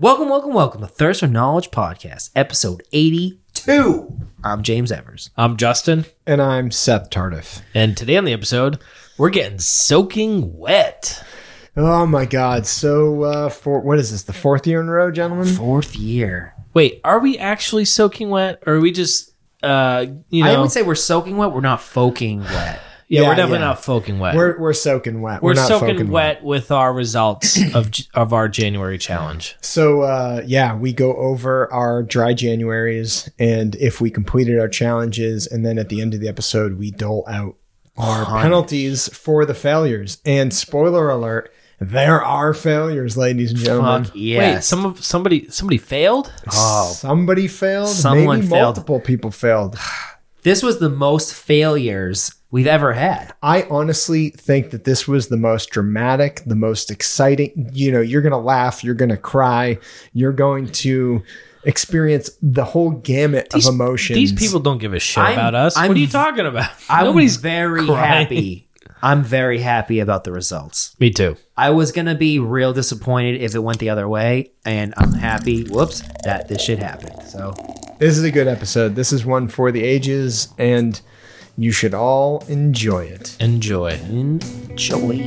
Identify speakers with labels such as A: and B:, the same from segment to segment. A: Welcome, welcome, welcome to Thirst for Knowledge Podcast, episode 82. I'm James Evers.
B: I'm Justin,
C: And I'm Seth Tardiff.
B: and today on the episode, we're getting soaking wet.
C: Oh my God! So, uh, for what is this? The fourth year in a row, gentlemen.
A: Fourth year.
B: Wait, are we actually soaking wet, or are we just, uh, you know,
A: I would say we're soaking wet, we're not foking wet.
B: yeah,
C: Yeah,
B: we're definitely
C: yeah.
B: not soaking wet. We're,
C: We're we're soaking wet. not
B: soaking
C: soaking
B: wet, with our results of J- of our January challenge.
C: So, uh, yeah, we go over our dry Januaries, and if we completed our challenges, and then at the end of the episode, we dole out our penalties for the failures. And spoiler alert: there are failures, ladies and gentlemen.
A: Fuck yes.
B: Wait, some of somebody somebody failed.
A: Oh.
C: Somebody failed.
A: Someone
C: Maybe
A: failed.
C: multiple people failed.
A: this was the most failures we've ever had.
C: I honestly think that this was the most dramatic, the most exciting. You know, you're going to laugh, you're going to cry, you're going to experience the whole gamut
B: These-
C: of emotions.
B: These people don't give a shit
A: I'm-
B: about us.
A: I'm-
B: what are you talking about?
A: I'm
B: Nobody's.
A: very
B: crying.
A: happy. I'm very happy about the results.
B: Me too.
A: I was going to be real disappointed if it went the other way, and I'm happy, whoops, that this shit happened. So,
C: This is a good episode. This is one for the ages, and you should all enjoy it.
B: Enjoy.
A: enjoy.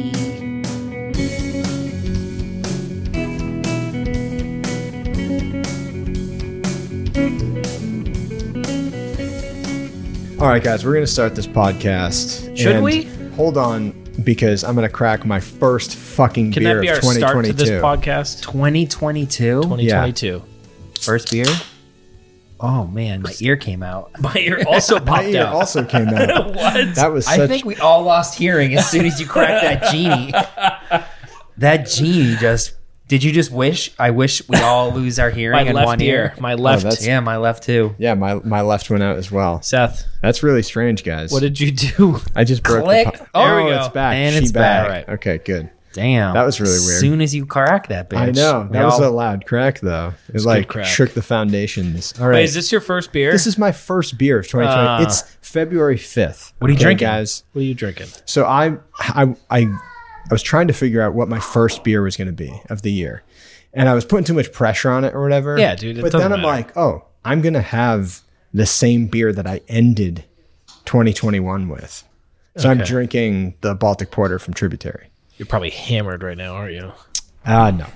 C: All right, guys, we're going to start this podcast.
B: Should
C: and
B: we?
C: Hold on, because I'm going to crack my first fucking
B: Can
C: beer
B: that be
C: of
B: our
C: 2022.
B: start to this podcast?
A: 2022?
B: 2022.
A: First beer? Oh man, my ear came out.
B: My ear also popped
C: My ear
B: out.
C: also came out.
B: what?
C: That was such
A: I think we all lost hearing as soon as you cracked that genie. that genie just did you just wish? I wish we all lose our hearing
B: My
A: in one
B: left
A: ear.
B: ear. My left.
C: Oh, that's-
A: yeah, my left too.
C: Yeah, my, my left went out as well.
B: Seth,
C: That's really strange, guys.
B: what did you do?
C: I just broke.
A: Click.
C: The po-
B: Oh, There we go.
C: it's back.
A: And
C: she
A: it's
C: back.
A: back.
B: Right.
C: Okay, good.
A: Damn.
C: That was really
A: As
C: weird.
A: soon as you cracked that bitch.
C: I know
A: we
C: that was a
A: all-
C: loud crack though. It like
B: crack.
C: shook the foundations. All right,
B: Wait, is this your first beer?
C: this is my first beer of 2020.
B: Ah.
C: it's February 5th.
A: What are you drinking?
C: guys?
B: what are you drinking?
C: So I, I, I, I was trying to figure out what my first beer was going to be of the year, and I was putting too much pressure on it or whatever.
B: Yeah, dude, it
C: but
B: doesn't
C: then I'm
B: matter.
C: like, oh, I'm going to have the same beer that I ended 2021 with. So I'm
B: Okay.
C: drinking the Baltic Porter from Tributary.
B: You're probably hammered right now, aren't you?
C: Ah, no,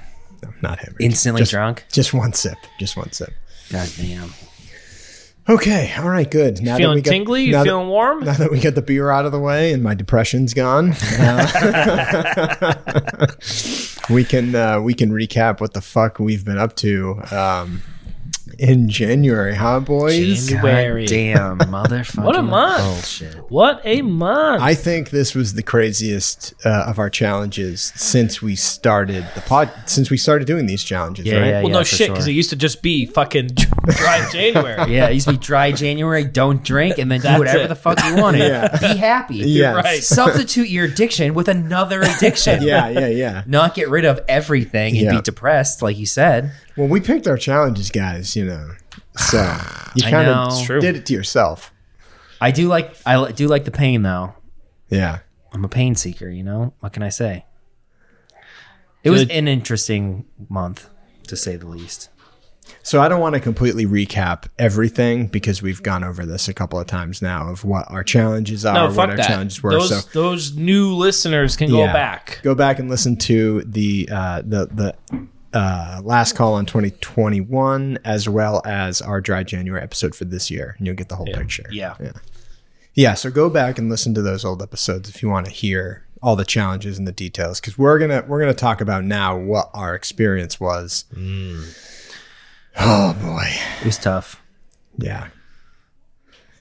C: no, not him.
A: instantly
C: just,
A: drunk.
C: Just one sip. Just one sip.
A: God damn.
C: Okay. All right. Good. Now
B: feeling tingly? You
C: now that-
B: feeling warm?
C: now that we got the beer out of the way and my depression's gone, uh, we can uh, we can recap what the fuck we've been up to um, in January, huh, boys?
B: January.
A: God
B: Wary.
A: damn motherfucking Oh,
B: What a month.
A: bullshit.
B: What a month.
C: Oh, I think this was the craziest uh, of our challenges since we started the pod. Since we started doing these challenges,
A: Yeah,
C: right?
A: yeah,
B: well,
A: yeah,
B: no
A: for
B: shit, because
A: sure.
B: it used to just be fucking dry January.
A: Yeah, it used to be dry January, don't drink, and then do
B: That's
A: whatever
B: it.
A: the fuck you wanted.
C: Yeah.
A: Be happy.
C: Yes.
B: right.
A: Substitute your addiction with another addiction.
C: yeah, yeah, yeah.
A: Not get rid of everything and be
C: Yeah.
A: depressed, like you said.
C: Well, we picked our challenges, guys. You know, so you
A: I
C: kind
A: know. It's
C: of
B: true.
C: did it to yourself.
A: I do like I li- do like the pain though.
C: Yeah.
A: I'm a pain seeker, you know? What can I say? It was
B: Good.
A: an interesting month, to say the least.
C: So I don't want to completely recap everything because we've gone over this a couple of times now of what our challenges
B: No,
C: are, what
B: Oh, fuck
C: our
B: that.
C: challenges were.
B: Those,
C: so
B: those new listeners can go
C: Yeah.
B: back.
C: go back and listen to the uh, the the uh, last call on 2021 as well as our dry January episode for this year, and you'll get the whole picture.
A: Yeah.
C: Yeah, so go back and listen to those old episodes if you want to hear all the challenges and the details because we're gonna we're gonna talk about now what our experience was.
B: Mm.
C: Oh boy.
A: It was tough.
C: Yeah.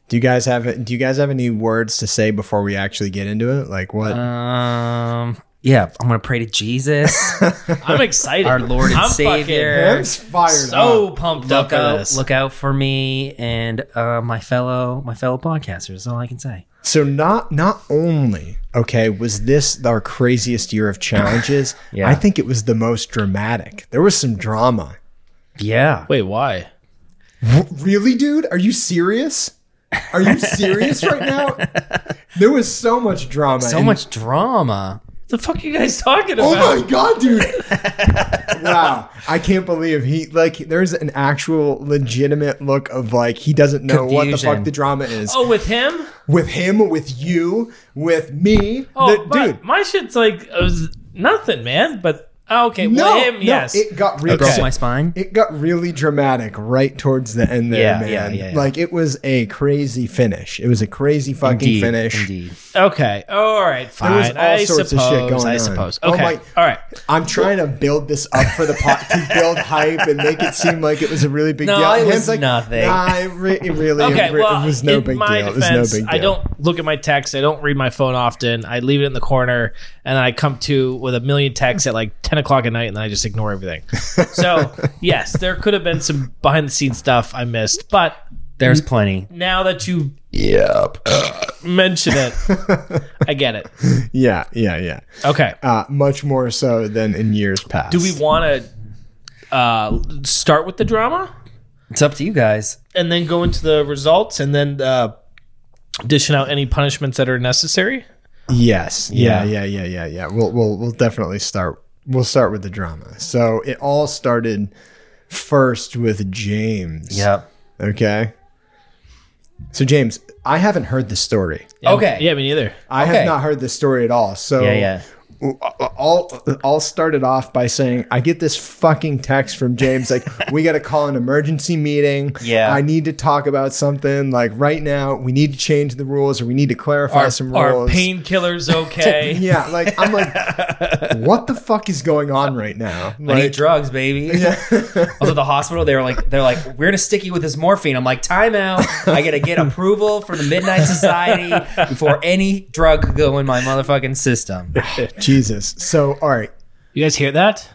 C: Do you guys have do you guys have any words to say before we actually get into it? Like what?
A: Uh, Um yeah, I'm gonna pray to Jesus,
B: I'm excited.
A: our Lord and
B: I'm fucking
A: Savior. Oh,
C: fired
B: So pumped up
A: Look
B: for
A: out,
B: this.
A: look out for me and uh, my fellow my fellow podcasters. Is all I can say.
C: So not not only okay was this our craziest year of challenges.
A: Yeah.
C: I think it was the most dramatic. There was some drama.
A: Yeah,
B: Wait, why?
C: Really, dude? Are you serious? Are you serious right now? There was so much drama.
A: so
C: and-
A: much drama.
B: The fuck you guys talking about?
C: Oh my god, dude! wow, I can't believe he like. There's an actual legitimate look of like he doesn't know what the
A: Confusion.
C: fuck the drama is
B: Oh, with him?
C: with him, with you, with me.
B: Oh,
C: The-
B: my,
C: dude,
B: my shit's like uh, was nothing, man. But oh, okay,
C: no,
B: well, him,
C: no,
B: yes.
C: it got
A: I
C: real.
A: broke my spine.
C: It got really dramatic right towards the end there,
A: Yeah,
C: man.
A: yeah, yeah, yeah.
C: Like it was a crazy finish. It was a crazy fucking
A: Indeed,
C: finish.
A: Indeed.
B: okay, all right, fine.
C: was all
B: I
C: sorts of shit
B: suppose.
C: going
B: I
C: on.
B: suppose.
C: Oh
B: Okay,
C: my-
B: all right.
C: I'm trying to build this up for the pot to build hype and make it seem like it was a really big
B: No,
C: deal.
B: it
C: And
B: was
C: it's like,
A: nothing.
C: Nah, it, re- it really
B: Okay,
C: it, re-
B: well,
C: it was no
B: in
C: big
B: my
C: deal.
B: defense,
C: it was no big deal.
B: I don't look at my texts. I don't read my phone often. I leave it in the corner, and I come to with a million texts at like ten o'clock at night, and I just ignore everything. So yes, there could have been some behind the scenes stuff I missed, but
A: There's plenty.
B: now that you mention it, I get it.
C: Yeah, yeah, yeah.
B: Okay,
C: Uh, much more so than in years past.
B: do we want to uh, start with the drama
A: It's up to you guys.
B: and then go into the results, and then uh, dishing out any punishments that are necessary?
C: Yes. Yeah.
A: Yeah.
C: Yeah. Yeah. Yeah. Yeah. We'll we'll we'll definitely start. We'll start with the drama. So it all started first with James.
A: Yep.
C: Okay. So James, I haven't heard the story.
A: Okay.
B: Yeah, me neither.
C: I
A: Okay.
C: have not heard the story at all. So uh,
A: Yeah, yeah.
C: all all started off by saying I get this fucking text from James like we got to call an emergency meeting.
A: Yeah.
C: I need to talk about something like right now. We need to change the rules or we need to clarify
B: Are,
C: some
B: are
C: rules.
B: painkillers okay?
C: yeah, like I'm like, what the fuck is going on right now?
A: I need
C: Like,
A: drugs, baby. I was at the hospital. They were like, they're like, we're gonna stick you with this morphine. I'm like, time out. I gotta get approval from the Midnight Society before any drug could go in my motherfucking system.
C: Jesus. So all right,
B: You guys hear that?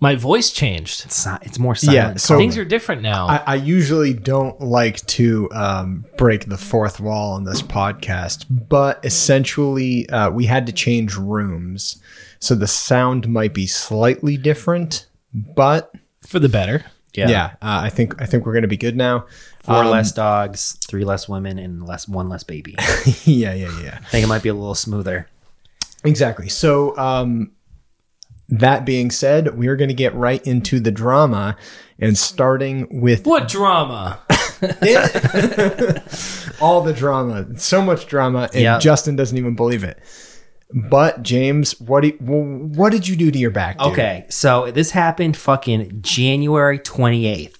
B: My voice changed.
A: It's, not, it's more silent.
C: Yeah, so-
B: Things are different now.
C: I, I usually don't like to um, break the fourth wall on this podcast, but essentially uh, we had to change rooms, so the sound might be slightly different, but
B: For the better.
A: yeah,
C: yeah, uh, I think I think we're gonna be good now.
A: Four
C: Um,
A: less dogs, three less women, and less one less baby. I
C: yeah, yeah, yeah.
A: think it might be a little smoother.
C: Exactly. So, um, that being said, we are going to get right into the drama and starting with
B: What drama?
C: all the drama. So much drama, and
A: Yeah.
C: Justin doesn't even believe it. But James, what do you, wh- what did you do to your back? dude?
A: Okay, so this happened fucking January 28th,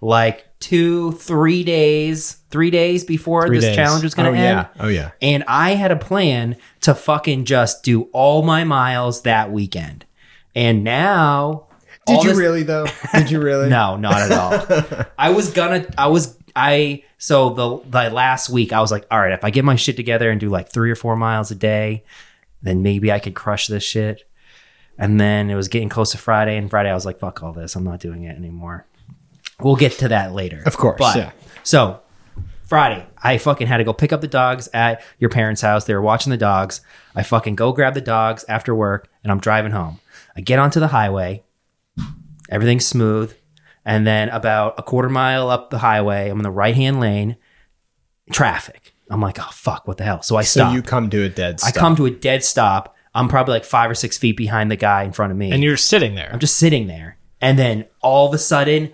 A: like two, three days, three days before this
B: days.
A: challenge was gonna
C: Oh
A: end.
C: yeah. Oh yeah.
A: And I had a plan to fucking just do all my miles that weekend. And now
C: Did
A: all
C: you
A: this-
C: really though? Did you really?
A: No, not at all. I was gonna I was I so the the last week I was like, all right, if I get my shit together and do like three or four miles a day, then maybe I could crush this shit. And then it was getting close to Friday, and Friday I was like, fuck all this, I'm not doing it anymore. We'll get to that later.
C: Of course, yeah.
A: So Friday, I fucking had to go pick up the dogs at your parents' house. They were watching the dogs. I fucking go grab the dogs after work and I'm driving home. I get onto the highway. Everything's smooth. And then about a quarter mile up the highway, I'm in the right hand lane, traffic. I'm like, oh, fuck, what the hell? So I
C: So
A: stop.
C: you come to a dead
A: I
C: stop.
A: come to a dead stop. I'm probably like five or six feet behind the guy in front of me.
B: And you're sitting there.
A: I'm just sitting there. And then all of a sudden,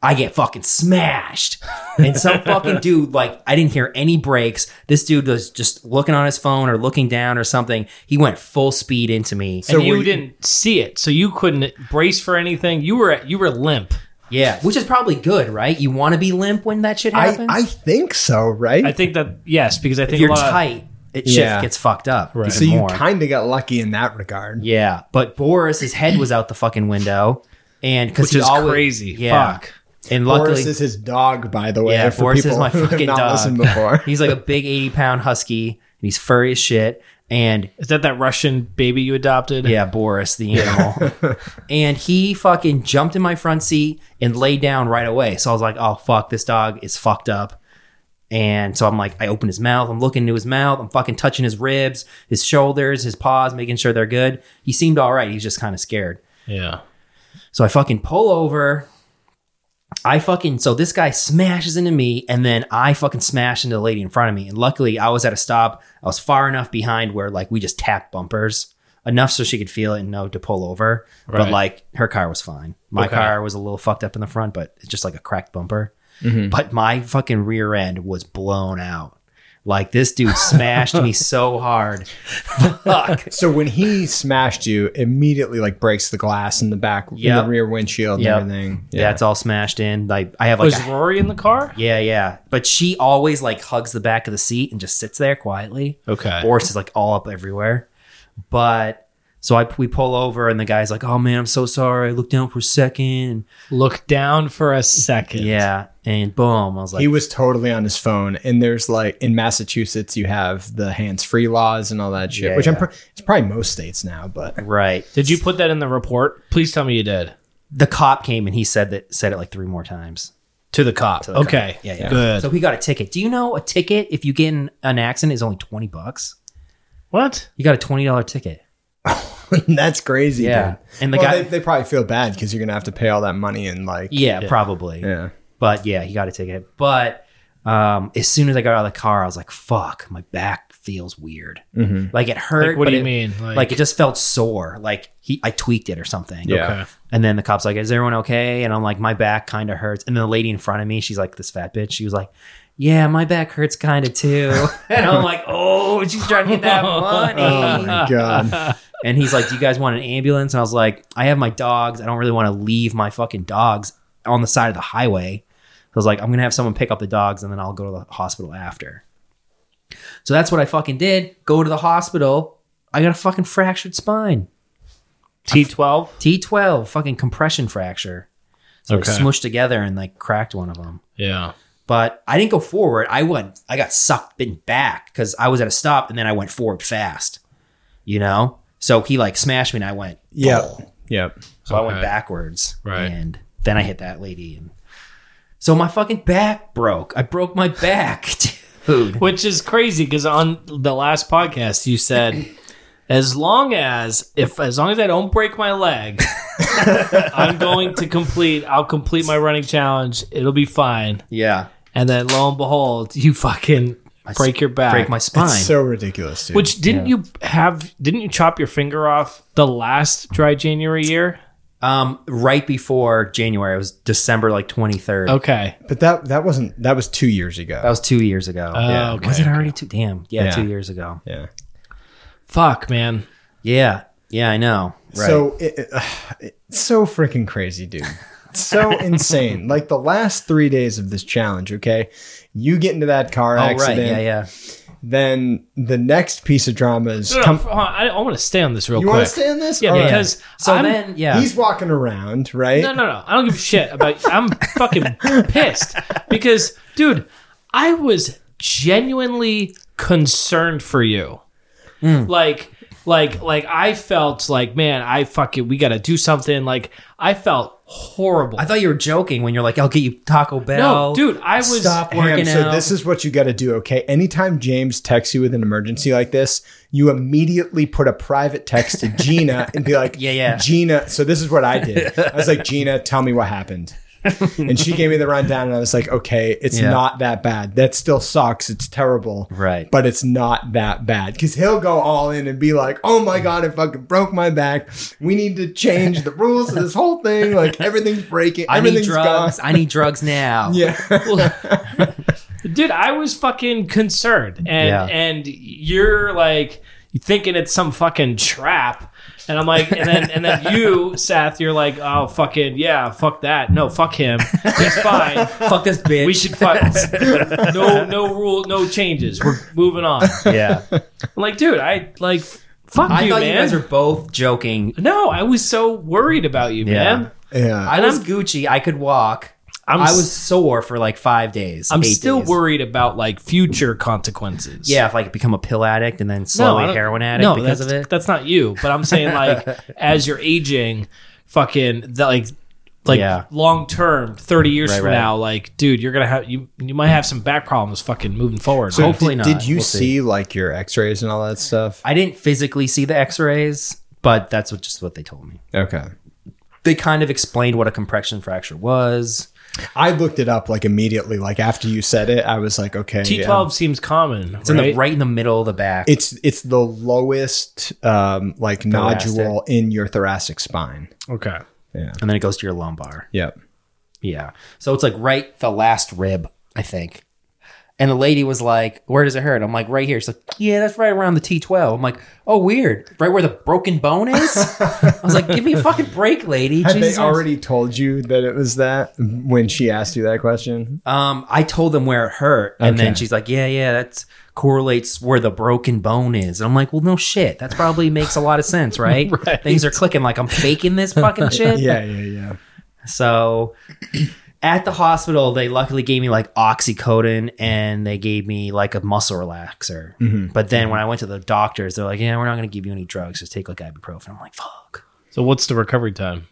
A: I get fucking smashed. And some fucking dude, like, I didn't hear any brakes. This dude was just looking on his phone or looking down or something. He went full speed into me.
B: and you
C: were you-
B: didn't see it, so you couldn't brace for anything. You were you were limp.
A: yeah, which is probably good, right? You want to be limp when that shit
C: I,
A: happens?
C: I think so, right?
B: I think that yes, because I think
A: if you're
B: a lot of-
A: tight, it
C: Yeah.
A: shift gets fucked up. Right.
C: so you kind of got lucky in that regard.
A: yeah, but Boris, his head was out the fucking window, and because
B: which
A: he
B: is
A: always,
B: crazy.
A: Yeah,
B: Fuck.
A: and luckily
C: Boris is his dog, by the way.
A: Yeah,
C: for
A: Boris is
C: people
A: my
C: who have
A: fucking
C: not
A: dog.
C: listened before.
A: He's like a big 80 pound husky and he's furry as shit. And
B: Is that that Russian baby you adopted?
A: yeah, Boris, the animal. and he fucking jumped in my front seat and laid down right away. So I was like, oh, fuck, this dog is fucked up. And so I'm like, I open his mouth. I'm looking into his mouth. I'm fucking touching his ribs, his shoulders, his paws, making sure they're good. He seemed all right. He was just kind of scared.
B: Yeah.
A: So I fucking pull over. I fucking so this guy smashes into me and then I fucking smash into the lady in front of me. And luckily I was at a stop. I was far enough behind where like we just tapped bumpers enough so she could feel it and know to pull over. But
B: Right.
A: like her car was fine. My
B: Okay.
A: car was a little fucked up in the front, but it's just like a cracked bumper.
B: Mm-hmm.
A: But my fucking rear end was blown out. Like this dude smashed me so hard. Fuck.
C: So when he smashed you, immediately like breaks the glass in the back, in
A: Yep.
C: the rear windshield
A: Yep.
C: and everything.
A: That's all smashed in. Like I have like
B: Was
A: a-
B: Rory in the car?
A: yeah, yeah. But she always like hugs the back of the seat and just sits there quietly.
B: Okay.
A: Boris is like all up everywhere. But so I we pull over and the guy's like, "Oh man, I'm so sorry. I looked down for a second.
B: Look down for a second.
A: Yeah, and boom, I was like,
C: he was totally on his phone, and there's like in Massachusetts you have the hands-free laws and all that shit,
A: Yeah,
C: which I'm
A: yeah.
C: pr- it's probably most states now, but
A: "Right."
B: Did you put that in the report? Please tell me you did.
A: The cop came and he said that said it like three more times.
B: To the cop.
A: the cop.
B: okay.
A: Yeah, yeah.
B: Good.
A: So he got a ticket. Do you know a ticket if you get in an accident is only twenty bucks?
B: what?
A: You got a twenty dollar ticket.
C: that's crazy. dude.
A: and the
C: well,
A: guy.
C: they, they probably feel bad because you're gonna have to pay all that money and like
A: yeah, probably.
C: yeah.
A: But yeah, he got a ticket. But um, as soon as I got out of the car, I was like, "Fuck, my back feels weird. Like it hurt."
B: Like, what
A: but
B: do you
A: it-
B: mean? Like,
A: Like, it just felt sore. Like he, I tweaked it or something.
C: Yeah.
B: okay.
A: And then the cop's like, "Is everyone okay?" And I'm like, "My back kind of hurts." And then the lady in front of me, she's like, "This fat bitch." She was like, "Yeah, my back hurts kind of too." and I'm like, "Oh, she's trying to get that
C: Oh
A: money."
C: my god.
A: and he's like, "Do you guys want an ambulance?" And I was like, "I have my dogs. I don't really want to leave my fucking dogs on the side of the highway." So I was like, "I'm gonna have someone pick up the dogs, and then I'll go to the hospital after." So that's what I fucking did. Go to the hospital. I got a fucking fractured spine.
B: T twelve.
A: T12 fucking compression fracture. So
B: Okay.
A: I smushed together and like cracked one of them.
B: Yeah.
A: But I didn't go forward. I went, I got sucked bitten back because I was at a stop and then I went forward fast, you know? So he like smashed me and I went,
C: Yeah. Yep.
A: so I went
B: Okay.
A: backwards.
B: Right.
A: And then I hit that lady. And so my fucking back broke. I broke my back, dude.
B: Which is crazy because on the last podcast you said, as long as if as long as I don't break my leg, I'm going to complete. I'll complete my running challenge. It'll be fine.
A: Yeah.
B: And then lo and behold, you fucking
A: s-
B: break your back.
A: Break my spine.
C: It's so ridiculous, dude.
B: Which didn't you have? Didn't you chop your finger off the last dry January year?
A: um, right before January, it was December like 23rd.
B: Okay.
C: but that that wasn't that was two years ago.
A: That was two years ago. yeah.
B: okay,
A: was it
B: okay.
A: already two? Damn. Yeah,
C: Yeah.
A: two years ago.
C: yeah.
B: Fuck, man.
A: Yeah. Yeah, I know. Right.
C: So it, it- it's so freaking crazy, dude. So insane. Like the last three days of this challenge, okay? You get into that car
A: oh, right.
C: accident,
A: Yeah, yeah.
C: then the next piece of drama is
B: No,
C: come.
B: no, I, I want to stay on this real
C: You want
B: quick.
C: to stay in this?
B: yeah,
C: All right.
B: because
A: So
B: I'm-
A: then, yeah.
C: he's walking around, right?
B: No, no, no. I don't give a shit about. I'm fucking pissed because, dude, I was genuinely concerned for you.
A: Hmm.
B: Like, like, like, I felt like, man, I fucking, we got to do something. Like, I felt horrible.
A: I thought you were joking when you're like, I'll get you Taco Bell.
B: no, dude, I was.
A: Stop
C: Ham,
A: working
C: so
A: out.
C: this is what you got to do, okay? Anytime James texts you with an emergency like this, you immediately put a private text to Gina and be like,
A: Yeah, yeah.
C: Gina." So this is what I did. I was like, "Gina, tell me what happened." and she gave me the rundown, and I was like, "Okay, it's
A: Yeah.
C: not that bad. That still sucks. It's terrible,
A: Right.
C: But it's not that bad because he'll go all in and be like, "Oh my god, I fucking broke my back. We need to change the rules of this whole thing. Like everything's breaking.
A: I need
C: Everything's
A: drugs.
C: gone."
A: I need drugs now.
C: Yeah.
B: dude i was fucking concerned and
A: Yeah.
B: and you're like thinking it's some fucking trap and i'm like and then and then you seth you're like oh fucking yeah fuck that no fuck him he's fine
A: Fuck this bitch.
B: we should fuck no no rule no changes we're moving on I'm
A: yeah.
B: like dude i like fuck
A: I
B: you
A: thought
B: man
A: you guys were both joking.
B: no i was so worried about you
A: Yeah.
B: man
C: Yeah.
A: I was Gucci. I could walk.
B: I'm,
A: i was sore for like five days.
B: i'm
A: eight
B: still
A: days.
B: worried about like future consequences
A: Yeah, if I could become a pill addict and then slowly
B: I don't-
A: heroin addict because of
B: that's,
A: it.
B: That's not you, but I'm saying like as you're aging, fucking the, like like
A: Yeah.
B: long term, thirty years
A: Right,
B: from
A: right.
B: now, like dude, you're gonna have you you might have some back problems fucking moving forward.
C: So
B: man.
A: Hopefully
C: did,
A: not.
C: Did you
A: We'll
C: see,
A: see.
C: like your X-rays and all that stuff?
A: I didn't physically see the X-rays, but that's what just what they told me.
C: Okay.
A: they kind of explained what a compression fracture was.
C: I looked it up like immediately, like after you said it, I was like, okay,
B: T
C: yeah.
B: twelve seems common.
A: It's in the right in the middle of the back.
C: It's it's the lowest um, like
A: Thoracic.
C: nodule in your thoracic spine.
B: Okay.
C: Yeah.
A: and then it goes to your lumbar.
C: Yep.
A: Yeah. So it's like right the last rib, I think. And the lady was like, Where does it hurt? I'm like, Right here. She's like, Yeah, that's right around the T12. I'm like, Oh, weird. Right where the broken bone is? I was like, Give me a fucking break, lady.
C: Had
A: Jesus.
C: they already told you that it was that when she asked you that question?
A: um, I told them where it hurt. And then
C: Okay.
A: she's like, Yeah, yeah, that's correlates where the broken bone is. And I'm like, Well, no shit. That probably makes a lot of sense, right?
B: Right.
A: Things are clicking like I'm faking this fucking shit.
C: Yeah, yeah, yeah.
A: So at the hospital, they luckily gave me like oxycodone and they gave me like a muscle relaxer. But then when I went to the doctors, they're like, yeah, we're not going to give you any drugs. Just take like ibuprofen. I'm like, fuck.
B: So what's the recovery time?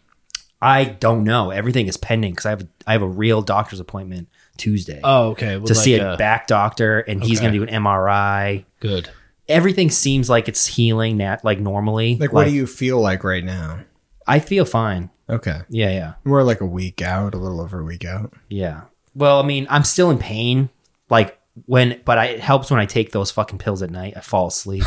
A: I don't know. Everything is pending because I have, I have a real doctor's appointment Tuesday
B: Oh, okay. Well,
A: to see
B: like,
A: a
B: uh,
A: back doctor and he's
B: Okay.
A: going to do an MRI.
B: Good.
A: Everything seems like it's healing nat- like normally.
C: Like, what do you feel like right now?
A: I feel fine.
C: Okay.
A: Yeah, yeah.
C: We're like a week out, a little over a week out.
A: Yeah. Well, I mean, I'm still in pain. Like when, but I, it helps when I take those fucking pills at night. I fall asleep.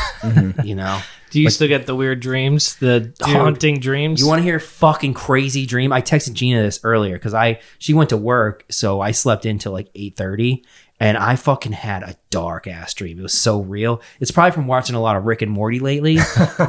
A: You know.
B: Do you still get the weird dreams, the haunting dreams?
A: You want to hear a fucking crazy dream? I texted Gina this earlier because I she went to work, so I slept in till like eight thirty, and I fucking had a dark ass dream. It was so real. It's probably from watching a lot of Rick and Morty lately.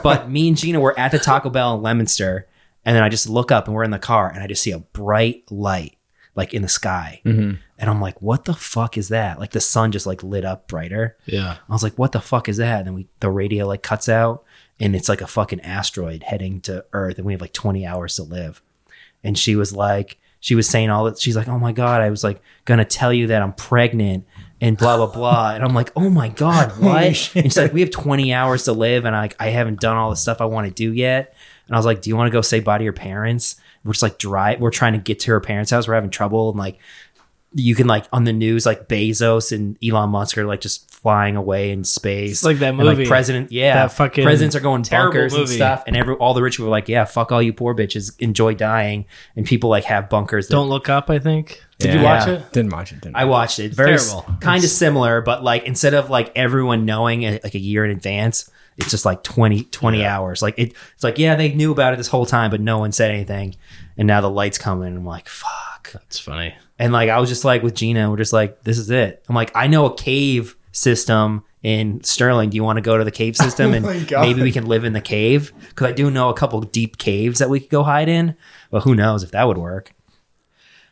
A: but me and Gina were at the Taco Bell in Leominster, and then I just look up and we're in the car, and I just see a bright light like in the sky,
C: Mm-hmm.
A: and I'm like, what the fuck is that? Like the sun just like lit up brighter.
B: yeah.
A: I was like, what the fuck is that? And then we the radio like cuts out and it's like a fucking asteroid heading to Earth and we have like 20 hours to live. And she was like, she was saying all that. She's like, oh my God, I was like gonna tell you that I'm pregnant and blah blah blah. And I'm like, oh my God, what?
C: Holy
A: and
C: shit.
A: she's like, we have 20 hours to live and I like I haven't done all the stuff I want to do yet. And I was like, do you want to go say bye to your parents? We're just like dry. We're trying to get to her parents' house. We're having trouble and like you can like on the news like Bezos and Elon Musk are like just flying away in space.
B: It's like that
A: And,
B: movie.
A: president, yeah,
B: That fucking
A: presidents are going
B: terrible
A: bunkers and
B: movie.
A: stuff, and every all the rich people are like, yeah, fuck all you poor bitches, enjoy dying, and people like have bunkers. that-
B: Don't look up. I think. Did you
C: Yeah.
B: watch
A: Yeah.
B: it?
C: Didn't watch it. Didn't.
A: I watched it. Very
B: terrible.
A: kind of similar, but like instead of like everyone knowing uh, like a year in advance, it's just like 20, 20 hours. Like it, it's like yeah, they knew about it this whole time, but no one said anything, and now the lights come in, and I'm like, fuck.
B: That's funny.
A: And like I was just like with Gina, we're just like, this is it. I'm like, I know a cave system in Sterling. Do you want to go to the cave system and
C: my God.
A: maybe we can live in the cave? Because I do know a couple deep caves that we could go hide in. But who knows if that would work?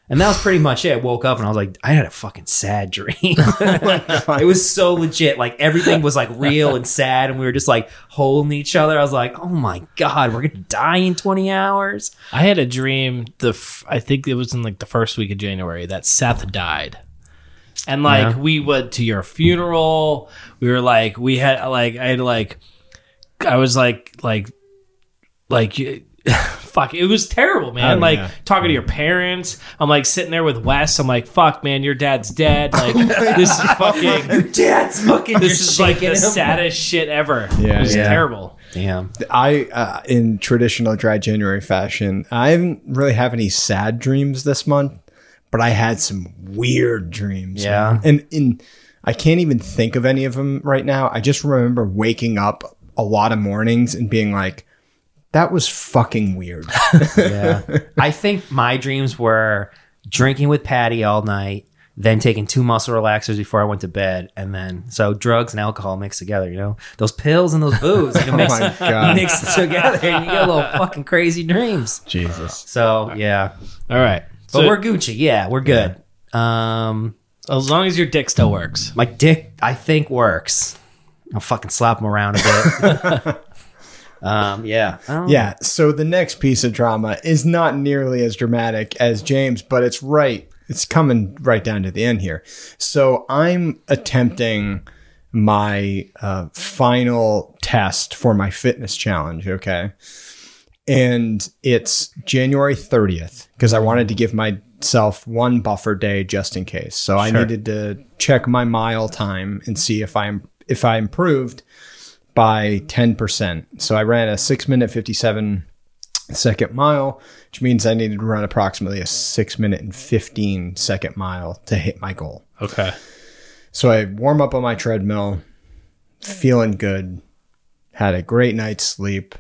A: And that was pretty much it. I woke up and I was like, I had a fucking sad dream. it was so legit. Like everything was like real and sad, and we were just like holding each other. I was like, oh my god, we're gonna die in 20 hours.
B: I had a dream. The f- I think it was in like the first week of January that Seth died, and like
A: Yeah.
B: we went to your funeral. We were like we had like I had like I was like like like you- fuck. It was terrible, man.
C: Oh,
B: like
C: yeah.
B: talking to your parents. I'm like sitting there with Wes. I'm like fuck, man. Your dad's dead. Like this is fucking.
A: Your dad's fucking.
B: This is like the
A: him.
B: saddest shit ever.
C: Yeah,
B: it was
A: yeah.
B: terrible.
A: Damn.
C: I uh, in traditional dry January fashion, I didn't really have any sad dreams this month, but I had some weird dreams.
A: Yeah.
C: man. and in I can't even think of any of them right now. I just remember waking up a lot of mornings and being like, "That was fucking weird."
A: yeah. I think my dreams were drinking with Patty all night, then taking two muscle relaxers before I went to bed, and then so drugs and alcohol mixed together. You know those pills and those booze, you know,
C: oh
A: mix,
C: my god,
A: mix it together, and you get little fucking crazy dreams.
C: Jesus!
A: So yeah,
B: All right,
A: but
B: so
A: we're Gucci. Yeah, we're good. Um,
B: as long as your dick still works.
A: my dick, I think works. I'll fucking slap him around a bit. um, yeah, I don't-
C: Yeah, so the next piece of drama is not nearly as dramatic as James, but it's right. It's coming right down to the end here. So I'm attempting my uh, final test for my fitness challenge, okay? And it's January 30th because I wanted to give myself one buffer day just in case. So I needed to check my mile time and see if I'm if I improved by 10%. So I ran a 6 minute 57 second mile, which means I needed to run approximately a six minute and 15 second mile to hit my goal.
B: Okay.
C: So I warm up on my treadmill, feeling good, had a great night's sleep.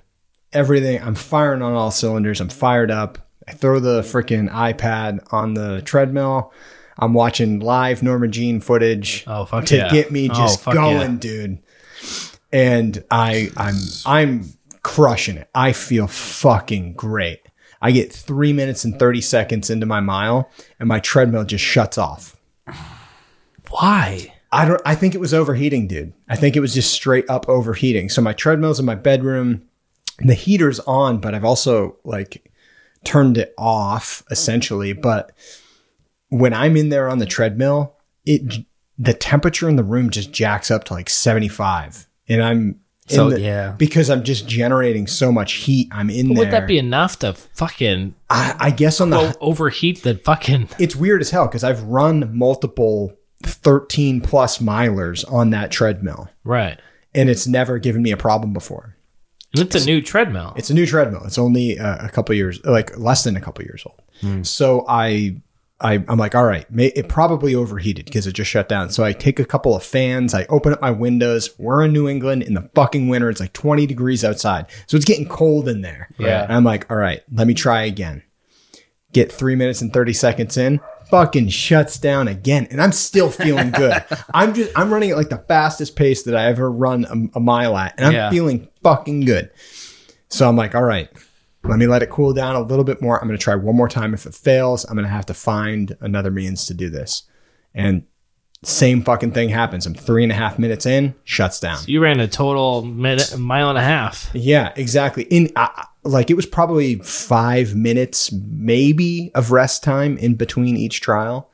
C: Everything, I'm firing on all cylinders. I'm fired up. I throw the freaking iPad on the treadmill. I'm watching live Norma Jean footage
B: Oh, fuck
C: to
B: yeah.
C: get me
B: Oh,
C: just
B: fuck
C: going, dude. And I, I'm, I'm crushing it. I feel fucking great. I get three minutes and 30 seconds into my mile and my treadmill just shuts off.
B: Why?
C: I don't. I think it was overheating, dude. I think it was just straight up overheating. So my treadmill's in my bedroom. The heater's on, but I've also like turned it off essentially. But when I'm in there on the treadmill, it the temperature in the room just jacks up to like 75, and I'm in
A: So,
C: the-
A: yeah.
C: because I'm just generating so much heat. I'm in there.
B: Would that be enough to fucking
C: I, I guess on the
B: o- overheat the fucking?
C: it's weird as hell because I've run multiple 13 plus milers on that treadmill
B: Right.
C: and it's never given me a problem before.
B: And it's a new treadmill.
C: It's a new treadmill. It's only uh, a couple years, like less than a couple years old. So I, I, I'm like, all right, may, it probably overheated because it just shut down. So I take a couple of fans. I open up my windows. We're in New England in the fucking winter. It's like 20 degrees outside, so it's getting cold in there.
B: Yeah.
C: And I'm like, all right, let me try again. Get three minutes and 30 seconds in. Fucking shuts down again, and I'm still feeling good. I'm just I'm running at like the fastest pace that I ever run a, a mile at, and I'm
A: Yeah.
C: feeling fucking good. So I'm like, all right, let me let it cool down a little bit more. I'm going to try one more time. If it fails, I'm going to have to find another means to do this. And same fucking thing happens. I'm three and a half minutes in, shuts down.
B: you ran a total minute, mile and a half.
C: Yeah, exactly. In uh, uh, like it was probably five minutes, maybe of rest time in between each trial.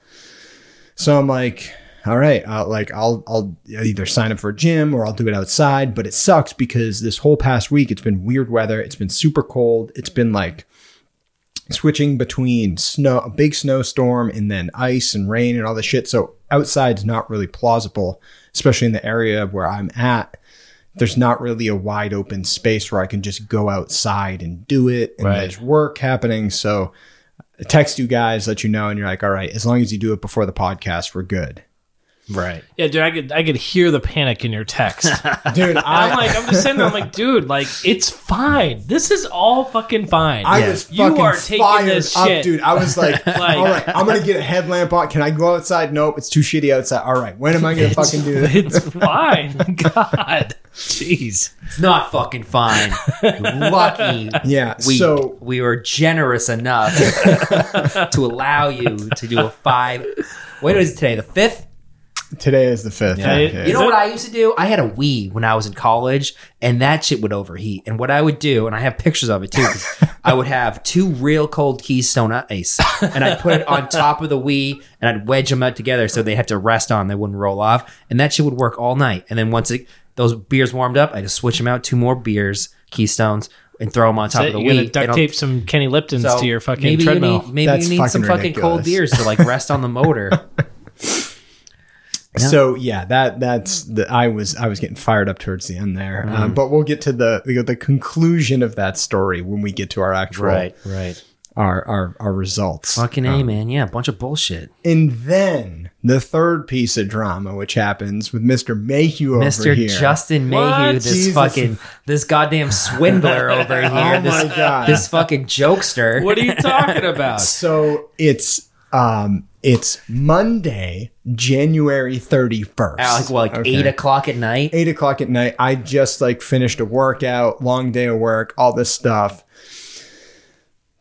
C: So I'm like, all right, uh, like I'll I'll either sign up for a gym or I'll do it outside. But it sucks because this whole past week it's been weird weather. It's been super cold. It's been like switching between snow, a big snowstorm, and then ice and rain and all this shit. So outside's not really plausible, especially in the area where I'm at there's not really a wide open space where I can just go outside and do it. And
B: Right.
C: there's work happening. So I text you guys, let you know, and you're like, all right, as long as you do it before the podcast, we're good.
A: Right.
B: Yeah, dude, I could I could hear the panic in your text.
C: Dude, I,
B: I'm like, I'm just sitting there. I'm like, dude, like it's fine. This is all fucking fine.
C: I
A: Yeah.
C: was
B: You
C: fucking
B: are taking
C: fired
B: this
C: up,
B: shit.
C: dude. I was like, all right, I'm gonna get a headlamp on. Can I go outside? Nope, it's too shitty outside. All right, when am I gonna fucking do this?
B: It's fine. God, jeez.
A: It's not fucking fine. Lucky.
C: Yeah.
A: We,
C: so
A: we were generous enough to allow you to do a five. What is it today? The fifth?
C: today is the fifth.
B: Yeah.
C: Okay.
A: You know
B: Is it-
A: what I used to do? I had a Wii when I was in college, and that shit would overheat. And what I would do, and I have pictures of it too, 'cause I would have two real cold Keystone Ice, and I'd put it on top of the Wii, and I'd wedge them out together so they had to rest on, they wouldn't roll off. And that shit would work all night. And then once it, those beers warmed up, I just switch them out, two more beers, Keystones, and throw them on top
B: So
A: of the
B: you're gonna
A: Wii. and
B: duct
A: I'll-
B: tape some Kenny Lipton's
A: so
B: to your fucking
A: maybe
B: treadmill.
A: You need, maybe
C: That's
A: you need some
C: fucking
A: fucking cold
C: ridiculous.
A: beers to like rest on the motor.
C: So yeah, that that's the I was I was getting fired up towards the end there,
A: Mm.
C: um, but we'll get to the you know, the conclusion of that story when we get to our actual
A: right.
C: our, our our results.
A: Fucking
B: Um,
A: A, man. Yeah, a bunch of bullshit.
C: And then the third piece of drama, which happens with Mister Mayhew over
A: Mr.
C: here.
A: Justin
B: What?
A: Mayhew, this
C: Jesus.
A: fucking this goddamn swindler over here,
C: oh my
A: this
C: god!
A: this fucking jokester.
B: What are you talking about?
C: so it's um it's Monday, January thirty first.
A: At, like, what, like eight o'clock at night?
C: eight o'clock at night. I just like finished a workout, long day of work, all this stuff.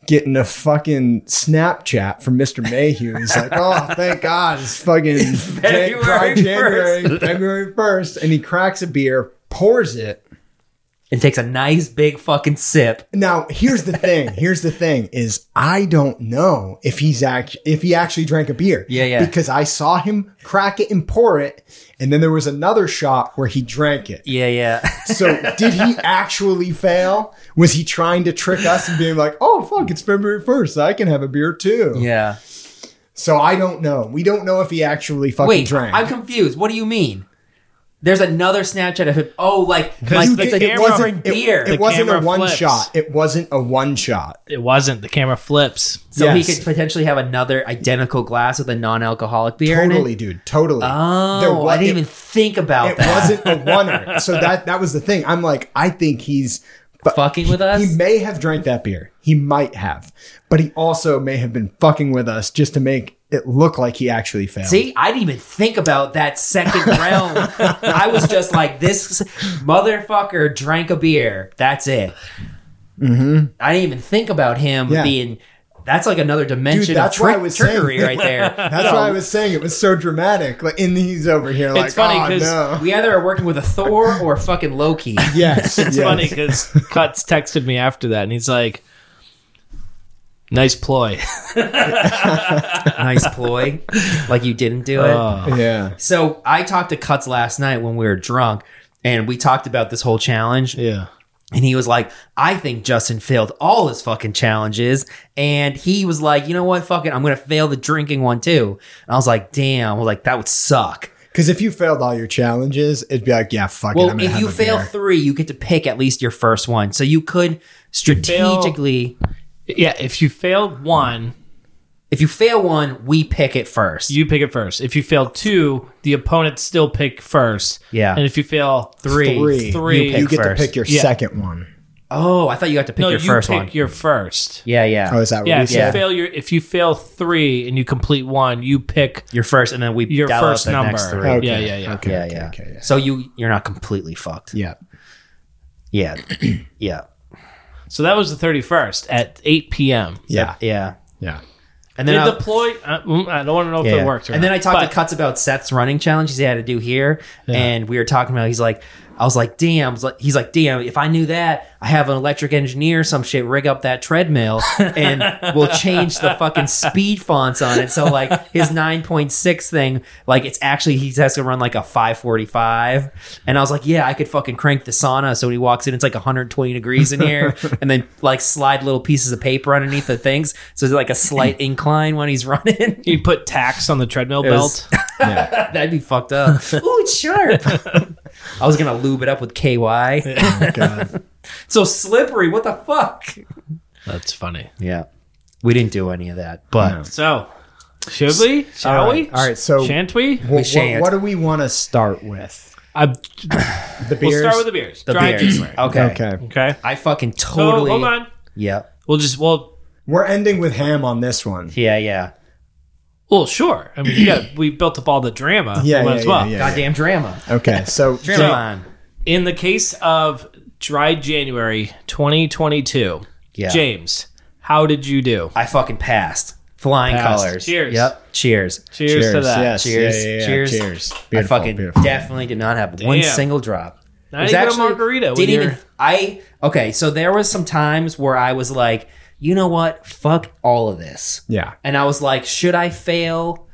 C: Getting a fucking Snapchat from Mr. Mayhew. He's like, oh, thank God. It's fucking Jan-
A: February
C: Jan-
A: 1st.
C: January, February 1st. And he cracks a beer, pours it.
A: And takes a nice big fucking sip.
C: Now, here's the thing. Here's the thing is I don't know if he's act if he actually drank a beer.
A: Yeah, yeah.
C: Because I saw him crack it and pour it. And then there was another shot where he drank it.
A: Yeah, yeah.
C: So did he actually fail? Was he trying to trick us and being like, "Oh fuck, it's February first, I can have a beer too"?
A: Yeah.
C: So I don't know. We don't know if he actually fucking
A: Wait,
C: drank.
A: I'm confused. What do you mean? There's another Snapchat of him. Oh, like like
B: You
A: it's
B: did-
A: like
B: it
A: it
B: wasn't-
A: wasn't
C: it,
A: beer.
C: it
B: The
C: wasn't a
B: camera
C: one
B: flips.
C: shot. It wasn't a one shot.
B: It wasn't. The camera flips.
A: so
C: yes.
A: he could potentially have another identical glass with a non-alcoholic beer. in it?
C: Totally, dude. Totally.
A: Oh,
C: There wa-
A: I didn't
C: it-
A: even think about
C: it
A: that.
C: wasn't a oneer. So that that was the thing. I'm like, I think he's but
A: Fucking with us?
C: He may have drank that beer. He might have, but he also may have been fucking with us just to make it look like he actually failed.
A: See, I didn't even think about that second realm. I was just like, this motherfucker drank a beer. That's it. I didn't even think about him
C: Mm-hmm. Yeah.
A: being. That's like another dimension
C: that's
A: of trick,
C: why I was saying-
A: trickery right there.
C: That's why I was saying it was so dramatic. Like, and he's over here like,
B: funny
C: oh
B: 'cause
C: no.
A: We either are working with a Thor or fucking Loki.
C: Yes,
B: It's
C: yes.
B: funny because Cuts texted me after that, and he's like, "Nice ploy."
A: nice ploy. Like you didn't do it.
B: Oh.
C: Yeah.
A: So I talked to Cuts last night when we were drunk, and we talked about this whole challenge.
B: Yeah.
A: And he was like, I think Justin failed all his fucking challenges. And he was like, you know what? Fuck it. I'm going to fail the drinking one too. And I was like, damn. I was like, that would suck.
C: Because if you failed all your challenges, it'd be like, yeah, fuck it. I'm
A: Well,
C: gonna
A: if
C: have
A: you
C: a
A: fail
C: beer.
A: three, you get to pick at least your first one. So you could strategically,
B: Yeah. If you failed one,
A: if you fail one, we pick it first.
B: you pick it first. If you fail two, the opponent still pick first.
A: Yeah.
B: And if you fail three,
C: three,
B: three-
C: you,
A: pick
C: get
A: first.
C: to pick your
B: Yeah.
C: second one.
A: oh, I thought you got to pick
B: no,
A: your
B: you
A: first
B: pick
A: one.
B: your first.
A: yeah, yeah.
C: Oh, is that what
B: Yeah.
C: we
B: If you
C: said?
B: fail your, if you fail three and you complete one, you pick
A: your first, and then we
B: your
A: dial up
B: first
A: the
B: number.
A: next three.
C: Okay.
B: Yeah. Yeah. Yeah.
C: Oh, Okay.
A: yeah,
C: okay,
A: yeah.
C: okay, yeah.
A: So you you're not completely fucked.
C: Yeah.
A: Yeah, yeah,
B: So that was the thirty first at eight p.m.
C: Yeah.
A: yeah.
C: Yeah.
A: And then
B: Did
A: I'll-
B: the ploy? Uh, mm, I don't want to know if
A: Yeah.
B: it worked. Or
A: and then
B: not.
A: I talked
B: But-
A: to Cuts about Seth's running challenge he had to do here, and we were talking about. He's like, I was like, damn. I was like- He's like, damn. If I knew that, I have an electric engineer, some shit, rig up that treadmill, and we'll change the fucking speed fonts on it. So like his nine point six thing, like it's actually he has to run like a five forty five, and I was like, yeah, I could fucking crank the sauna. So when he walks in, it's like one hundred twenty degrees in here, and then like slide little pieces of paper underneath the things, so it's like a slight incline when he's running.
B: You put tax on the treadmill
A: It was-
B: belt.
C: Yeah.
A: That'd be fucked up. Ooh, it's sharp. I was gonna lube it up with KY.
C: Oh, God.
A: so slippery. What the fuck?
B: That's funny.
A: Yeah, we didn't do any of that, but
C: No.
B: So, should we? Shall
C: All
B: we?
C: right, all right, so-
B: shan't we?
C: Well, what,
A: shan't.
C: what do we want to start with?
B: I,
C: The beers.
B: we'll start with the beers.
A: the
B: Dry
A: beers.
B: January.
A: Okay.
C: Okay.
B: Okay.
A: I fucking
B: So,
A: totally.
B: Oh, hold on.
A: Yeah,
B: We'll just we'll
C: We're ending with ham on this one.
A: yeah, yeah.
B: well sure. I mean, yeah, we built up all the drama.
C: Yeah,
B: We might
C: yeah,
B: as well.
C: yeah, yeah.
A: Goddamn drama.
C: Okay. So,
A: Drama.
B: So-
A: on.
B: In the case of Dry January 2022,
A: Yeah.
B: James, how did you do?
A: I fucking passed. Flying
B: Passed.
A: colors.
B: Cheers.
A: Yep. Cheers.
B: Cheers, to that.
C: Yes.
A: Cheers,
C: Yeah, yeah, yeah.
A: cheers.
C: Cheers. Beautiful,
A: I fucking
C: beautiful.
A: definitely did not have one
B: Damn.
A: single drop.
B: Not
A: It was
B: even a margarita when
A: Didn't even.
B: you're-
A: I okay. So there was some times where I was like, you know what? Fuck all of this.
C: Yeah.
A: And I was like, should I fail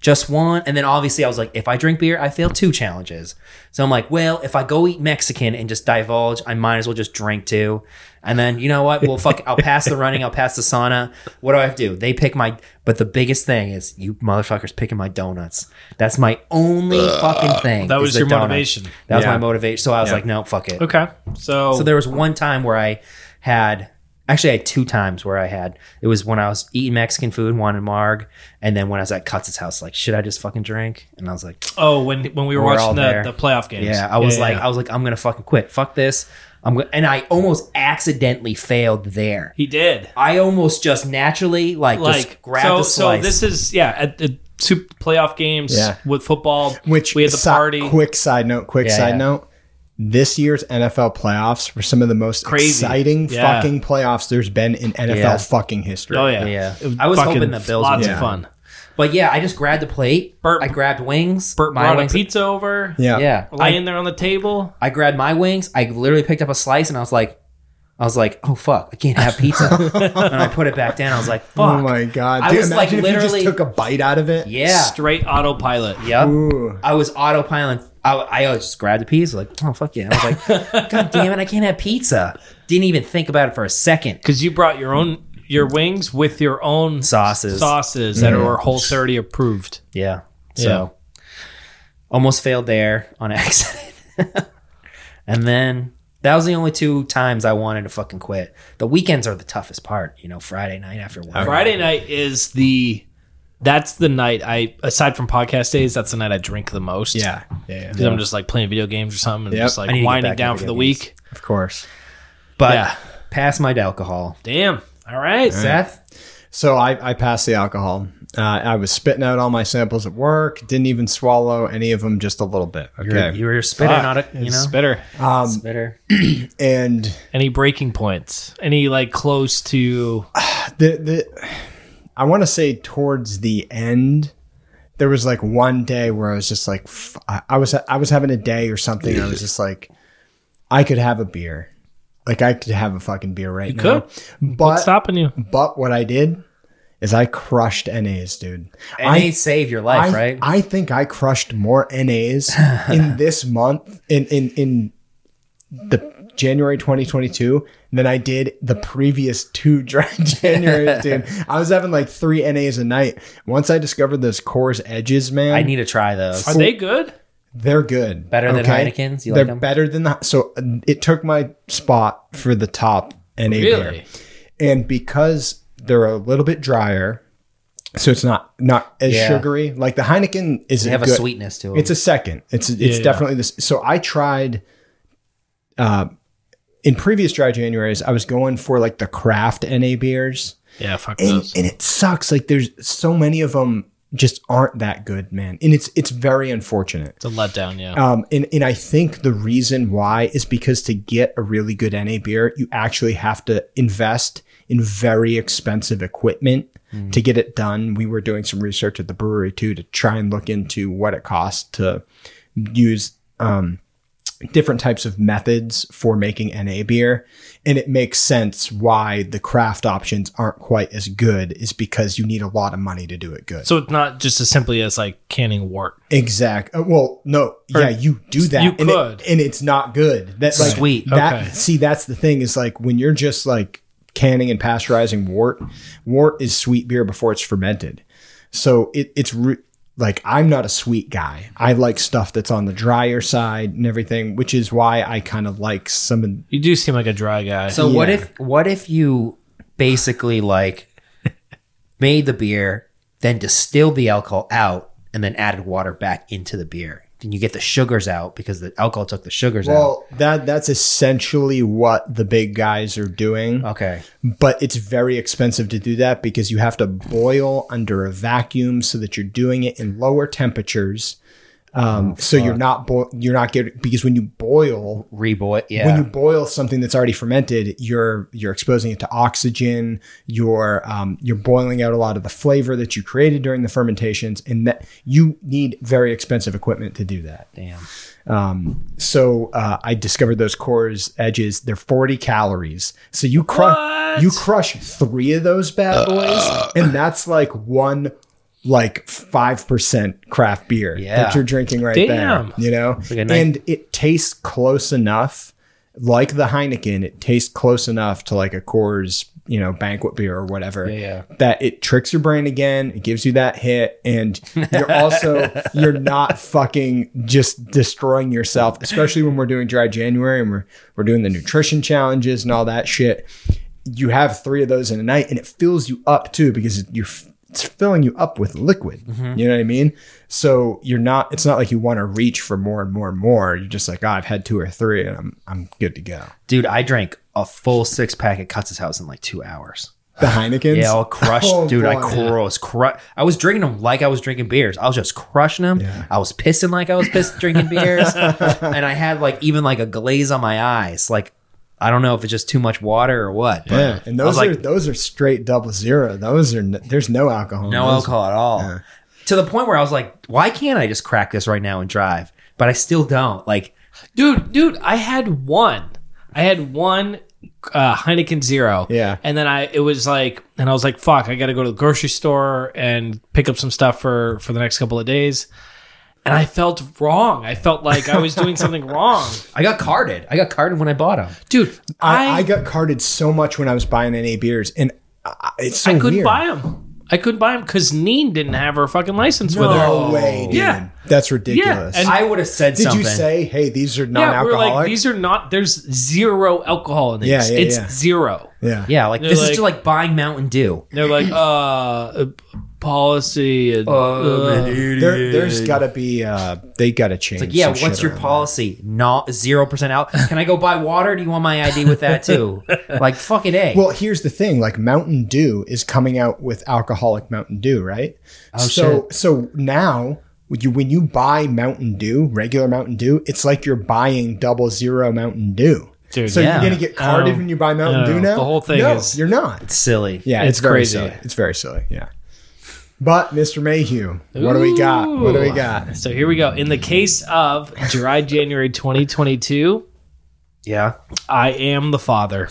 A: just one? And then obviously I was like, if I drink beer, I fail two challenges. So I'm like, well, if I go eat Mexican and just divulge, I might as well just drink two. And then you know what? Well, fuck, I'll pass the running, I'll pass the sauna. What do I have to do? They pick my, but the biggest thing is you motherfuckers picking my donuts. That's my only fucking thing.
B: That
A: is
B: was
A: the
B: your
A: donuts.
B: motivation.
A: That was
C: Yeah.
A: my motivation. So I was
C: Yeah.
A: like, no, fuck it.
B: Okay. So,
A: So there was one time where I had actually I had two times where I had it was when I was eating Mexican food, wanted marg, and then when I was at Cuts' house, like, should I just fucking drink? And I was like,
B: oh, when when we were,
A: We're all
B: watching the,
A: there.
B: the playoff games.
A: Yeah, I was like,
B: yeah.
A: I was like, I'm gonna fucking quit. Fuck this. I'm go-. and I almost accidentally failed there.
B: he did.
A: I almost just naturally like, just
B: like
A: grabbed
B: so,
A: the slice.
B: so this is yeah at the two playoff games
C: Yeah.
B: with football
C: Which
B: we had the
C: si-
B: party
C: Quick side note. Quick
A: Yeah,
C: side
A: yeah.
C: note. This year's NFL playoffs were some of the most
B: Crazy.
C: exciting
B: Yeah.
C: fucking playoffs there's been in NFL
A: Yeah.
C: fucking history.
B: oh yeah
A: Yeah.
B: It
A: I was
B: fucking
A: hoping the Bills
B: lots
A: would-
B: of
C: Yeah.
B: fun
A: but yeah, I just grabbed the plate.
B: Bert-
A: I grabbed wings.
B: Bert
A: my
B: brought a
A: wings.
B: pizza over
C: Yeah.
A: Yeah, I-
B: laying there on the table
A: I grabbed my wings. I literally picked up a slice and I was like, I was like, oh fuck, I can't have pizza. and I put it back down. I was like, fuck.
C: Oh my god!
A: I
C: Dude,
A: was, like,
C: imagine if
A: literally-
C: you just took a bite out of it.
A: yeah.
B: straight autopilot
A: Yep.
C: Ooh.
A: I was autopilot. I, I just grabbed a piece, like, oh fuck yeah. I was like, god damn it, I can't have pizza. Didn't even think about it for a second.
B: because you brought your own your wings with your own
A: Sauces.
B: sauces that were whole 30 approved
A: Yeah. So almost failed there on accident. and then that was the only two times I wanted to fucking quit. The weekends are the toughest part, you know, Friday night after work.
B: Friday night is the that's the night I aside from podcast days, that's the night I drink the most.
C: Yeah. Yeah.
B: Because I'm just like playing video games or something and
C: Yep.
B: just
A: I need to
B: like
A: get
B: winding
A: back
B: down
A: into
B: for the
A: video games.
B: week.
C: Of course.
A: But
B: yeah.
A: past my alcohol.
B: Damn. All right.
A: Seth,
C: So I, I passed the alcohol. Uh, I was spitting out all my samples at work. Didn't even swallow any of them, just a little bit.
A: you're,
C: Okay.
A: you were a spitter,
B: Fuck.
A: not a, you know,
B: It's better.
C: um,
A: spitter.
C: and
B: Any breaking points? Any like close to
C: the the I want to say towards the end there was like one day where I was just like f- I I was I was having a day or something and I was just like I could have a beer like I could have a fucking beer right now but
B: stopping you?
C: but what I did is I crushed NAs dude
A: And
C: I-
A: they save your life,
C: I,
A: right?
C: I think I crushed more NAs in this month in in in the January 2022 than I did the previous two dry Januaries, dude. I was having like three NAs a night. Once I discovered those Coors Edges, man,
A: I need to try those.
B: Are they good?
C: they're good.
A: Better than Heineken's? You like
C: they're
A: them?
C: better than the. So uh, it took my spot for the top NA beer
B: Really?
C: and because they're a little bit drier, so it's not not as
A: Yeah.
C: sugary. Like the Heineken is
A: They have
C: good,
A: a sweetness to them.
C: It's a second. It's it's
B: yeah.
C: definitely this. So I tried. Uh, in previous dry Januaries, I was going for like the craft NA beers,
B: Yeah, fuck
C: and,
B: those.
C: and it sucks. Like there's so many of them just aren't that good, man, and it's it's very unfortunate.
B: It's a letdown, yeah.
C: Um, and, and I think the reason why is because to get a really good NA beer, you actually have to invest in very expensive equipment to get it done. We were doing some research at the brewery too to try and look into what it costs to use um, different types of methods for making NA beer. And it makes sense why the craft options aren't quite as good, is because you need a lot of money to do it good.
B: so it's not just as simply as like canning wort.
C: Exact. uh, well, no. yeah, you do that.
B: you
C: and it-
B: could.
C: and it's not good. That's like,
A: Sweet.
C: That
B: Okay.
C: see, that's the thing is like when you're just like canning and pasteurizing wort. Wort is sweet beer before it's fermented, so it, it's re- like I'm not a sweet guy. I like stuff that's on the drier side and everything, which is why I kind of like some. of-
B: You do seem like a dry guy.
A: So what
C: Yeah.
A: if what if you basically like made the beer, then distilled the alcohol out, and then added water back into the beer? Then you get the sugars out because the alcohol took the sugars
C: Well, that that's essentially what the big guys are doing.
A: out. Okay.
C: but it's very expensive to do that because you have to boil under a vacuum so that you're doing it in lower temperatures. Um, so you're not bo- you're not getting because when you boil
A: Reboy. Yeah.
C: when you boil something that's already fermented, you're you're exposing it to oxygen. You're um, you're boiling out a lot of the flavor that you created during the fermentations, and that you need very expensive equipment to do that.
A: Damn.
C: Um, so uh, I discovered those cores edges. They're 40 calories. So you crush
B: What?
C: you crush three of those bad boys, and that's like one like five percent craft beer
A: Yeah.
C: that you're drinking right
B: Damn.
C: there. You know,
A: like a nice-
C: and it tastes close enough, like the Heineken. It tastes close enough to like a Coors, you know, banquet beer or whatever
B: yeah.
C: that it tricks your brain again. It gives you that hit, and you're also you're not fucking just destroying yourself. Especially when we're doing dry January and we're we're doing the nutrition challenges and all that shit. You have three of those in a night, and it fills you up too because you're it's filling you up with liquid.
B: Mm-hmm.
C: You know what I mean? So you're not. It's not like you want to reach for more and more and more. You're just like, oh, I've had two or three, and I'm I'm good to go.
A: Dude, I drank a full six pack at Cuts' house in like two hours.
C: The Heinekens.
A: Yeah, all crushed,
C: Oh,
A: dude. I
C: boy.
A: cross, cru- I was drinking them like I was drinking beers. I was just crushing them.
C: Yeah.
A: I was pissing like I was pissed drinking beers, and I had like even like a glaze on my eyes. Like I don't know if it's just too much water or what. But
C: Yeah, and
A: I
C: those
A: was
C: are
A: like
C: those are straight double zero. Those are n- there's no alcohol. in
A: no
C: those.
A: alcohol at all. To the point where I was like, why can't I just crack this right now and drive? But I still don't. Like
B: Dude, dude, I had one. I had one uh, Heineken Zero.
C: Yeah.
B: And then I, it was like, and I was like, fuck, I got to go to the grocery store and pick up some stuff for for the next couple of days. And I felt wrong. I felt like I was doing something wrong,
A: I got carded. I got carded when I bought them.
B: dude.
C: I,
B: I
C: I got carded so much when I was buying NA beers, and I, it's so
B: I couldn't
C: weird.
B: buy them. I couldn't buy them because Neen didn't have her fucking license with her.
A: No.
C: No way, dude.
B: Yeah.
C: That's ridiculous.
B: and-
A: I would have said
C: Did
A: something.
C: you say, hey, these are non
B: Yeah, we we're
C: alcoholic?
B: like these are not. There's zero alcohol in these.
C: Yeah, yeah,
B: it's
C: yeah.
B: zero.
C: yeah.
A: yeah, like
B: They're
A: this
B: like-
A: is just like buying Mountain Dew.
B: They're like uh, uh policy and uh,
C: There, there's got to be, uh, they got to change.
A: Like, yeah,
C: some
A: what's
C: shit
A: your
C: around
A: policy? Not zero percent out. Can I go buy water? Do you want my ID with that too? like fucking a.
C: that. Well, here's the thing like Mountain Dew is coming out with alcoholic Mountain Dew, right? Oh, so, so now. When you, when you buy Mountain Dew, regular Mountain Dew, it's like you're buying double zero Mountain Dew.
B: Dude,
C: so
A: yeah.
C: you're gonna get carded
B: Oh.
C: when you buy Mountain
B: No,
C: Dew now.
B: the whole thing
C: no,
B: is-
C: you're not.
A: silly.
C: Yeah,
B: It's
C: it's, very
B: crazy.
C: silly. It's very silly. Yeah. But Mr. Mayhew, what do we got? What do we got?
B: So here we go. In the case of dry January 2022,
A: Yeah.
B: I am the father.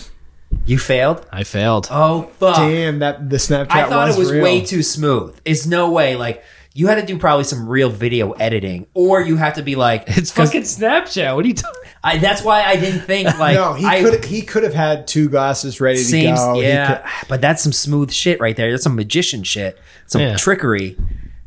A: You failed.
B: I failed.
A: Oh fuck.
C: Damn, that the Snapchat.
A: I thought it was
C: real.
A: way too smooth. It's no way. Like you had to do probably some real video editing, or you have to be like
B: It's
A: 'cause
B: fucking Snapchat. What are you talking?
A: I, that's why I didn't think like
C: no, he
A: I-
C: could he could have had two glasses ready
A: seems
C: to go. He
A: yeah,
C: could-
A: but that's some smooth shit right there. That's some magician shit. Some
B: Yeah.
A: trickery.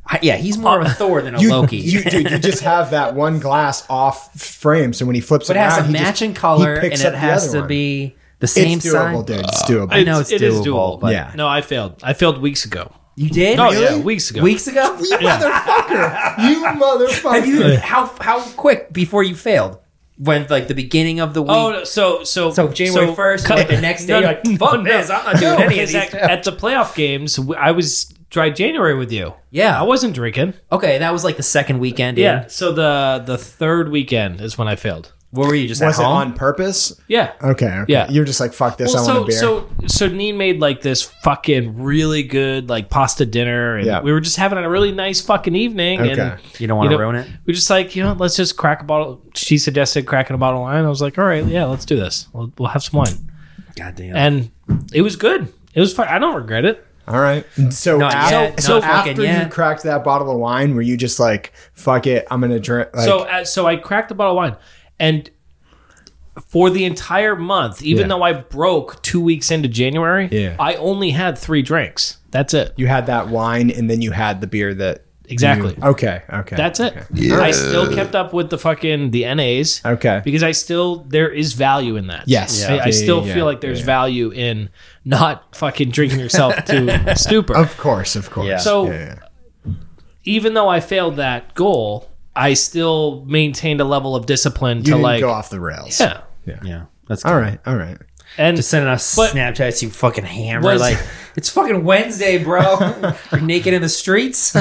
A: I, yeah, he's more of a Thor than a
C: Uh, you,
A: Loki.
C: you, dude, you just have that one glass off frame, so when he flips
A: but
C: it,
A: it has
C: around,
A: to
C: he just-
A: match in
C: he
A: color, and
C: picks
A: it
C: up the
A: has
C: other
A: to
C: one.
A: be the same
C: It's
A: sign.
C: doable, dude. It's doable.
A: I know it's
B: it is
A: doable,
B: doable.
A: but
C: yeah.
B: No, I failed. I failed weeks ago.
A: you did.
B: Oh yeah, weeks ago.
A: Weeks ago.
C: You motherfucker! You motherfucker!
A: Have you how how quick before you failed? When like the beginning of the week?
B: Oh, no, so so
A: So January first,
B: cut-
A: like the next day,
B: No,
A: you're like, fuck
B: no,
A: this,
B: no.
A: I'm not doing
B: No,
A: any of
B: 'cause
A: these.
B: At, at the playoff games, w- I was dry January with you.
A: Yeah.
B: I wasn't drinking.
A: okay, that was like the second weekend. in.
B: So the the third weekend is when I failed.
A: What were you just
C: was
A: at
C: it
A: home?
C: on purpose?
B: Yeah.
C: Okay, okay.
B: Yeah.
C: You're just like fuck this.
B: Well,
C: I want Uh, a
B: so
C: beer.
B: so so Neen made like this fucking really good like pasta dinner, and
C: Yeah.
B: we were just having a really nice fucking evening,
C: Okay.
B: and
A: You don't want to
B: You know-
A: ruin it.
B: we just like you know let's just crack a bottle. She suggested cracking a bottle of wine. I was like, all right, yeah, let's do this. We'll, we'll have some wine,
A: Goddamn.
B: and it was good. It was fun. I don't regret it.
C: All right. So,
A: Not
C: af-
A: yet.
C: so
A: Not fucking
C: after you
A: yet.
C: cracked that bottle of wine, were you just like, "Fuck it, I'm gonna drink"? Like,
B: so uh, so I cracked a bottle of wine, and for the entire month, even
C: Yeah.
B: though I broke two weeks into January,
C: Yeah.
B: I only had three drinks. That's it.
C: you had that wine, and then you had the beer that.
B: Exactly.
C: Okay. Okay.
B: That's it. I still kept up with the fucking the NAs
C: okay.
B: because I still there is value in that.
C: Yes.
B: I,
C: Yeah.
B: I still
C: Yeah, yeah,
B: feel like
C: yeah,
B: there's
C: yeah.
B: value in not fucking drinking yourself to stupor.
C: Of course. Of course.
A: Yeah.
B: So
C: Yeah, yeah.
B: even though I failed that goal, I still maintained a level of discipline
C: you
B: to
C: didn't
B: like
C: go off the rails.
B: yeah.
A: yeah, that's
C: All right. All right.
B: And
A: Just sending us
B: But-
A: Snapchats, you fucking hammer.
B: Was-
A: like it's fucking Wednesday, bro. You're naked in the streets.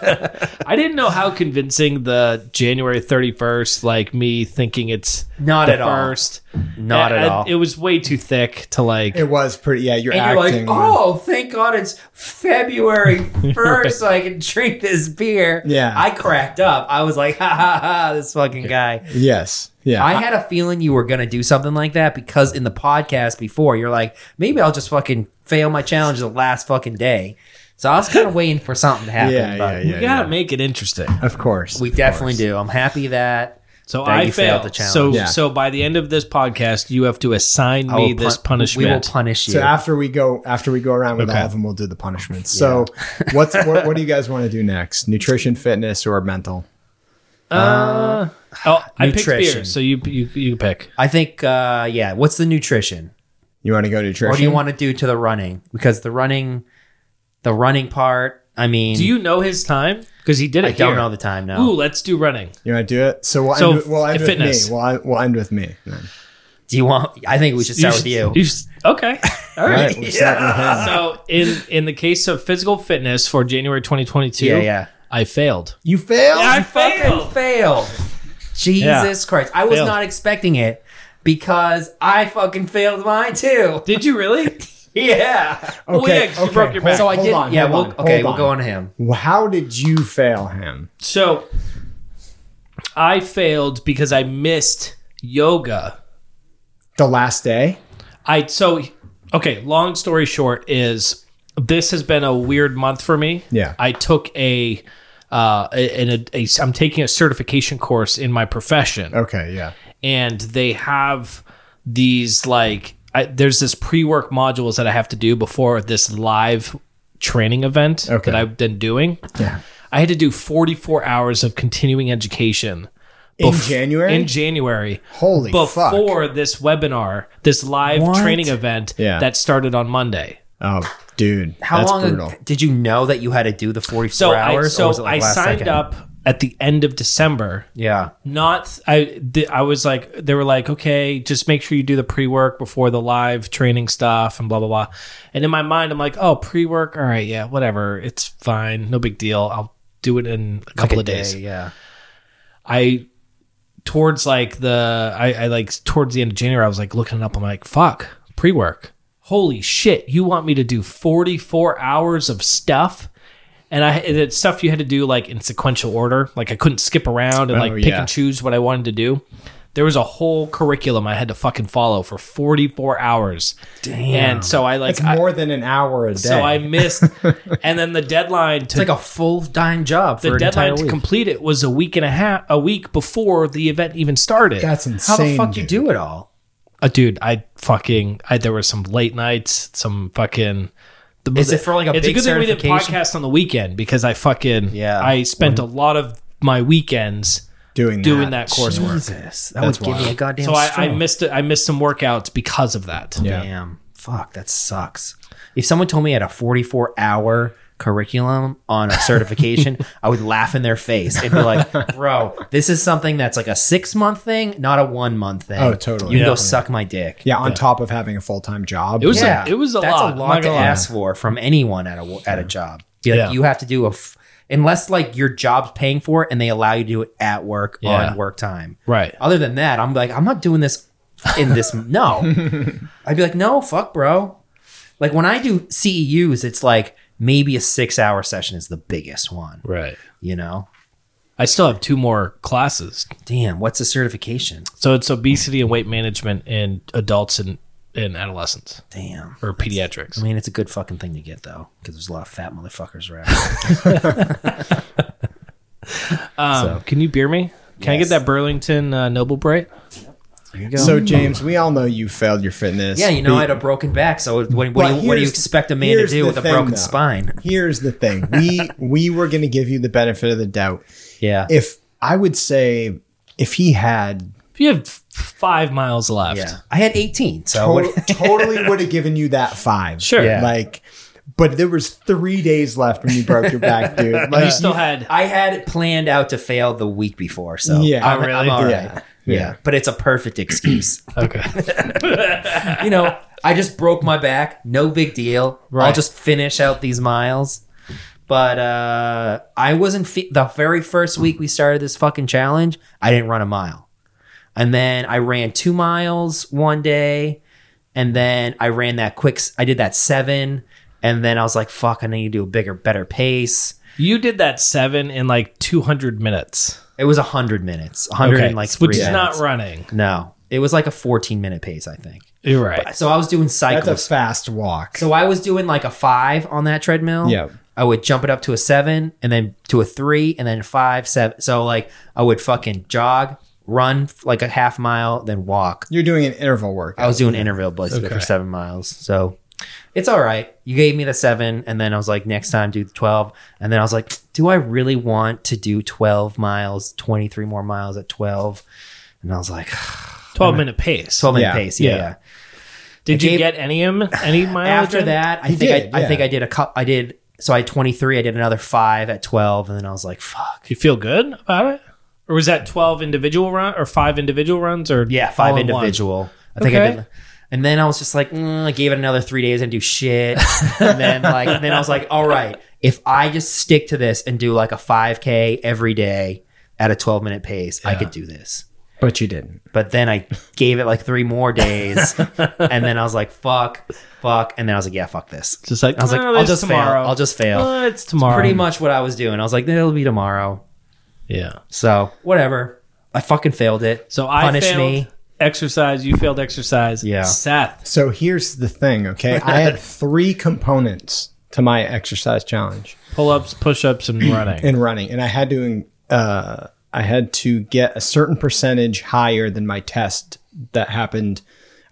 B: I didn't know how convincing the January 31st, like me thinking it's
A: Not
B: the
A: at all.
B: first.
A: Not
B: I-
A: at
B: I-
A: all.
B: It was way too thick to like.
C: It was pretty. Yeah. You're
A: and you're like,
C: acting.
A: oh, thank God it's February first, so I can drink this beer.
C: Yeah.
A: I cracked up. I was like, ha ha ha, this fucking guy.
C: Yes. Yeah.
A: I had a feeling you were gonna do something like that because in the podcast before, you're like, maybe I'll just fucking fail my challenge the last fucking day. So I was kind of waiting for something to happen.
C: yeah, yeah.
A: but
B: we
C: Yeah.
B: gotta
C: yeah.
B: make it interesting.
C: Of course.
A: We
C: of
A: definitely
C: course.
A: do. I'm happy that
B: So
A: That
B: I
A: you
B: failed.
A: failed the
B: So
A: challenge.
C: Yeah.
B: so by the end of this podcast, you have to assign
A: I will
B: me this
A: pun- We will
B: punishment.
A: punish you.
C: So after we go, after we go around with
B: Okay.
C: all of them, we'll do the punishments. So, what's what, what do you guys want to do next? Nutrition, fitness, or mental?
B: uh, oh, I picked
A: nutrition.
B: beer, so you you you pick.
A: I think, uh, yeah. What's the nutrition?
C: You want to go nutrition?
A: What do you want to do to the running? Because the running, the running part. I mean,
B: Do you know his time? Because he did it.
A: I don't
B: here.
A: know the time now.
B: Ooh, let's do running.
C: You want to do it? So we'll
B: So
C: end, we'll end with
B: fitness.
C: me. We'll, end- we'll end with me. Then.
A: Do you want? I think we should start with you.
B: s- okay. All
C: All
B: right.
C: right, we'll start with him.
B: so in in the case of physical fitness for January 2022,
A: Yeah, yeah.
B: I failed.
C: You failed.
B: Yeah, I
A: You fucking
B: failed.
A: failed. Jesus Christ! I was
B: Failed.
A: not expecting it because I fucking failed mine too.
B: Did you really?
A: oh, Yeah.
B: well, yeah, 'cause you broke your back.
A: so I
C: hold
A: did.
C: on,
A: yeah.
C: hold
A: We'll,
C: on,
A: okay.
C: hold
A: We'll go on to him.
C: How did you fail him?
B: So I failed because I missed yoga.
C: The last day.
B: I so okay, long story short is this has been a weird month for me.
C: Yeah.
B: I took a uh in a, a I'm taking a certification course in my profession.
C: Okay. Yeah.
B: and they have these like I, there's this pre-work modules that I have to do before this live training event
C: Okay.
B: that I've been doing.
C: Yeah.
B: I had to do 44 hours of continuing education
C: In
B: bef-
C: January?
B: In January,
C: Holy fuck.
B: before this webinar, this live
A: What?
B: training event
C: Yeah.
B: that started on Monday.
C: Oh, dude.
A: How
C: that's
A: long
C: brutal.
A: did you know that you had to do the 44
B: So
A: hours?
B: I
A: or
B: so
A: was it, like,
B: I
A: last
B: signed
A: second?
B: up at the end of December.
A: Yeah.
B: Not I th- I was like they were like okay just make sure you do the pre work before the live training stuff and blah blah blah, and in my mind I'm like oh pre work all right yeah whatever it's fine no big deal I'll do it in a couple
A: Like a
B: of days
A: day, yeah.
B: I towards like the I, I like towards the end of January I was like looking it up I'm like fuck pre work holy shit you want me to do 44 hours of stuff and I and it's stuff you had to do like in sequential order like I couldn't skip around and like
C: Oh,
B: pick
C: yeah.
B: and choose what I wanted to do there was a whole curriculum I had to fucking follow for 44 hours damn and so I like
C: That's
B: I,
C: more than an hour a day.
B: so I missed and then the deadline to
A: It's like a full time job for
B: the
A: an entire
B: deadline to
A: week.
B: complete it was a week and a half a week before the event even started
C: That's
A: How
C: insane.
A: the fuck
C: dude.
A: you do it all?
B: uh, dude i fucking I, there were some late nights some fucking the,
A: Is it for, like, a
B: it's
A: big
B: a good thing we did
A: certification?
B: podcast on the weekend because i fucking
A: Yeah.
B: i spent a lot of my weekends
C: doing
B: doing that coursework
A: Jesus. That
C: That's
A: would give me a
C: wild.
A: goddamn
B: so I, I
A: stroke.
B: missed it i missed some workouts because of that
C: Yeah.
A: Damn. Fuck, that sucks. If someone told me I had a 44 hour curriculum on a certification, I would laugh in their face and be like, bro, this is something that's like a six month thing, not a one month thing.
C: Oh, totally.
A: You can go
B: Yeah.
A: suck my dick.
C: Yeah, on top of having a full time job.
B: It was-
A: Yeah.
B: a- it was a
A: That's
B: lot,
A: a
B: I'm
A: lot
B: not
A: to
B: gonna lie.
A: ask for from anyone at a, at a job. Be like,
B: Yeah.
A: You have to do a, f- unless like your job's paying for it and they allow you to do it at work
B: Yeah.
A: on work time.
B: right
A: Other than that, I'm like, I'm not doing this in this. No, I'd be like, no, fuck, bro. Like when I do CEUs, it's like maybe a six hour session is the biggest one,
B: right
A: you know?
B: i still have two more classes
A: Damn, what's the certification?
B: so it's obesity and weight management in adults and and adolescents
A: Damn.
B: or pediatrics
A: I mean, it's a good fucking thing to get though, because there's a lot of fat motherfuckers around.
B: Um, Can you beer me? Can I
A: Yes.
B: get that Burlington uh, Noble Bright?
C: so James, we all know you failed your fitness.
A: yeah, you know, I
C: Be-
A: had a broken back, so what, what,
C: But
A: do, you, what do you
C: here's-
A: expect a man to
C: here's
A: do
C: the
A: with a
C: thing,
A: broken
C: though.
A: spine?
C: Here's the thing. We we were gonna give you the benefit of the doubt.
A: Yeah.
C: If I would say if he had
B: If you have f- five miles left,
A: yeah. I had 18, so
C: to-
A: what-
C: totally would have given you that five.
B: Sure. Yeah.
C: Like but there was three days left when you broke your back, dude. Like,
B: you still had.
A: I had it planned out to fail the week before, so
C: Yeah.
A: I'm,
B: Oh, really?
A: I'm all right.
C: Yeah.
A: Yeah.
C: Yeah.
A: but it's a perfect excuse.
B: Okay.
A: you know, I just broke my back, no big deal. I'll
B: Right.
A: just finish out these miles. But uh, I wasn't fe- the very first week we started this fucking challenge. I didn't run a mile, and then I ran two miles one day, and then I ran that quick. s- I did that seven, and then I was like, "Fuck, I need to do a bigger, better pace."
B: you did that seven in like 200 minutes.
A: It was hundred minutes, hundred and like three
B: Which is
A: minutes.
B: not running.
A: No, it was like a 14 minute pace, I think.
B: You're right.
A: So I was doing
C: that's a
A: cycles.
C: fast walk.
A: so I was doing like a five on that treadmill.
C: Yeah.
A: I would jump it up to a seven and then to a three and then five, seven. So like I would fucking jog, run like a half mile, then walk.
C: You're doing an interval
A: I
C: workout.
A: was doing interval blitz for seven miles. So it's all right. You gave me the seven, and then I was like, next time do the 12. And then I was like, do I really want to do 12 miles, 23 more miles at 12? And I was like,
B: 12 minute pace.
A: 12 minute
C: Yeah.
A: pace. Yeah.
B: Yeah.
A: yeah.
B: did you
A: gave-
B: get any m- any mileage?
A: after
B: in?
A: that, I
C: You
A: think
C: did,
A: I, I think
C: yeah.
A: I did a couple. I did so I had 23. I did another five at 12, and then I was like, fuck.
B: you feel good about it, or was that 12 individual run or five individual runs or
A: Yeah, five
B: all in one?
A: individual. I think I
B: Okay.
A: did. And then I was just like, mm, I gave it another three days and do shit. and then like, then I was like, all right, if I just stick to this and do like a 5K every day at a 12 minute pace, I could do this.
C: But you didn't.
A: But then I gave it like three more days, and then I was like, fuck, fuck, and then I was like, yeah, fuck this.
B: Just like
A: I was like,
B: "Oh,
A: I'll
B: it's
A: just
B: tomorrow.
A: fail. I'll just fail.
B: Oh, it's tomorrow.
A: Pretty much what I was doing. I was like, it'll be tomorrow.
B: Yeah.
A: So whatever. I fucking failed it.
B: So I
A: Punish
B: failed
A: me.
B: Exercise. You failed exercise.
A: Yeah.
B: Seth.
C: So here's the thing, okay? I had three components to my exercise challenge
B: pull ups, push ups, and running.
C: in running, and I had to uh, I had to get a certain percentage higher than my test that happened.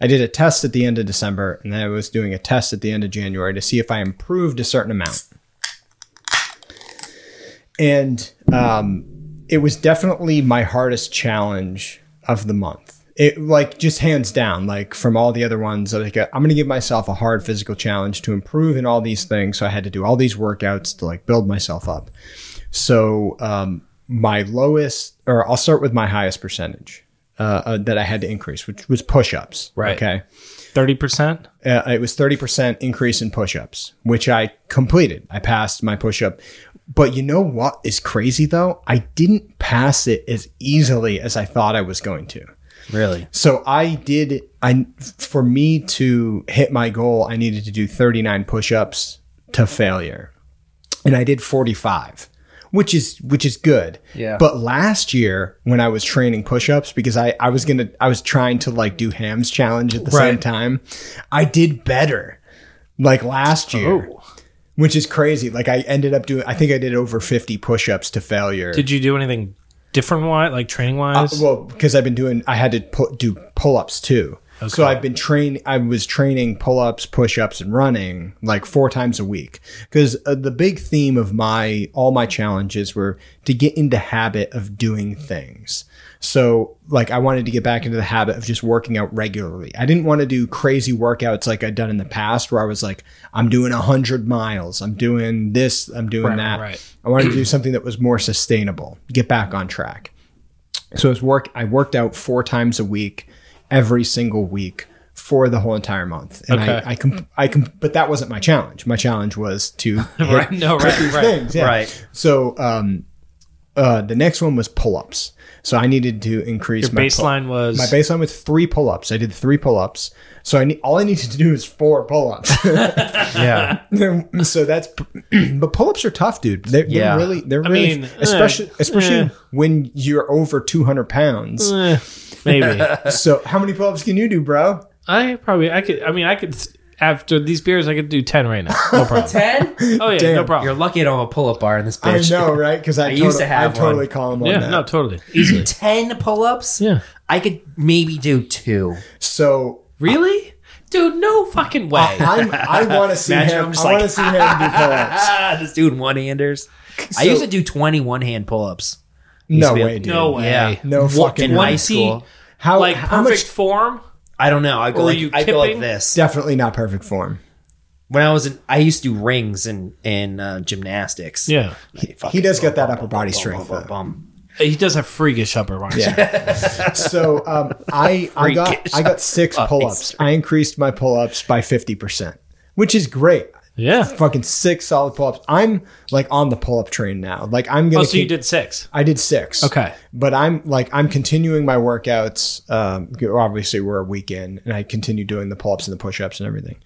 C: I did a test at the end of December, and then I was doing a test at the end of January to see if I improved a certain amount. And um, it was definitely my hardest challenge of the month. It like just hands down, like from all the other ones, like uh, I'm gonna give myself a hard physical challenge to improve in all these things. So I had to do all these workouts to like build myself up. So um, my lowest, or I'll start with my highest percentage uh, uh, that I had to increase, which was push-ups.
B: Right.
C: Okay.
B: Thirty percent.
C: Uh, it was 30% increase in push-ups, which I completed. I passed my push-up. But you know what is crazy though? I didn't pass it as easily as I thought I was going to.
A: Really?
C: So I did. I for me to hit my goal, I needed to do 39 push-ups to failure, and I did 45, which is which is good.
A: Yeah.
C: But last year, when I was training push-ups, because I I was gonna I was trying to like do hams challenge at the same
B: Right.
C: time, I did better. Like last year. Which is crazy. Like I ended up doing, I think I did over 50 push-ups to failure.
B: Did you do anything different? Wise, like training
C: Uh,
B: wise?
C: well, because I've been doing, I had to pu- do pull ups too. So I've been train. I was training pull ups, push ups, and running like four times a week. Because uh, the big theme of my all my challenges were to get into habit of doing things. So like I wanted to get back into the habit of just working out regularly. I didn't want to do crazy workouts like I'd done in the past, where I was like, I'm doing hundred miles, I'm doing this, I'm doing
B: Right,
C: that.
B: right.
C: I wanted to do something that was more sustainable. Get back on track. So it was work. I worked out four times a week, every single week for the whole entire month. And
B: Okay.
C: I, I, com- I com- but that wasn't my challenge. My challenge was to
B: right. No. Right. Right.
C: things. yeah.
A: Right.
C: So, um, uh, the next one was pull-ups. So I needed to increase
B: Your
C: my pull-
B: baseline was
C: my baseline was three pull-ups. I did three pull-ups. So I need all I needed to do is four pull-ups.
A: Yeah.
C: so that's but pull-ups are tough dude they're, they're
A: Yeah.
C: really they're really
B: mean, eh,
C: especially especially
B: eh.
C: when you're over 200 pounds
B: Eh, maybe.
C: so how many pull-ups can you do bro
B: I probably I could. I mean, I could. After these beers, I could do ten right now. No problem.
A: Ten?
B: Oh yeah, no
C: Damn,
A: You're
B: problem.
A: lucky I don't have a pull-up bar in this
C: i
A: bitch.
C: know right because I,
A: used
C: totally-
A: to have
C: I totally
A: one.
C: call him on
B: Yeah.
C: that
B: No. Totally. Easily.
A: Ten pull-ups?
B: Yeah.
A: I could maybe do two.
C: so
B: Really? Dude, no fucking way.
C: I'm, i want to see
A: Imagine
C: him
A: I'm
C: i
A: just
C: want to
A: like,
C: see him do pull-ups
A: Ah, this dude one-handers. I
C: So-
A: used to do 20 one-hand pull-ups. Used
C: no
A: to be-
C: way dude
B: no way.
A: Yeah.
C: no fucking
A: in
C: way
A: high
B: Once he-
A: school.
C: how
B: like
C: how
B: perfect
C: much
B: form.
A: I don't know. I go
B: Were
A: like,
B: you
A: I go like
B: kipping?
A: this.
C: definitely not perfect form
A: When I was in, I used to do rings in in uh, gymnastics.
B: Yeah.
C: he does get that upper body strength though.
B: Uh, He does have freakish upper body.
C: Yeah. so um, I I got I got six pull ups. I increased my pull ups by fifty percent, which is great.
B: Yeah.
C: Fucking six solid pull ups. I'm like on the pull up train now. Like I'm gonna.
B: Oh, so you
C: keep-
B: did six.
C: I did six.
B: Okay.
C: But I'm like I'm continuing my workouts. Um, obviously, we're a weekend, and I continue doing the pull ups and the push ups and everything.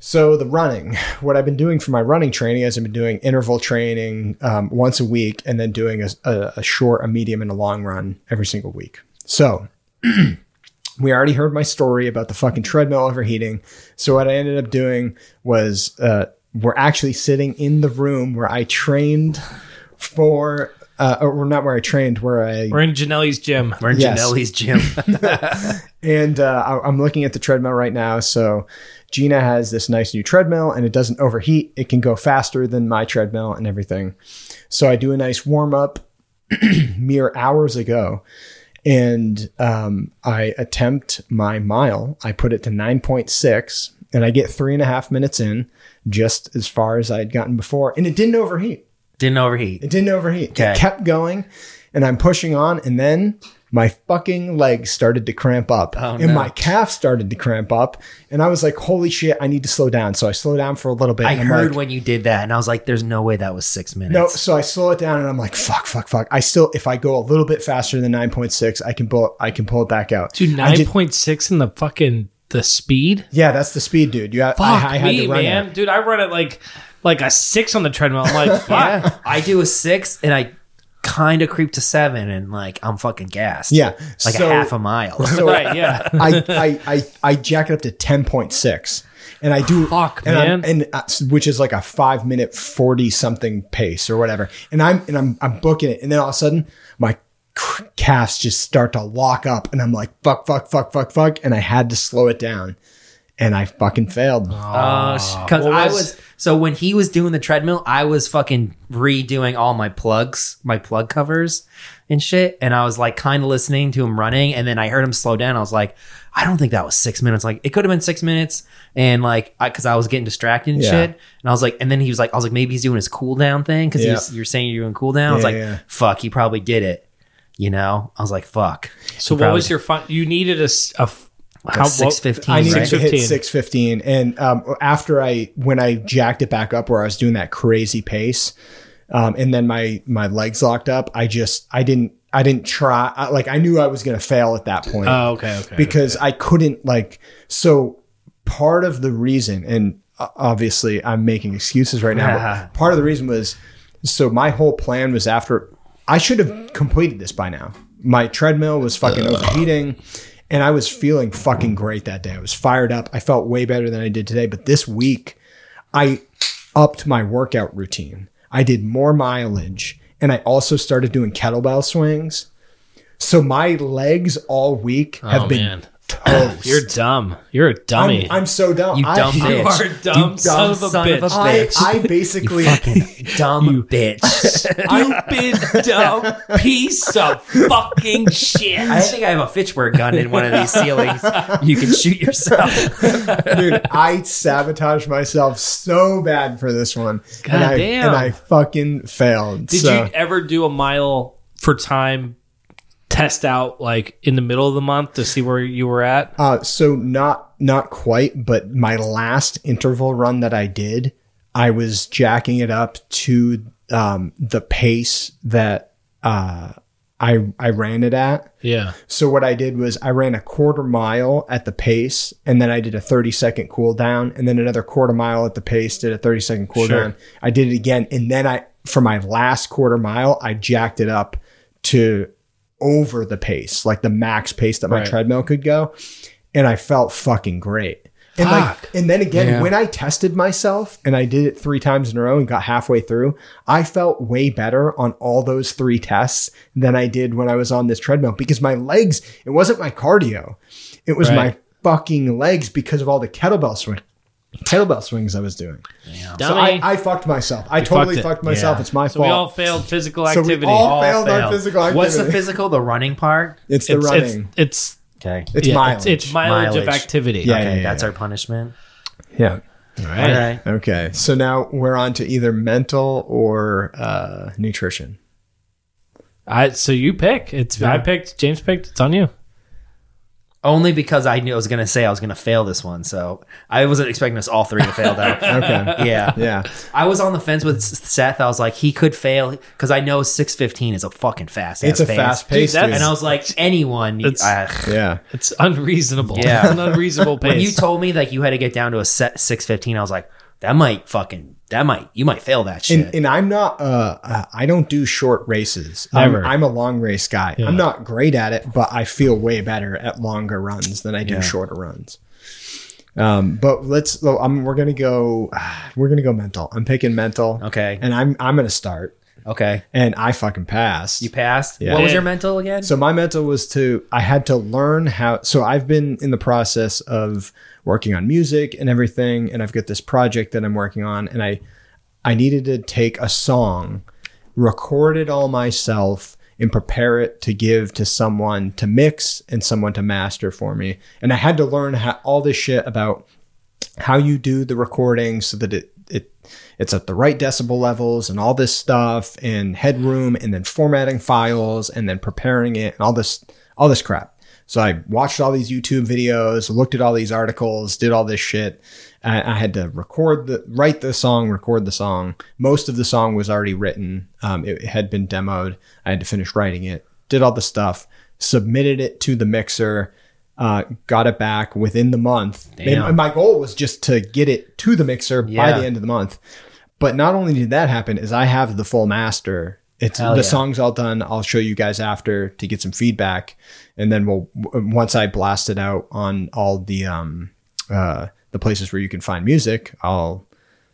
C: So the running, what I've been doing for my running training is I've been doing interval training um, once a week, and then doing a, a, a short, a medium, and a long run every single week. So we already heard my story about the fucking treadmill overheating. So what I ended up doing was uh, we're actually sitting in the room where I trained for, uh, or not where I trained, where I
B: We're in Janelle's gym.
A: We're in
C: Yes.
A: Janelle's gym.
C: And uh, I- I'm looking at the treadmill right now. So Gina has this nice new treadmill and it doesn't overheat. It can go faster than my treadmill and everything. So I do a nice warm up mere hours ago. And um, I attempt my mile. I put it to 9.6 and I get three and a half minutes in, just as far as I'd gotten before. And it didn't overheat.
A: Didn't overheat.
C: It didn't overheat.
A: Okay.
C: It kept going, and I'm pushing on, and then my fucking legs started to cramp up, and
A: Oh, no.
C: my calf started to cramp up, and I was like, "Holy shit, I need to slow down." So I slow down for a little bit.
A: I
C: and I'm
A: heard
C: like,
A: when you did that, and I was like, "There's no way that was six minutes."
C: no, so I slow it down, and I'm like, "Fuck, fuck, fuck." I still, if I go a little bit faster than 9.6, I can pull, I can pull it back out.
B: Dude,
C: I
B: nine
C: did-
B: point six in the fucking the speed.
C: yeah, that's the speed, dude. You, ha-
B: Fuck
C: I, I had
B: me,
C: to run
B: man.
C: that.
B: Dude, I run it like like a six on the treadmill. I'm like, fuck.
A: Yeah. I do a six, and I kind of creep to seven, and like I'm fucking gassed.
C: Yeah,
A: like
C: so-
A: a half a mile.
C: So
B: Right, yeah.
C: I, I, I, I jack it up to 10.6 and I do,
B: Fuck,
C: and I'm-
B: man.
C: and uh, s- which is like a five minute, 40 something pace or whatever. And I'm, and I'm, I'm booking it. And then all of a sudden my cr- calves just start to lock up, and I'm like, fuck, fuck, fuck, fuck, fuck, and I had to slow it down, and I fucking failed.
A: because
B: Uh, What
A: Uh, I
B: was-
A: was so when he was doing the treadmill, I was fucking redoing all my plugs, my plug covers and shit. And I was like kind of listening to him running, and then I heard him slow down. I was like, I don't think that was six minutes. Like it could have been six minutes, and like because I, was getting distracted and
C: Yeah.
A: shit. And I was like, and then he was like, I was like, maybe he's doing his cool down thing because
C: Yeah.
A: you're saying you're doing cool down. I was
C: Yeah,
A: like,
C: yeah.
A: fuck, he probably did it. You know, I was like, fuck.
B: So what
A: Probably.
B: was your fun? You needed a, s- a f-
A: a 615,
C: I
A: right?
C: needed to hit
B: 615.
C: 615. And um, after I, when I jacked it back up where I was doing that crazy pace, um, and then my, my legs locked up, I just, I didn't, I didn't try. I, like, I knew I was going to fail at that point
B: Oh, okay, okay.
C: because I couldn't like so part of the reason and uh, obviously I'm making excuses right now but part of the reason was so my whole plan was after I should have completed this by now my treadmill was fucking overheating and I was feeling fucking great that day I was fired up I felt way better than I did today but this week I upped my workout routine I did more mileage and I also started doing kettlebell swings so my legs all week have been
B: Oh, man.
C: toast.
B: you're dumb. You're a dummy.
C: I'm, I'm so dumb.
A: You
C: I-
A: dumb
B: You
A: bitch.
B: are a dumb son of a bitch.
C: I, I basically
A: dumb bitch.
B: Stupid, dumb piece of fucking shit.
A: I think I have a Fitchburg gun in one of these ceilings. You can shoot yourself.
C: dude, I sabotaged myself so bad for this one. and I
B: Goddamn.
C: and I fucking failed.
B: Did
C: so
B: you ever do a mile for time test out like in the middle of the month to see where you were at?
C: uh so not not quite, but my last interval run that I did, I was jacking it up to um the pace that uh I I ran it at.
B: Yeah.
C: So what I did was I ran a quarter mile at the pace, and then I did a 30 second cool down, and then another quarter mile at the pace, did a 30 second cool
B: Sure.
C: down. I did it again, and then I for my last quarter mile, I jacked it up to over the pace, like the max pace that my
B: Right.
C: treadmill could go, and I felt fucking great. And like, and then again, when I tested myself and I did it three times in a row and got halfway through, I felt way better on all those three tests than I did when I was on this treadmill because my legs, it wasn't my cardio. It was my
B: Right.
C: fucking legs because of all the kettlebell swing. Kettlebell swings I was doing. So I,
B: Dummy.
C: I fucked myself. I totally
B: fucked it.
C: fucked, myself.
A: Yeah.
C: It's my
B: so
C: fault.
B: we all failed physical
C: So we
B: activity.
C: all failed on
A: failed.
C: physical activity.
A: What's the physical? The running part.
C: it's the
B: it's, it's,
C: running.
B: it's
A: Okay.
C: It's,
B: yeah,
C: mileage.
B: It's, it's mileage, of
A: Mileage.
B: activity.
C: Yeah,
A: okay,
C: yeah,
A: that's
C: yeah.
A: our punishment.
C: yeah.
A: All
B: Right.
A: right.
C: Okay. So now we're on to either mental or uh, nutrition.
B: I so you pick. It's I picked. James picked. It's on you.
A: Only because I knew I was gonna say I was gonna fail this one, so I wasn't expecting us all three to fail though.
C: Okay.
A: yeah.
C: yeah.
A: I was on the fence with Seth. I was like, he could fail because I know six fifteen is a fucking fast.
C: It's a fast pace.
B: that's-
C: dude.
A: And I was like, anyone.
B: It's-
A: Ugh.
C: yeah.
B: It's unreasonable.
A: Yeah.
B: an unreasonable pace.
A: when you told me like you had to get down to a set six fifteen, I was like, that might fucking that might you might fail that shit.
C: And, and I'm not, uh, uh, I don't do short races. I'm-
B: Never.
C: I'm, a long race guy.
B: Yeah.
C: I'm not great at it, but I feel way better at longer runs than I do shorter runs. Um, but let's, well, I'm, we're going to go, we're going to go mental. I'm picking mental.
A: okay.
C: And I'm, I'm going to start.
A: Okay.
C: And I fucking passed.
A: You passed.
C: Yeah.
A: What was
B: Yeah.
A: your mental again?
C: So my mental was to I had to learn how so I've been in the process of working on music and everything and I've got this project that I'm working on and I I needed to take a song, record it all myself and prepare it to give to someone to mix and someone to master for me. And I had to learn how, all this shit about how you do the recording so that it, it it's at the right decibel levels and all this stuff and headroom and then formatting files and then preparing it and all this all this crap. So I watched all these YouTube videos, looked at all these articles, did all this shit. I, I had to record the write the song, record the song. Most of the song was already written. Um, it had been demoed. I had to finish writing it. Did all the stuff. Submitted it to the mixer. Uh, got it back within the month.
A: Damn.
C: And my goal was just to get it to the mixer by
A: Yeah.
C: the end of the month. But not only did that happen, is I have the full master. It's
A: Hell
C: the
A: yeah.
C: song's all done. I'll show you guys after to get some feedback, and then we'll w- once I blast it out on all the um uh the places where you can find music. I'll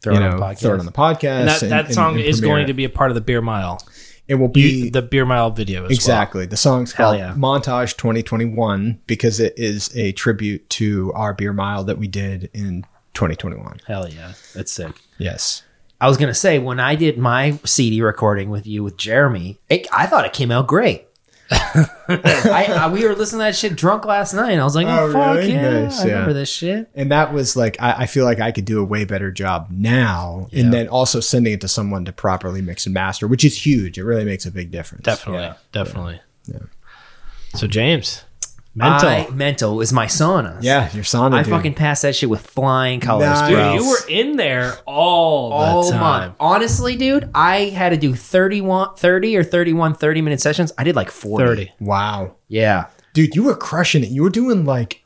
A: Throw
C: you
A: it on
C: know
A: the podcast.
C: throw it on the podcast.
B: And that,
C: and-
B: that
C: and-
B: song
C: and
B: is
C: premiere
B: going
C: it.
B: to be a part of the beer mile.
C: It will
B: You-
C: be
B: the beer mile video as
C: exactly the song's
A: Hell
C: called
A: yeah.
C: Montage 2021 because it is a tribute to our beer mile that we did in 2021.
A: Hell yeah, that's sick.
C: Yes.
A: I was gonna say when I did my CD recording with you with Jeremy, it, I thought it came out great. I, I, we were listening to that shit drunk last night. And I was like, oh,
C: Oh,
A: fuck
C: really?
A: yeah,
C: Nice,
A: I
C: yeah.
A: remember this shit.
C: And that was like I, I feel like I could do a way better job now, and then also sending it to someone to properly mix and master, which is huge. It really makes a big difference.
B: well. Definitely. Definitely. So James, mental.
A: Mental, I, mental is my sauna.
C: Yeah, your sauna.
A: I
C: dude.
A: fucking passed that shit with flying colors,
C: Nice.
A: bro.
B: Dude, you were in there all
A: all
B: the time.
A: month. Honestly, dude, I had to do 31, 30 or 31 30 minute sessions. I did like 40.
B: Thirty.
C: wow,
A: Yeah.
C: dude, you were crushing it. You were doing like,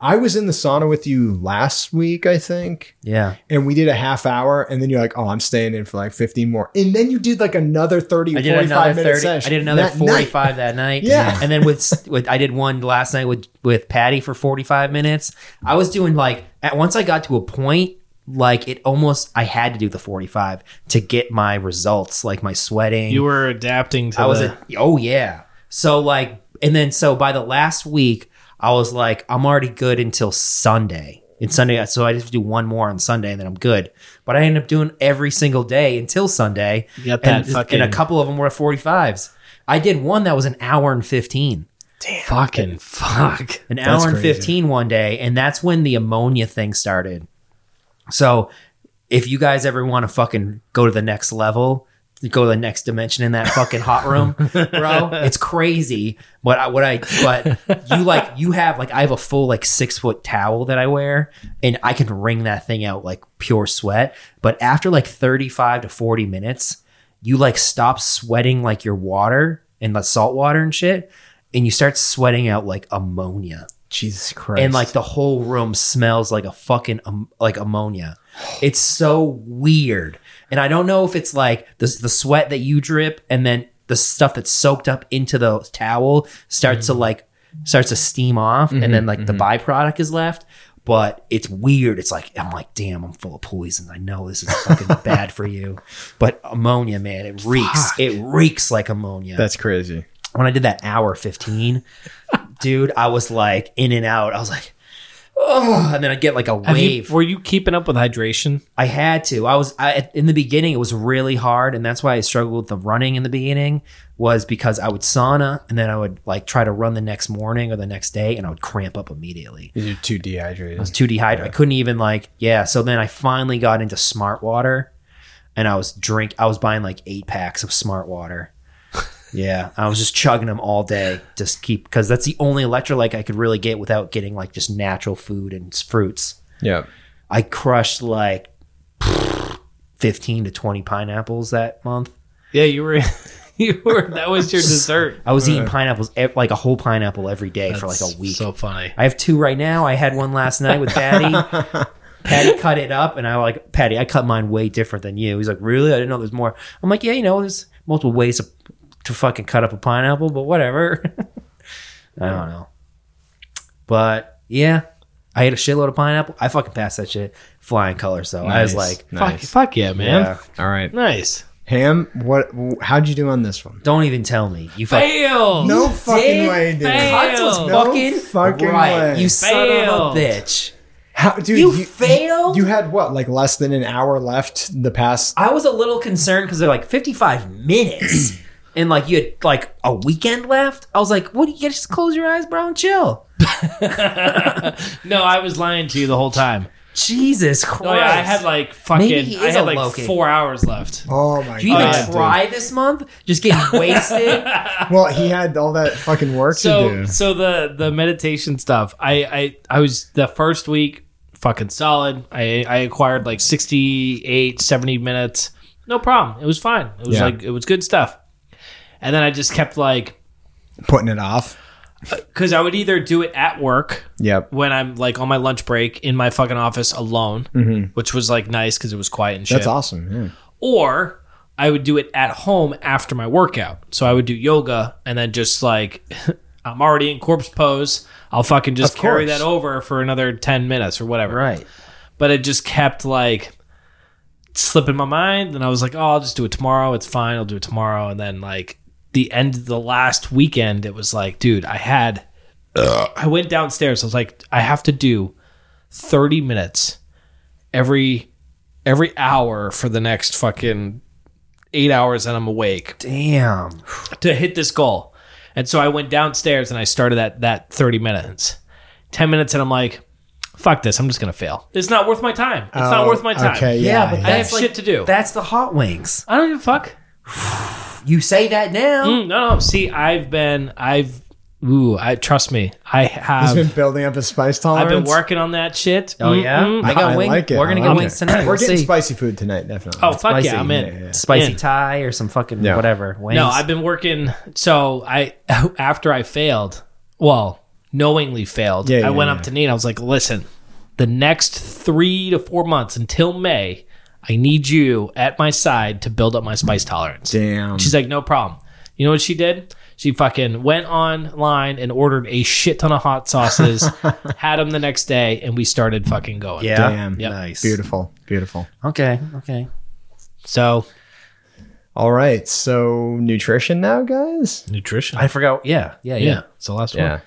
C: I was in the sauna with you last week, I think,
A: Yeah.
C: and we did a half hour, and then you're like, oh, I'm staying in for like 15 more, and then you did like another 30,
A: I did
C: 45
A: another
C: minute
A: 30.
C: session.
A: I did another
C: that night.
A: 45 that night.
C: Yeah.
A: And then with, with I did one last night with with Patty for 45 minutes. I was doing like at once I got to a point like it almost I had to do the 45 to get my results like my sweating.
B: You were adapting to
A: I was
B: the-
A: a, oh yeah. So like and then so by the last week I was like I'm already good until Sunday. And Sunday so I just do one more on Sunday and then I'm good. But I ended up doing every single day until Sunday.
B: You got that
A: and,
B: fucking-
A: and a couple of them were 45s. I did one that was an hour and 15.
B: fucking fuck.
A: An
C: That's
A: hour and
C: crazy.
A: 15 one day and that's when the ammonia thing started. So if you guys ever want to fucking go to the next level, go to the next dimension in that fucking hot room, bro, it's crazy. But I, what I, but you like, you have like, I have a full like six foot towel that I wear and I can wring that thing out like pure sweat. But after like 35 to 40 minutes, you like stop sweating like your water and the salt water and shit. And you start sweating out like ammonia
C: Jesus Christ.
A: and like the whole room smells like a fucking um, like ammonia. It's so weird, and I don't know if it's like the the sweat that you drip, and then the stuff that's soaked up into the towel starts to like starts to steam off, and then like the byproduct is left. But it's weird. It's like I'm like, damn, I'm full of poison. I know this is fucking bad for you, but ammonia, man, it reeks. It reeks like ammonia
C: that's crazy.
A: when I did that hour 15, dude, I was like in and out. I was like, oh, and then I get like a
B: Have you-
A: wave.
B: were you keeping up with hydration?
A: I had to. I was I, in the beginning. It was really hard, and that's why I struggled with the running in the beginning. Was because I would sauna and then I would like try to run the next morning or the next day, and I would cramp up immediately.
C: You're too
A: I was
C: dehydrated.
A: too dehydrated. I couldn't even like yeah. So then I finally got into smart water, and I was drink. I was buying like eight packs of smart water. Yeah, I was just chugging them all day, just keep because that's the only electrolyte I could really get without getting like just natural food and s- fruits.
C: Yeah.
A: I crushed like fifteen to twenty pineapples that month.
B: Yeah, you were. You were. That was your dessert
A: I was eating pineapples ev- like a whole pineapple every day for like
B: That's
A: a week.
B: So funny.
A: I have two right now. I had one last night with Patty. Patty cut it up, and I like Patty. I cut mine way different than you. He's like, really? I didn't know there's more. I'm like, yeah, you know, there's multiple ways to, to fucking cut up a pineapple, but whatever. I don't know. But yeah, I ate a shitload of pineapple. I fucking passed that shit flying colors though. I was
C: Nice.
A: like,
B: Fuck, fuck yeah, man.
A: yeah,
C: All right.
B: Nice.
C: Ham, what how'd you do on this one?
A: don't even tell me. You fucking
B: Fail.
C: No fucking
A: did
C: way, dude.
B: fail.
A: Hutz was
B: No
A: fucking,
C: fucking
A: right.
C: way.
A: You son
B: Failed.
A: of a bitch.
C: How, dude,
A: You failed?
C: You, had what, like less than an hour left the past?
A: I was a little concerned because they're like 55 minutes and like you had like a weekend left. I was like, what do you just close your eyes, bro, and chill?
B: no, I was lying to you the whole time.
A: Jesus Christ.
B: Oh yeah, I had like
A: Maybe
B: fucking.
A: he
B: I
A: is
B: had
A: a
B: like
A: Loki.
B: four hours left.
C: Oh my
A: do you even
C: god. dude.
A: try this month? Just getting wasted?
C: Well, he had all that fucking work to
B: So
C: do.
B: so the the meditation stuff. I I I was the first week fucking solid. I I acquired like 68 70 minutes. No problem. It was fine. It was
C: Yeah.
B: like it was good stuff. And then I just kept like
C: Putting it off.
B: cuz I would either do it at work
C: Yep.
B: when I'm like on my lunch break in my fucking office alone, which was like nice cuz it was quiet and shit.
C: That's awesome. Yeah.
B: or I would do it at home after my workout. So I would do yoga and then just like I'm already in corpse pose. I'll fucking just
C: Of
B: carry
C: course.
B: that over for another 10 minutes or whatever.
A: right.
B: But it just kept like slip in my mind. And I was like, oh, I'll just do it tomorrow. It's fine. I'll do it tomorrow. And then like the end of the last weekend, it was like, dude, I had, I went downstairs. I was like, I have to do 30 minutes every, every hour for the next fucking eight hours that I'm awake
A: Damn.
B: to hit this goal. And so I went downstairs and I started that that 30 minutes. 10 minutes and I'm like, fuck this, I'm just gonna fail. It's not worth my time. It's not
C: Oh,
B: worth my time.
C: Okay,
A: Yeah,
C: yeah.
A: but
B: I
C: yeah.
B: have shit to do.
A: That's the hot wings.
B: I don't give a fuck.
A: You say that now.
B: Mm, no, no. See, I've been I've ooh, I trust me. I
C: He's
B: have
C: been building up his spice
B: I've
C: tolerance.
B: been working on that shit.
A: Oh yeah,
B: Mm-mm.
A: I got
C: I
A: wings.
C: like it.
A: We're gonna
C: I
A: get
C: like
A: wings
C: it.
A: tonight.
C: We're
A: We'll
C: getting
A: see.
C: spicy food tonight, definitely.
B: Oh fuck
A: Spicy.
B: yeah, I'm in.
C: Yeah, yeah.
A: spicy
B: In.
A: Thai or some fucking
C: Yeah.
A: whatever. Wings.
B: No, I've been working. So I after I failed, well, knowingly failed.
C: Yeah, yeah,
B: I went
C: yeah.
B: up to Nina. I was like, "Listen, the next three to four months until May, I need you at my side to build up my spice tolerance."
C: Damn.
B: She's like, "No problem." You know what she did? She fucking went online and ordered a shit ton of hot sauces, had them the next day, and we started fucking going.
A: yeah,
C: Damn.
B: Yep.
A: nice,
C: Beautiful. Beautiful.
A: Okay, okay.
B: So
C: All right. So nutrition now, guys.
B: nutrition.
A: I forgot. Yeah, yeah, yeah.
B: yeah, it's the last one.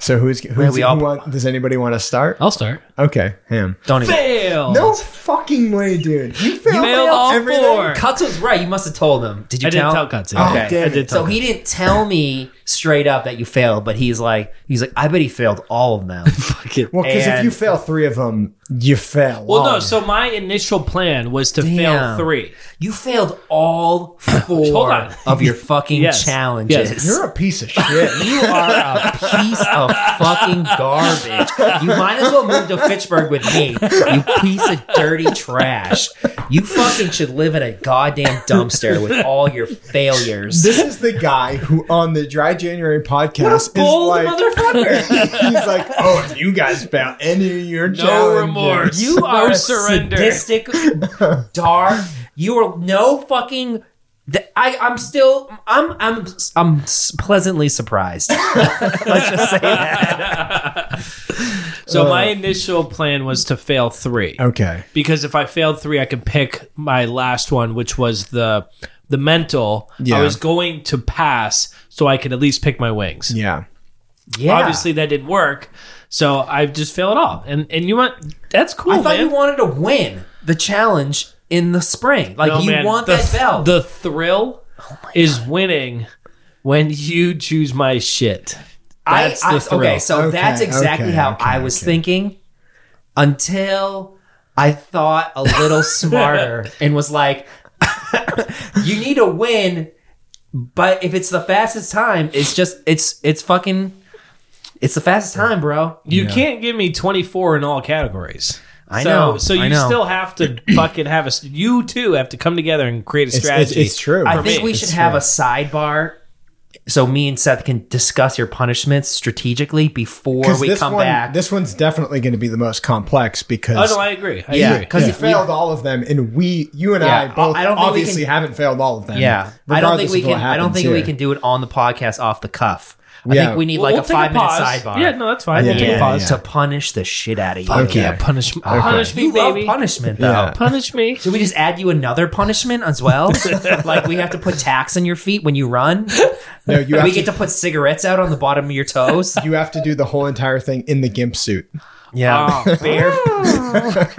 C: So who's
A: Where
C: who's
A: we
C: who
A: all-
C: want, does anybody want to start?
B: I'll start.
C: Okay, him.
A: Don't even.
B: Fail.
C: No fucking way, dude. You failed,
B: failed all
C: everything.
B: four.
A: Cuts was right. You must have told him. Did you
B: I
A: tell?
B: didn't tell Cuts.
C: Oh,
A: Okay.
C: damn
B: I did
C: it.
B: tell
A: So he didn't tell me straight up that you failed, but he's like, he's like, I bet he failed all of them.
C: Well, because if
A: And-
C: you fail three of them, you fail.
B: Well, no.
C: all.
B: So my initial plan was to
A: Damn.
B: fail three.
A: You failed all
B: Hold
A: four
B: on.
A: of your fucking
B: Yes.
A: challenges.
B: Yes.
C: you're a piece of shit.
A: You are a piece of fucking garbage. You might as well move to Fitchburg with me. You piece of dirty trash. You fucking should live in a goddamn dumpster with all your failures.
C: this is the guy who on the Dry January podcast
A: bold
C: is like,
A: motherfucker.
C: he's like, oh, if you guys fail any of your no
B: No remorse.
A: You
B: No
A: are a
B: surrender.
A: sadistic, dark. You are no fucking. th- I, I'm still. I'm. I'm. I'm s- pleasantly surprised. Let's just say that.
B: So my initial plan was to fail three
C: Okay.
B: because if I failed three, I could pick my last one, which was the the mental.
C: Yeah.
B: I was going to pass, so I could at least pick my wings.
C: Yeah.
A: Yeah.
B: Obviously, that didn't work. So I just failed it all, and and you want that's cool,
A: I thought
B: man.
A: you wanted to win the challenge in the spring. Like
B: No,
A: you
B: man,
A: want
B: the,
A: that belt. Oh
B: The thrill is winning when you choose my shit.
A: I-
B: That's
A: I,
B: the thrill.
A: Okay, so
C: Okay,
A: that's exactly
C: okay,
A: how
C: okay,
A: I was
C: okay.
A: thinking until I thought a little smarter and was like, you need to win, but if it's the fastest time, it's just it's it's fucking it's the fastest time, bro.
B: You can't give me 24 in all categories.
A: I
B: so,
A: know,
B: So you
A: I know.
B: still have to fucking have a. You two have to come together and create a
C: It's,
B: strategy.
C: it's, it's true.
A: I
B: For
A: think
B: me,
A: we should have a sidebar so me and Seth can discuss your punishments strategically before
C: 'Cause
A: we
C: this
A: come
C: one,
A: back.
C: This one's definitely going to be the most complex
B: Oh
C: because
B: no, I agree. I
A: Yeah,
B: agree.
A: because
C: you failed all of them, and we, you and
A: Yeah,
C: I, both
A: I- I don't think we
C: obviously
A: can-
C: haven't failed all of them.
A: Yeah, I don't think
C: regardless
A: we
C: of what
A: can. I don't
C: happens
A: think we
C: here.
A: can do it on the podcast off the cuff. I
C: Yeah.
A: think we need
B: We'll-
A: like
B: we'll
A: a
B: take
A: five minute
B: pause.
A: sidebar.
B: Yeah, no, that's fine.
C: Yeah,
B: We'll take a
C: yeah,
B: pause.
C: yeah.
A: to punish the shit out of you.
C: Okay.
B: Yeah, punish me. Punish me,
A: You love
B: baby.
A: punishment though.
C: Yeah.
B: Punish me.
A: Should we just add you another punishment as well? like we have to put tacks on your feet when you run.
C: No, you have
A: we
C: to,
A: get to put cigarettes out on the bottom of your toes.
C: you have to do the whole entire thing in the gimp suit.
A: Yeah,
B: Oh,
A: bare.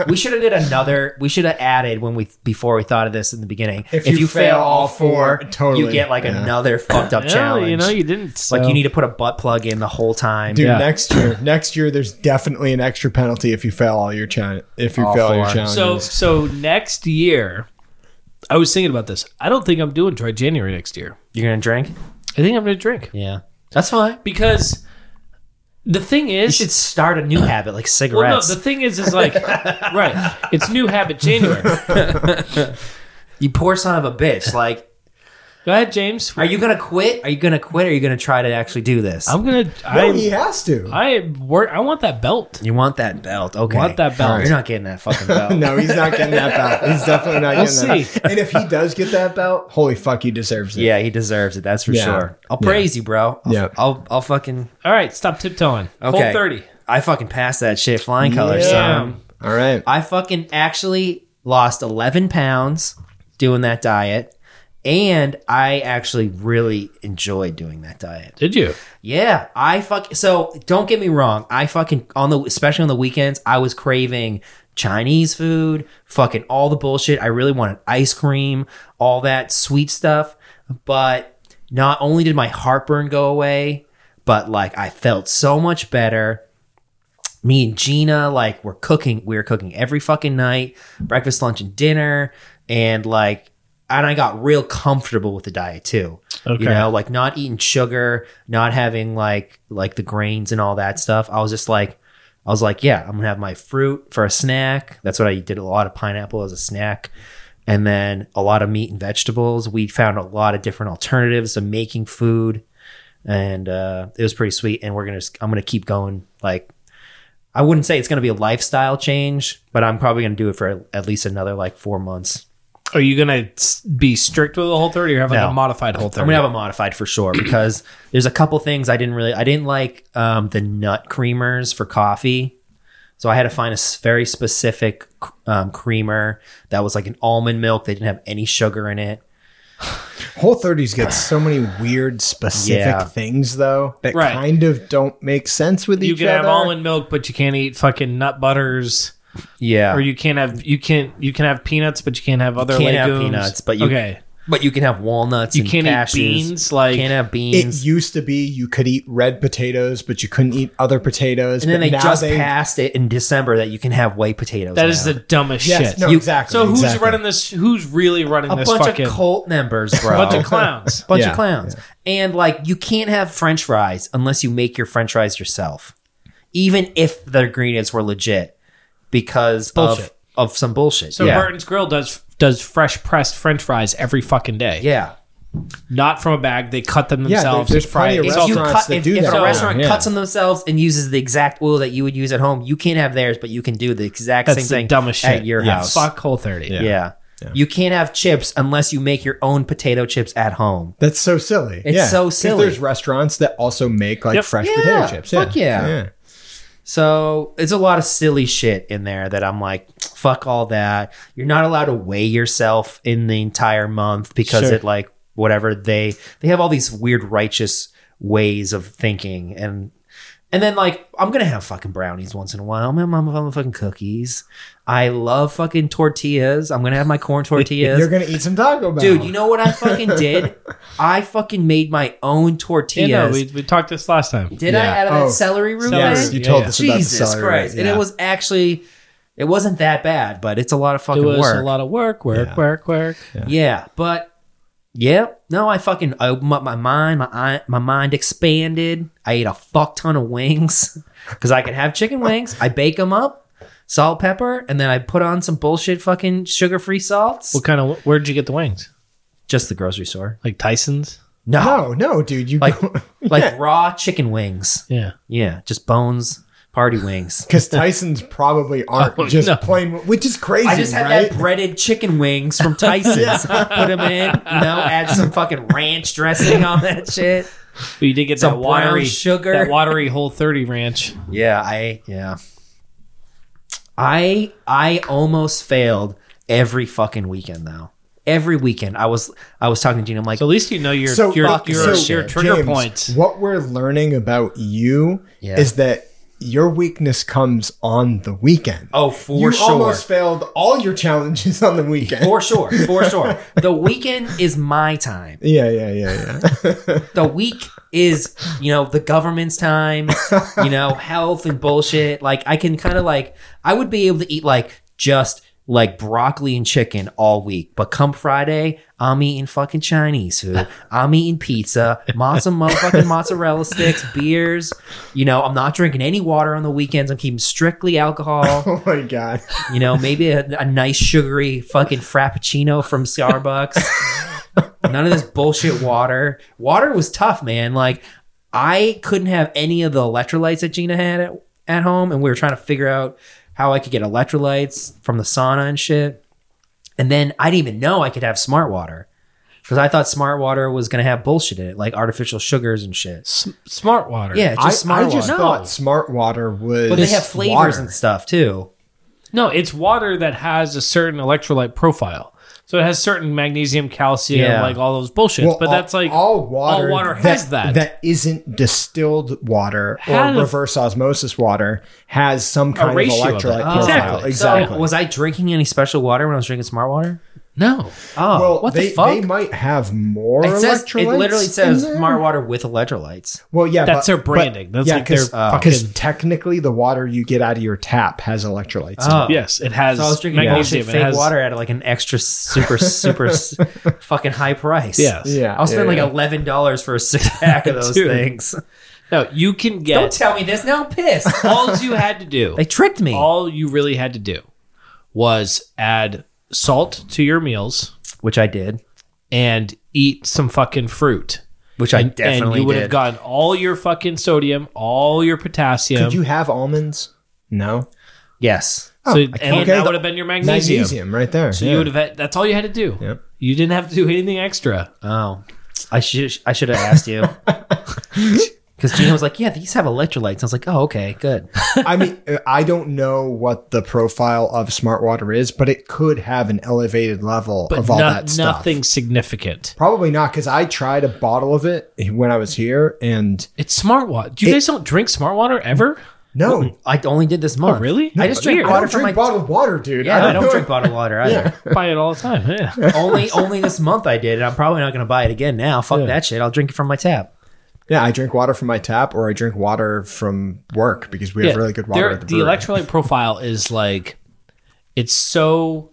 A: we should have did another. We should have added when we before we thought of this in the beginning.
C: If you fail all four, totally.
A: you get like
C: Yeah.
A: another fucked up
B: No,
A: challenge.
B: you know, you didn't.
A: Like
B: so-
A: you need to put a butt plug in the whole time.
C: Dude,
B: Yeah.
C: next year, next year, there's definitely an extra penalty if you fail all your challenge. If you
A: All
C: fail all your
A: four.
C: challenges,
B: So so next year, I was thinking about this. I don't think I'm doing dry January next year.
A: You're gonna drink?
B: I think I'm gonna drink
A: Yeah, that's fine.
B: because the thing
A: You
B: is,
A: should start a new habit
B: well,
A: like
B: no,
A: cigarettes.
B: the thing is, is like right. It's new habit January.
A: you poor son of a bitch. Like,
B: Go ahead, James.
A: are you gonna quit? Are you gonna quit? Or are you gonna try to actually do this?
B: I'm gonna.
C: no, he
B: I
C: has to.
B: I work. I want that belt.
A: you want that belt? Okay,
B: Want that belt.
A: You're not getting that fucking belt.
C: no, he's not getting that belt. He's definitely not
B: We'll
C: getting that.
B: see.
C: Belt. And if he does get that belt, holy fuck, he deserves it.
A: Yeah, he deserves it. That's for
C: Yeah.
A: sure. I'll
C: Yeah.
A: praise you, bro. I'll,
C: Yeah.
A: I'll, I'll fucking
B: All right, stop tiptoeing.
A: okay.
B: Full thirty.
A: I fucking passed that shit flying color.
C: Yeah.
A: son.
C: All right.
A: I fucking actually lost 11 pounds doing that diet. And I actually really enjoyed doing that diet.
B: Did you?
A: Yeah, I fuck. So don't get me wrong. I fucking on the especially on the weekends, I was craving Chinese food, fucking all the bullshit. I really wanted ice cream, all that sweet stuff. But not only did my heartburn go away, but like I felt so much better me and Gina like were cooking. We were cooking every fucking night, breakfast, lunch, and dinner, and like, and I got real comfortable with the diet too.
B: Okay.
A: You know, like not eating sugar, not having like like the grains and all that stuff. I was just like, I was like, yeah, I'm gonna have my fruit for a snack. That's what I did. A lot of pineapple as a snack. And then a lot of meat and vegetables. We found a lot of different alternatives to making food, and uh, it was pretty sweet. And we're gonna, I'm gonna keep going like I wouldn't say it's going to be a lifestyle change, but I'm probably going to do it for at least another like four months.
B: Are you gonna s- be strict with the whole thirty, or have like
A: No.
B: a modified whole
A: I'm
B: thirty?
A: going to have it modified for sure because there's a couple things I didn't really, I didn't like um, the nut creamers for coffee. So I had to find a s- very specific um, creamer that was like an almond milk. They didn't have any sugar in it.
C: Whole 30s gets so many weird specific
A: Yeah.
C: things though that
B: Right.
C: kind of don't make sense with
B: you
C: each
B: can
C: other.
B: have almond milk, but you can't eat fucking nut butters,
A: Yeah.
B: or you can't have you can't you can have peanuts, but you can't have other
A: can't have
B: legumes.
A: peanuts, but you-
B: okay,
A: but you can have walnuts
B: you
A: and
B: can't
A: cashews.
B: eat beans. Like
A: can't have
C: it
A: beans.
C: used to be you could eat red potatoes, but you couldn't eat other potatoes.
A: and then
C: but
A: they
C: now
A: just
C: they-
A: passed it in December that you can have white potatoes.
B: that is
A: now.
B: the dumbest
C: Yes,
B: shit.
C: no,
A: You-
C: exactly.
B: so who's
C: exactly.
B: running this? Who's really running
A: a
B: this
A: bunch
B: fucking
A: of cult members, bro.
B: bunch of clowns?
A: bunch
C: Yeah,
A: of clowns. And like you can't have french fries unless you make your french fries yourself. Even if the ingredients were legit because
B: Bullshit.
A: of of some bullshit.
B: So
A: yeah.
B: Burton's Grill does does fresh pressed French fries every fucking day.
A: yeah.
B: not from a bag. They cut them
C: Yeah,
B: themselves.
C: there's-
B: and
C: there's
B: fry
C: plenty
B: it.
C: of
B: It's
A: If,
B: all-
A: you
C: restaurants
A: cut,
C: that
A: if,
C: do
A: if
C: that
A: a
C: now,
A: restaurant
C: yeah.
A: cuts them themselves and uses the exact oil that you would use at home, you can't have theirs, but you can do the exact
B: that's
A: same
B: the
A: thing
B: dumbest shit.
A: at your
C: Yeah.
A: house.
B: Fuck Whole 30.
A: Yeah. You can't have chips unless you make your own potato chips at home.
C: That's so silly.
A: It's
C: yeah.
A: so
C: 'Cause
A: silly.
C: There's restaurants that also make like
B: Yep.
C: fresh
A: Yeah,
C: potato chips.
A: fuck yeah. So it's a lot of silly shit in there that I'm like, fuck all that. You're not allowed to weigh yourself in the entire month because
C: Sure.
A: it like whatever they they have all these weird righteous ways of thinking and and then like I'm gonna have fucking brownies once in a while. I'm gonna have fucking cookies. I love fucking tortillas. I'm gonna have my corn tortillas.
C: You're gonna eat some Taco Bell,
A: Dude, you know what I fucking did? I fucking made my own
B: Yeah,
A: tortillas.
B: no, we, we talked this last time.
A: did I
C: Yeah.
A: out of that
C: Oh,
A: celery root?
B: celery.
A: thing?
C: Yes, you told
B: Yeah.
C: us about the
A: Jesus
C: celery,
A: Christ. And
C: yeah.
A: it was actually, it wasn't that bad, but it's a lot of
B: It
A: fucking
B: was
A: work.
B: a lot of work, work,
C: Yeah.
B: work, work.
A: yeah. but yeah, no, I fucking I opened up my mind. My eye, my mind expanded. I ate a fuck ton of wings because I can have chicken wings. I bake them up, salt, pepper, and then I put on some bullshit fucking sugar free salts.
B: What kind of? Where'd you get the wings?
A: Just the grocery store.
B: Like Tyson's?
C: No,
A: No,
C: no, dude. You
A: Like-
C: because
A: like raw chicken wings.
B: Yeah.
A: Yeah, just bones, party wings.
C: Tyson's probably aren't
B: Oh,
C: just
B: no.
C: plain, which is crazy.
A: Oh, I just had
C: right?
A: that breaded chicken wings from Tyson's. Put them in, you know, add some fucking ranch dressing on that shit.
B: But you did get
A: Some
B: that watery
A: brown sugar.
B: that watery Whole 30 ranch.
A: Yeah, I yeah. I I almost failed every fucking weekend though. Every weekend I was I was talking to Gina. I'm like,
B: So at least you know your
C: so,
B: your,
C: fuck-
B: your,
C: so,
B: your trigger
C: James,
B: points.
C: What we're learning about you
A: Yeah.
C: is that your weakness comes on the weekend.
A: oh, for
C: you
A: sure.
C: almost failed all your challenges on the weekend.
A: for sure, for sure. The weekend is my time.
C: yeah, yeah, yeah, yeah.
A: The week is, you know, the government's time, you know, health and bullshit. Like I can kind of like I would be able to eat like just like broccoli and chicken all week, but come Friday, I'm eating fucking Chinese food. I'm eating pizza, matzo motherfucking mozzarella sticks, beers. You know, I'm not drinking any water on the weekends. I'm keeping strictly alcohol.
C: oh my god.
A: You know, maybe a, a nice sugary fucking frappuccino from Starbucks. None of this bullshit water. Water was tough, man. Like I couldn't have any of the electrolytes that Gina had at, at home, and we were trying to figure out how I could get electrolytes from the sauna and shit. And then I didn't even know I could have smart water because I thought smart water was gonna have bullshit in it, like artificial sugars and shit.
B: S- smart water.
A: Yeah, just
C: I,
A: smart
C: I just
A: water.
C: thought smart water was.
A: but they have flavors
C: water.
A: and stuff too.
B: No, it's water that has a certain electrolyte profile. So it has certain magnesium, calcium,
A: Yeah.
B: like all those bullshits. but
C: all-
B: that's like
C: all water.
B: all water has that.
C: That isn't distilled water
B: Has-
C: or reverse osmosis water has some kind of
B: ratio of it.
C: electrolyte
B: Oh.
C: profile.
B: Exactly.
C: Exactly.
A: So, was I drinking any special water when I was drinking smart water?
B: no.
A: Oh,
C: well,
A: what
C: they,
A: the fuck?
C: they might have more
A: it says it
C: electrolytes.
A: literally
C: in
A: says
C: there.
A: smart water with electrolytes.
C: Well, yeah,
B: That's
C: but-
B: their branding. That's like their fucking-
C: because technically the water you get out of your tap has electrolytes. in it.
A: Oh.
B: Yes, it has
A: So I was drinking bullshit
B: magnesium.
A: fake
B: It has
A: water at like an extra super super s- fucking high price.
B: Yes.
C: Yeah,
A: I'll spend
C: yeah,
A: like
C: yeah.
A: eleven dollars for a six pack of those
B: Dude.
A: things.
B: No, you can
A: Don't
B: get
A: tell me this. Now I'm pissed.
B: all you had to do.
A: they tricked me.
B: all you really had to do was add salt to your meals
A: which I did.
B: and eat some fucking fruit.
A: Which I
B: And- and
A: definitely
B: you would have
A: did.
B: gotten all your fucking sodium, all your potassium.
C: Could you have almonds? No. Oh,
A: yes.
B: so, and
C: can't- okay,
B: that
C: the-
B: would have been your magnesium.
C: Magnesium, right there.
B: So you would have had, that's all you had to do.
C: Yep.
B: You didn't have to do anything extra.
A: Oh, I should I should have asked you. Because Gina was like, "Yeah, these have electrolytes." I was like, "Oh, okay, good."
C: I mean, uh, I don't know what the profile of smart water is, but it could have an elevated level
B: But
C: of all
B: no-
C: that stuff.
B: nothing significant.
C: Probably not, because I tried a bottle of it when I was here, and
B: It's smart water. You guys don't drink smart water ever?
C: no,
A: I only did this month.
B: really?
A: I just drink
B: Weird.
C: I
A: water
C: don't
A: from
C: drink
A: my.
C: bottled water, dude.
A: yeah, I don't drink bottled water either.
B: buy it all the time. Yeah.
A: only only this month I did, and I'm probably not going to buy it again now. Fuck that shit. I'll drink it from my tap.
C: Yeah, I drink water from my tap, or I drink water from work because we have
B: Yeah.
C: really good water.
B: There-
C: At the
B: the
C: brewery.
B: electrolyte profile is like it's so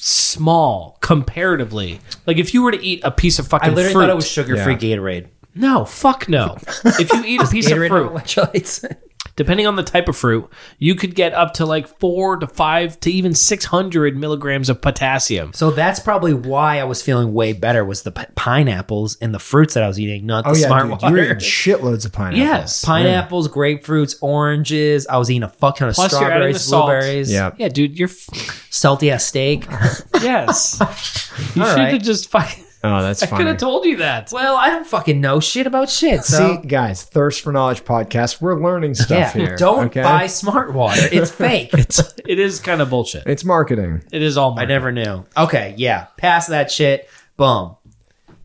B: small comparatively. Like if you were to eat a piece of
A: I
B: fucking
A: literally
B: fruit,
A: thought it was sugar free Gatorade.
B: no, fuck no. if you eat a piece of
A: Gatorade
B: fruit,
A: with electrolytes.
B: depending on the type of fruit, you could get up to like four to five to even six hundred milligrams of potassium.
A: so that's probably why I was feeling way better was the p- pineapples and the fruits that I was eating, not the
C: oh yeah,
A: smart
C: dude, you were
A: water.
C: eating shitloads of pineapple.
B: Yes.
A: Pineapples, grapefruits, oranges. I was eating a fuck ton of
B: Plus you're adding the
A: strawberries,
B: salt.
A: blueberries,
C: Yeah.
B: Yeah, dude, you're f-
A: salty ass steak.
B: yes. you
A: All
B: should have
A: right.
B: just fucking.
C: Oh, that's
B: I could
C: funny.
B: have told you that.
A: well, I don't fucking know shit about shit.
C: See,
A: So
C: guys, thirst for knowledge podcast. We're learning
A: yeah,
C: stuff here.
A: don't
C: okay?
A: buy smart water. It's fake.
B: It is kind of bullshit.
C: It's marketing.
B: It is all
A: I
B: my.
A: never knew. Okay, yeah. Pass that shit. Boom.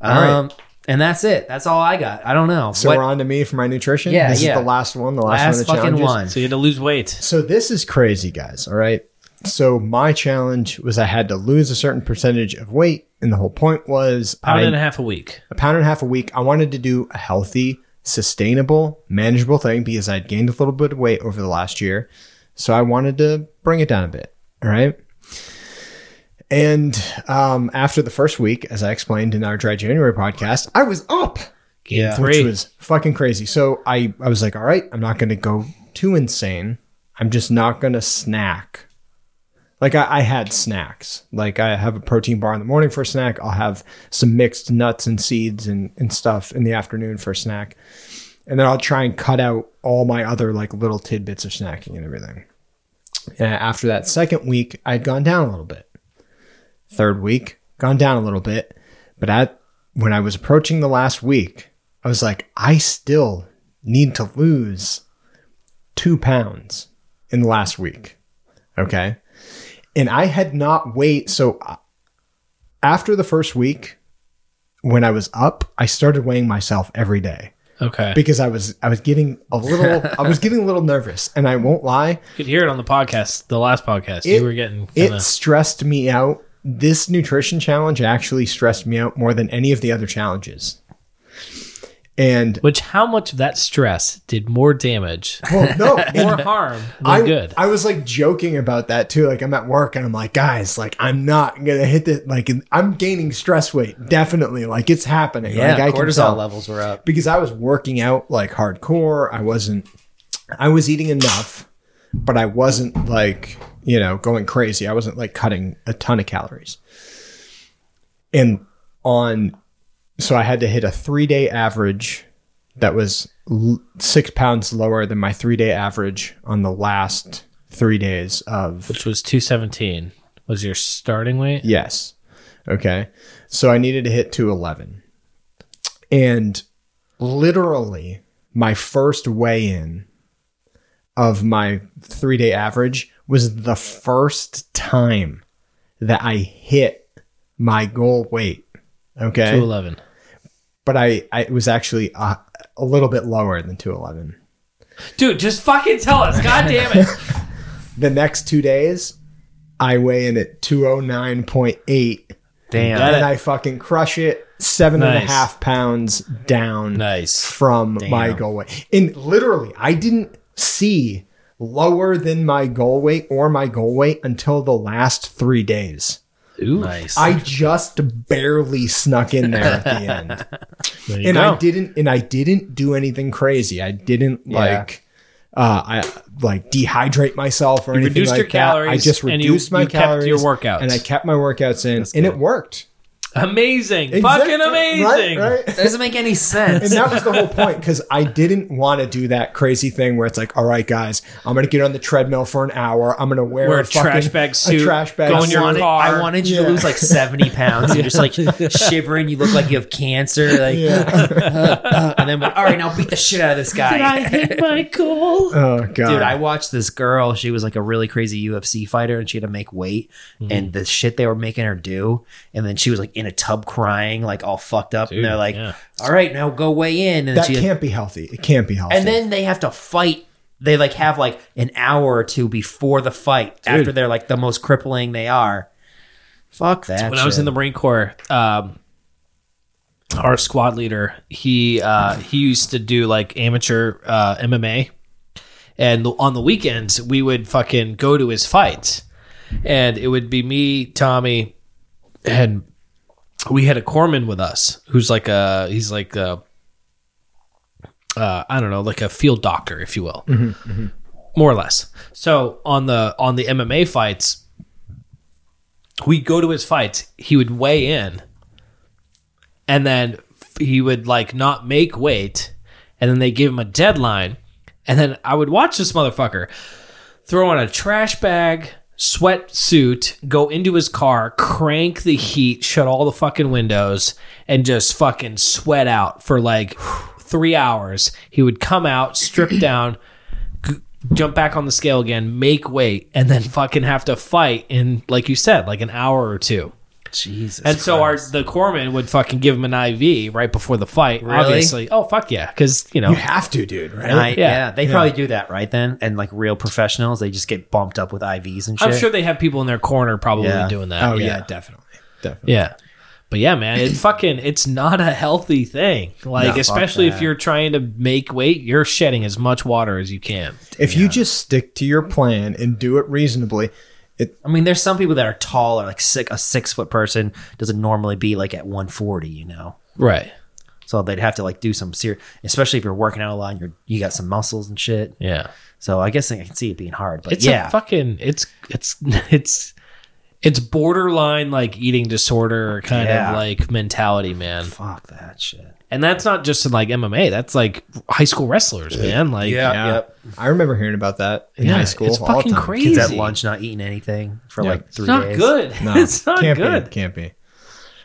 C: right.
A: Um and that's it. That's all I got. I don't know.
C: So
A: What-
C: we're on to me for my nutrition.
A: Yeah,
C: this
A: yeah.
C: is the last one. The last,
A: last
C: one. Of the
A: fucking
C: challenges.
A: one.
B: So you had to lose weight.
C: So this is crazy, guys. All right. So my challenge was I had to lose a certain percentage of weight, and the whole point was
B: pound
C: I,
B: and a half a week.
C: a pound and a half a week. I wanted to do a healthy, sustainable, manageable thing because I'd gained a little bit of weight over the last year. So I wanted to bring it down a bit. All right. And um, after the first week, as I explained in our Dry January podcast, I was up,
B: Yeah.
C: which was fucking crazy. So I, I was like, all right, I'm not going to go too insane. I'm just not going to snack. Like I, I had snacks. Like I have a protein bar in the morning for a snack. I'll have some mixed nuts and seeds and, and stuff in the afternoon for a snack. And then I'll try and cut out all my other like little tidbits of snacking and everything. And Uh, after that second week, I'd gone down a little bit. Third week, gone down a little bit. But at when I was approaching the last week, I was like, I still need to lose two pounds in the last week. Okay. And I had not wait. So uh, after the first week, when I was up, I started weighing myself every day
B: Okay.
C: because I was I was getting a little I was getting a little nervous. And I won't lie,
B: You could hear it on the podcast, the last podcast.
C: It-
B: you were getting
C: it
B: kinda,
C: stressed me out. This nutrition challenge actually stressed me out more than any of the other challenges. And
B: which how much of that stress did more damage
C: well, oh, no,
B: more harm than
C: I,
B: good?
C: I was like joking about that too. Like I'm at work and I'm like, guys, like I'm not gonna hit the like I'm gaining stress weight definitely. Like it's happening.
A: yeah,
C: like, I can
A: cortisol
C: tell.
A: levels were up.
C: because I was working out like hardcore. I wasn't, I was eating enough, but I wasn't like, you know, going crazy. I wasn't like cutting a ton of calories. And on, so I had to hit a three day average that was l- six pounds lower than my three day average on the last three days of
B: which was two seventeen was your starting weight.
C: Yes. Okay. So I needed to hit 211. And literally, my first weigh in of my three day average was the first time that I hit my goal weight. Okay.
B: 211.
C: but I, I it was actually a, a little bit lower than 211.
B: Dude, just fucking tell us. God damn it.
C: The next two days, I weigh in at 209.8
A: Damn.
B: Got
C: and
B: it.
C: I fucking crush it seven and a half
B: Nice.
C: pounds down
B: Nice.
C: from my goal weight. And literally, I didn't see lower than my goal weight or my goal weight until the last three days.
B: Ooh. Nice.
C: I just barely snuck in there at the end.
B: There you
C: and
B: go.
C: I didn't and I didn't do anything crazy. I didn't
A: Yeah.
C: like uh I like dehydrate myself or anything
B: reduced
C: like
B: your
C: that. I
B: calories
C: just
B: and you-
C: reduced my
B: you kept
C: calories
B: your workouts.
C: and I kept my workouts in and it worked.
B: Amazing.
C: Exactly.
B: Fucking amazing.
C: Right, right?
A: That doesn't make any
C: And
A: sense.
C: that was the whole point because I didn't want to do that crazy thing where it's like, all right, guys, I'm gonna get on the treadmill for an hour. I'm gonna wear,
B: Wear
C: a
B: a trash
C: fucking-
B: bag suit,
C: a trash bag
B: go in
C: suit.
B: your
A: wanted-
B: car.
A: I wanted you
C: Yeah.
A: to lose like 70 pounds. You're just like shivering. You look like you have cancer. Like,
C: Yeah.
A: and then, all right, now beat the shit out of this guy.
B: hit my goal?
C: Oh god,
A: Dude, I watched this girl. She was like a really crazy UFC fighter and she had to make weight
B: Mm-hmm.
A: and the shit they were making her do. And then she was like in a tub crying, like all fucked up. and they're like,
B: yeah.
A: all right, now go weigh in. And
C: that
A: she,
C: can't be healthy. It can't be healthy.
A: and then they have to fight. They like have like an hour or two before the fight after they're like the most crippling they are. Fuck that.
B: when I was in the Marine Corps, um, our squad leader he uh, he used to do like amateur uh, MMA, and on the weekends we would fucking go to his fights, and it would be me, Tommy, and we had a corpsman with us who's like a he's like a uh, I don't know like a field doctor if you will, more or less. So on the on the MMA fights we go to his fights he would weigh in and then f- he would like not make weight and then they give him a deadline and then i would watch this motherfucker throw on a trash bag sweatsuit go into his car crank the heat shut all the fucking windows and just fucking sweat out for like three hours he would come out strip down jump back on the scale again, make weight, and then fucking have to fight in, like you said, like an hour or two.
A: Jesus.
B: And so our the corpsman would fucking give him an IV right before the fight.
A: Really?
B: Obviously, oh fuck yeah, because you know
C: you have to, dude. Right?
A: And I, yeah.
B: Yeah.
A: they probably do that right then. And like real professionals, they just get bumped up with IVs and shit.
B: I'm sure they have people in their corner probably
A: Yeah.
B: doing that.
C: oh yeah.
B: uh, yeah,
C: definitely, definitely.
B: Yeah. But yeah, man, it fucking it's not a healthy thing. Like
A: fuck
B: especially if
A: that.
B: you're trying to make weight, you're shedding as much water as you can.
C: If you just stick to your plan and do it reasonably, it
A: I mean, there's some people that are taller, like six, a six foot person doesn't normally be like at 140, you know?
B: Right.
A: So they'd have to like do some serious, especially if you're working out a lot and you're, you got some muscles and shit.
B: Yeah.
A: So I guess I can see it being hard, but
B: it's
A: yeah.
B: a fucking it's it's it's it's borderline like eating disorder kind
A: Yeah.
B: of like mentality man
A: fuck that shit.
B: and that's not just in like mma that's like high school wrestlers man like
C: Yeah. I remember hearing about that in
B: Yeah,
C: high school.
B: it's
C: all the
B: fucking
C: time.
B: crazy.
A: Kids at
B: Easy.
A: lunch not eating anything for
C: Yeah.
A: like
B: it's
A: three
B: not
A: days.
B: good
C: No,
B: it's not
C: can't
B: good
C: Be, can't be.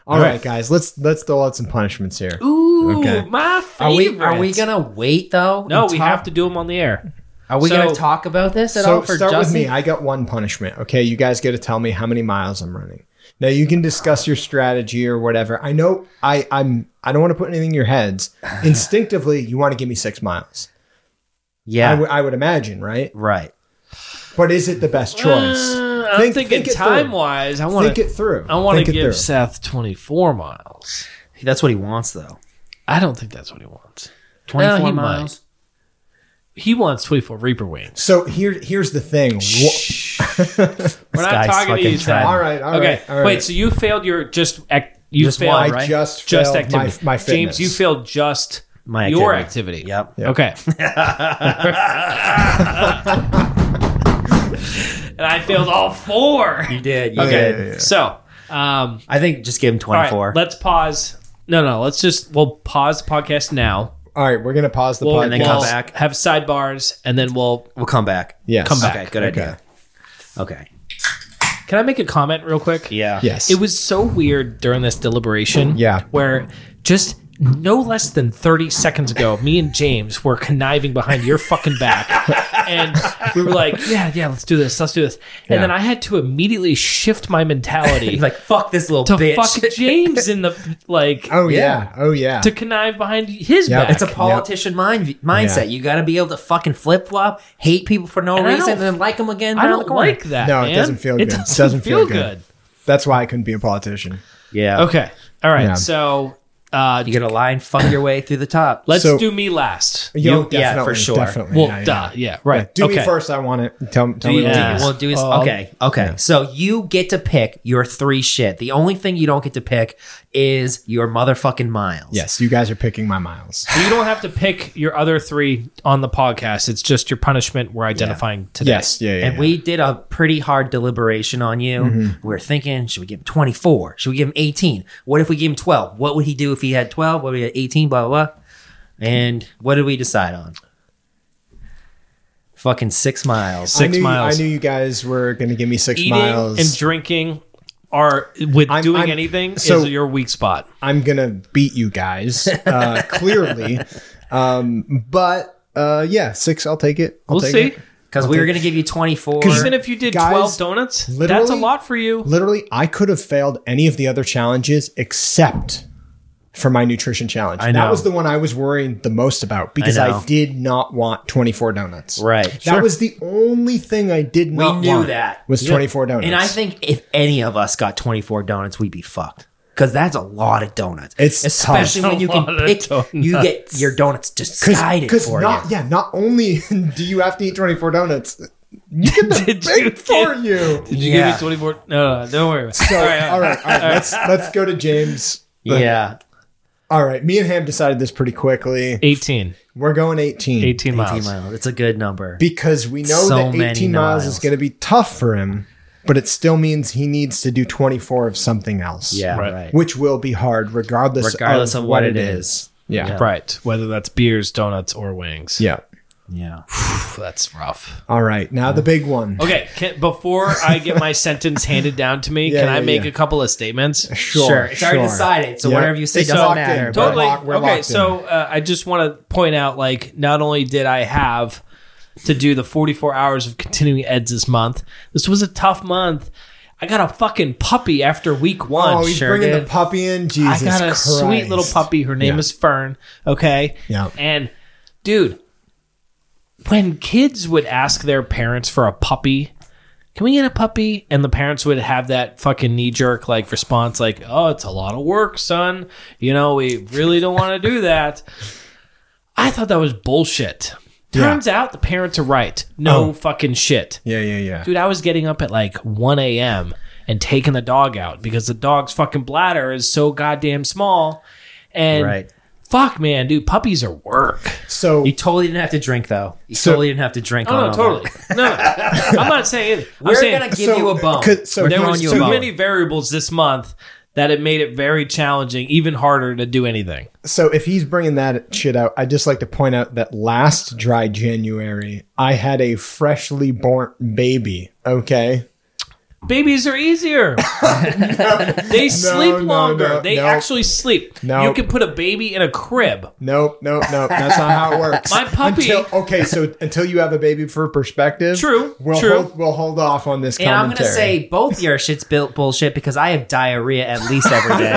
C: all right, guys, let's let's dole out some punishments here.
B: ooh
C: Okay.
B: my
A: Are
B: favorite
A: we, are we gonna wait though?
B: no
A: and
B: we
A: talk-
B: have to do them on the air
A: Are we
B: so-
A: gonna talk about this at
C: So
A: all for
C: start
A: Justin?
C: with me. I got one punishment. Okay, you guys got to tell me how many miles I'm running. Now you can discuss your strategy or whatever. I know I I'm I don't want to put anything in your heads. Instinctively, you want to give me six miles. I
A: yeah,
C: would- I would imagine, right?
A: right.
C: But is it the best choice?
B: Uh, i'm thinking
C: it through.
B: time wise i want
C: Think
B: to
C: it through.
B: i want
C: Think
B: to
C: it
B: give
C: through.
B: seth 24 miles
A: That's what he wants though.
B: i don't think that's what he wants
A: Twenty-four
B: he
A: miles.
B: he wants 24 reaper wings
C: So here here's the thing. Wha-
B: We're
A: This
B: not
A: guy's
B: talking to
A: fucking
B: you, Sam.
A: trying.
C: All right, all
B: okay.
C: right, all right.
B: Wait. So you failed your just act. You
A: Just
B: failed
A: one,
C: I
B: right?
A: right?
C: just
B: just
C: failed my-
B: activity.
C: My, fitness.
B: James, you failed just
A: My
B: your
A: activity.
B: activity.
A: Yep.
C: Yep.
B: Okay. and I failed all four.
A: You did. You
C: Okay.
A: did.
C: Yeah, yeah, yeah.
B: So, um,
A: I think just give him
B: all right.
A: 24.
B: Let's pause. No, no. Let's just we'll pause the podcast now.
C: All right, we're gonna pause the
B: We'll,
C: podcast.
A: and then come
B: we'll
A: back.
B: Have sidebars, and then we'll.
A: we'll come back.
C: Yes.
B: Come back.
A: Okay. Good idea. Okay.
B: Can I make a comment real quick?
A: Yeah.
C: Yes.
B: It was so weird during this deliberation.
C: Yeah.
B: Where just no less than 30 seconds ago, me and James were conniving behind your fucking back. And we were like, yeah, yeah, let's do this, let's do this. And
C: Yeah.
B: then I had to immediately shift my mentality
A: He's like, fuck this little
B: to
A: bitch.
B: fuck James in the, like,
C: Oh
A: Yeah.
C: yeah. Oh yeah.
B: to connive behind his
C: Yeah,
B: back.
A: It's a politician mind mindset.
C: Yeah.
A: You got to be able to fucking flip flop, hate people for no
B: And I
A: reason,
B: don't-
A: and then like them again.
B: I
A: around
B: don't
A: the corner.
B: like that.
C: No, it
B: man.
C: doesn't feel
B: It
C: good.
B: doesn't, feel, good.
C: That's why I couldn't be a politician.
A: Yeah.
B: Okay. All right.
C: Yeah.
B: So uh,
A: You got to lie and fuck your way through the top.
B: let's
C: So-
B: do me last.
A: You- yeah, for sure.
C: Definitely.
B: Well,
C: yeah, yeah.
B: duh. Yeah. Right.
C: Do
B: okay.
C: me first. I want it. Tell, tell
A: Do
C: me.
A: you,
C: what
A: do
C: it
A: you-
B: Yeah.
C: is.
A: well, do is-
B: Um,
A: okay, okay. So you get to pick your three shit. The only thing you don't get to pick is your motherfucking miles.
C: Yes, you guys are picking my miles.
B: You don't have to pick your other three on the podcast. It's just your punishment we're identifying today.
C: Yes. Yeah. yeah
A: And
C: yeah.
A: we did a pretty hard deliberation on you.
B: Mm-hmm.
A: We were thinking, should we give him 24? Should we give him 18? What if we gave him 12? What would he do if he had 12? What would he had 18? Blah, blah, blah. And what did we decide on? Fucking six miles.
B: Six
C: I knew,
B: miles.
C: I knew you guys were going to give me six
B: Eating
C: miles.
B: and drinking are with
C: I'm-
B: doing
C: I'm-
B: anything
C: so-
B: is your weak spot.
C: I'm gonna beat you guys uh, clearly, um, but uh, yeah, six. I'll take it. I'll
B: We'll
C: take
B: see.
C: It.
A: Because we were going to give you 24.
C: 'Cause
B: Even if you did
C: Guys,
B: twelve donuts, that's a
C: literally-
B: lot for you.
C: Literally, I could have failed any of the other challenges except for my nutrition challenge.
A: I know.
C: That was the one I was worrying the most about because I,
A: know.
C: did not want 24 donuts.
A: Right.
C: That was the only thing I did
A: we
C: not
A: knew
C: want
A: that.
C: was 24 donuts.
A: And I think if any of us got 24 donuts, we'd be fucked. Because that's a lot of donuts.
C: It's
A: especially
B: tough.
A: when you
B: A
A: can
B: lot of
A: pick, you get
B: donuts.
A: your donuts decided for
C: not
A: you.
C: yeah, not only do you have to eat 24 donuts, you get them
B: Did you
C: baked for
B: get-
C: you.
B: Did you give
A: Yeah.
B: me twenty four? No, no, no, don't worry. About it.
C: So, all right, all right, let's let's go to James.
A: Yeah.
C: All right, me and Ham decided this pretty quickly.
B: 18,
C: We're going 18,
B: 18
A: 18
B: miles.
A: miles. It's a good number.
C: because we know
A: So
C: that
A: many
C: 18 miles,
A: miles.
C: is going to be tough for him, but it still means he needs to do 24 of something else.
A: Yeah,
B: Right.
A: right.
C: Which will be hard regardless,
A: Regardless of what it is.
C: Yeah.
A: Yeah.
B: Right. Whether that's beers, donuts, or wings.
C: Yeah.
A: Yeah.
B: Pff, That's rough.
C: All right. Now the big one.
B: Okay, can, before I get my sentence handed down to me,
C: Yeah,
B: can
C: yeah,
B: I make
C: yeah.
B: a couple of statements?
A: Sure. It's already decided. So
C: Yeah.
A: whatever you say
C: It's
A: doesn't
C: locked
A: matter.
C: in.
A: but-
B: totally.
C: lock- we're locked
B: okay,
C: in.
B: so uh, I just want to point out, like, not only did I have to do the 44 hours of continuing eds this month, this was a tough month. I got a fucking puppy after week one.
C: Oh, he's
A: sure
C: bringing
A: did.
C: the puppy in.
B: I
C: Jesus
B: got a
C: Christ.
B: sweet little puppy. Her name
C: Yeah.
B: is Fern. Okay.
C: Yeah.
B: And dude, when kids would ask their parents for a puppy, can we get a puppy? And the parents would have that fucking knee jerk like response, like, oh, it's a lot of work, son. You know, we really don't want to do that. I thought that was bullshit. Turns out the parents are right. No
C: Oh.
B: fucking shit.
C: Yeah, yeah, yeah.
B: Dude, I was getting up at like 1 a.m. and taking the dog out because the dog's fucking bladder is so goddamn small. And
A: Right.
B: fuck, man, dude, puppies are work.
C: So
A: You totally didn't have to drink, though. You
C: So-
A: totally didn't have to drink. on
B: Oh, no,
A: all
B: totally.
A: that.
B: No, no. I'm not saying it. I'm
A: We're
B: saying
A: going to give
C: So- uh,
A: you a bone.
C: could- so
A: We're
B: there
A: throwing
B: was
A: you
B: too
A: a bone.
B: many variables this month that it made it very challenging, even harder to do anything.
C: so if he's bringing that shit out, I just like to point out that last dry January, I had a freshly born baby. Okay,
B: Babies are easier. they sleep
C: no,
B: longer.
C: no,
B: they
C: no.
B: actually sleep.
C: No.
B: You can put a baby in a crib.
C: nope, nope, nope. That's not how it works.
B: My puppy-
C: Until, okay, so until you have a baby for perspective,
B: True,
C: We'll
B: true.
C: Hold, we'll hold off on this.
A: And I'm
C: commentary.
A: gonna say both your shit's built bullshit because I have diarrhea at least every day,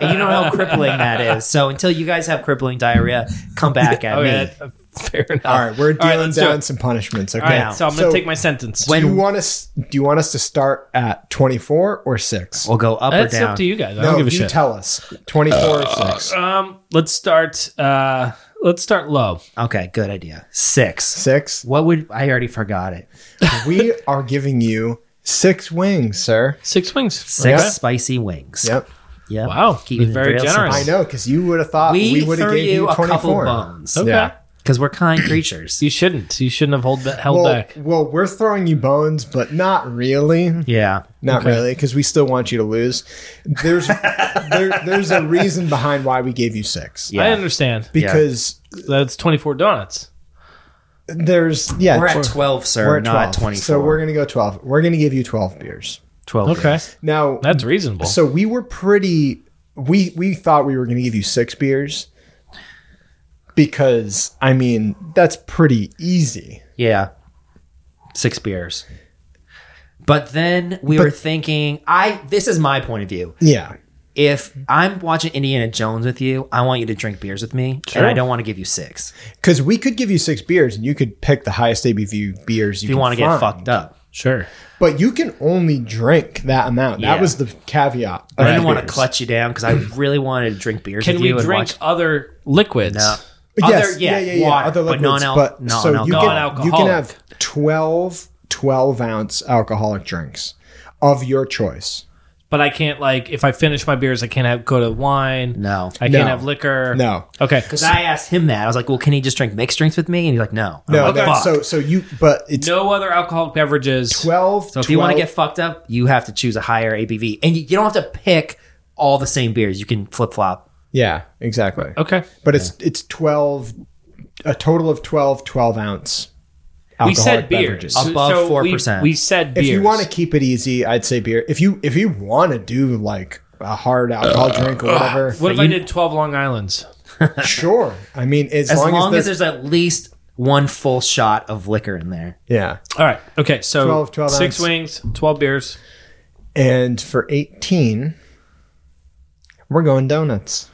A: and you know how crippling that is. So until you guys have crippling diarrhea, come back at me.
B: that- fair enough.
C: All right, we're
B: All right,
C: dealing
B: let's do
C: down
B: it.
C: some punishments. Okay,
B: All right, so I'm going to take my sentence.
C: Do you
A: When-
C: want us? Do you want us to start at 24 or six?
A: We'll go up
B: That's
A: or down.
B: up to you guys. Oh, I
C: no,
B: don't give a
C: you
B: shit.
C: tell us. 24 or
A: Uh,
C: six.
B: um, let's start. Uh, let's start low.
A: Okay, good idea. Six.
C: Six.
A: What would I already forgot it?
C: we are giving you six wings, sir.
B: Six wings.
A: Six
B: Okay.
A: spicy wings.
C: Yep.
A: Yep.
B: Wow,
A: Keeping
B: you're
A: it
B: very
A: real
B: generous.
A: simple.
C: I know, because you would have thought we,
A: We,
C: would have
A: threw
C: gave you,
A: you a couple
C: 24.
A: bones
B: Okay.
C: Yeah.
A: because we're kind creatures.
B: You shouldn't. You shouldn't have hold held
C: Well,
B: back.
C: well, we're throwing you bones, but not really.
A: yeah.
C: Not really, because we still want you to lose. There's there, there's a reason behind why we gave you six.
A: Yeah.
B: I understand.
C: Because
B: That's 24 donuts.
C: there's yeah,
A: We're at twelve, sir,
C: we're at
A: not
C: 12.
A: twenty-four.
C: So we're gonna go twelve. We're gonna give you twelve beers.
A: twelve.
B: Okay,
A: beers.
C: Now
B: that's reasonable.
C: so we were pretty we we thought we were going to give you six beers because I mean that's pretty easy.
A: Yeah. Six beers. But then we were thinking, I this is my point of view.
C: Yeah,
A: If I'm watching Indiana Jones with you, I want you to drink beers with me, and I don't want to give you six.
C: because we could give you six beers and you could pick the highest ABV beers you,
A: If you
C: can
A: want to get
C: find.
A: fucked up,
B: Sure.
C: But you can only drink that amount.
A: Yeah.
C: That was the caveat.
A: I didn't
C: of
A: want to
C: beers.
A: clutch you down because I really wanted to drink beers
B: Can
A: with
B: we
A: you and
B: drink
A: watch.
B: other liquids?
A: No.
C: Yes,
A: Other- yeah, water, but non-al- non-
C: so
A: non-
C: you can, you can
B: non-alcoholic.
C: have 12, 12 ounce alcoholic drinks of your choice.
B: But I can't like if I finish my beers, I can't have go to wine.
A: No.
B: I
C: No.
B: can't have liquor.
C: No.
B: Okay.
A: Because I asked him that. I was like, well, can he just drink mixed drinks with me? And he's like, no. And
C: No,
A: I'm like,
C: that-
A: Oh, fuck.
C: so so you but it's
B: no other alcoholic beverages.
C: 12
A: So if you want to get fucked up, you have to choose a higher ABV, and you, you don't have to pick all the same beers. You can flip flop.
C: Yeah, exactly.
B: Okay.
C: But it's it's 12 a total of 12 12 ounce
B: We
C: alcoholic
B: said beers.
C: beverages.
A: Up- Above
B: So we-
A: 4%.
B: We, said
C: If
B: beers.
C: you want to keep it easy, I'd say beer. If you if you want to do like a hard alcohol drink or whatever,
B: What if
A: you-
B: I did 12 Long Islands?
C: sure. I mean, as,
A: As long, as,
C: they're-
A: there's at least one full shot of liquor in there.
C: yeah.
B: All right. Okay. So
C: 12 12
B: six
C: ounce.
B: wings, 12 beers.
C: And for 18, we're going donuts.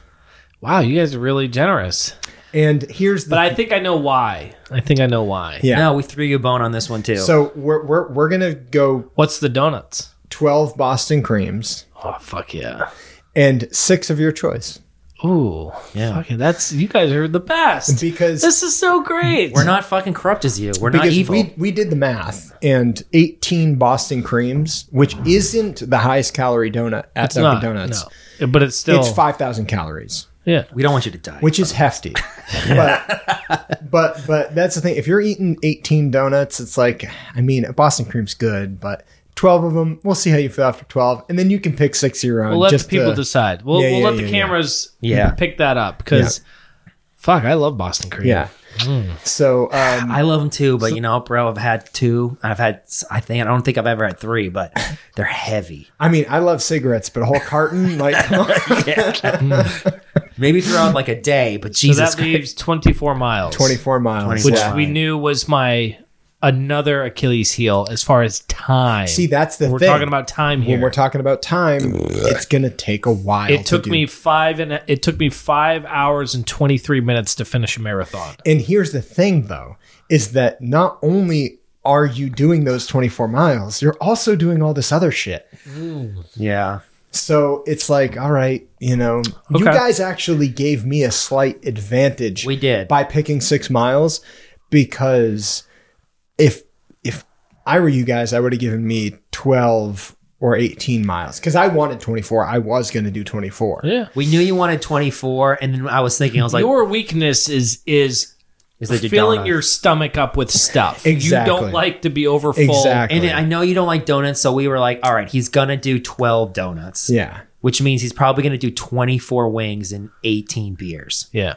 B: Wow, you guys are really generous.
C: And here's the
B: But I think I know why. I think I know why.
C: Yeah.
A: No, we threw you a bone on this one too.
C: so we're we're we're going to go
B: What's the donuts?
C: 12 Boston creams
B: Oh fuck yeah.
C: and 6 of your choice
B: Ooh.
A: Yeah.
B: Fucking that's you guys are the best.
C: because
B: This is so great.
A: we're not fucking corrupt as you. We're not
C: because
A: evil.
C: we we did the math and 18 Boston creams, which isn't the highest calorie donut at Dunkin'
B: not,
C: Donuts.
B: no. But it's still
C: It's 5,000 calories,
B: Yeah.
A: we don't want you to die.
C: which is hefty. but but but that's the thing. If you're eating 18 donuts, it's like I mean, a Boston cream's good, but 12 of them, we'll see how you feel after 12, and then you can pick 6 of your own.
B: We'll let
C: just
B: the people
C: to-
B: decide. We'll,
C: Yeah,
B: we'll
C: yeah,
B: let the
C: yeah, yeah.
B: cameras
A: Yeah.
B: pick that up because fuck, I love Boston Cream.
C: Yeah. So um
A: I love them too, but you know, bro, I've had two. I've had. I think I don't think I've ever had three, but they're heavy.
C: I mean, I love cigarettes, but a whole carton like come on.
A: Maybe throughout like a day, but
B: So
A: Jesus
B: that
A: Christ.
B: leaves 24 miles,
C: 24 miles.
A: 24
B: which
A: Yeah.
B: we knew was my another Achilles heel as far as time.
C: See, that's the
B: we're
C: thing.
B: talking about time here.
C: when we're talking about time, it's gonna take a while.
B: it
C: to
B: took
C: do.
B: me five and a- it took me five hours and 23 minutes to finish a marathon.
C: And here's the thing, though, is that not only are you doing those 24 miles, you're also doing all this other shit.
A: yeah.
C: So it's like, all right, you know, you
B: Okay.
C: guys actually gave me a slight advantage.
A: We did.
C: by picking six miles, because if if I were you guys, I would have given me 12 or 18 miles because I wanted 24. I was going to do 24.
B: Yeah.
A: We knew you wanted 24, and then I was thinking, I was like,
B: Your weakness is is
A: is that
B: filling
A: donut?
B: your stomach up with stuff.
C: Exactly.
B: You don't like to be overfull.
C: Exactly.
A: And I know you don't like donuts, so we were like, all right, he's gonna do 12 donuts,
C: yeah.
A: which means he's probably gonna do 24 wings and 18 beers.
B: Yeah.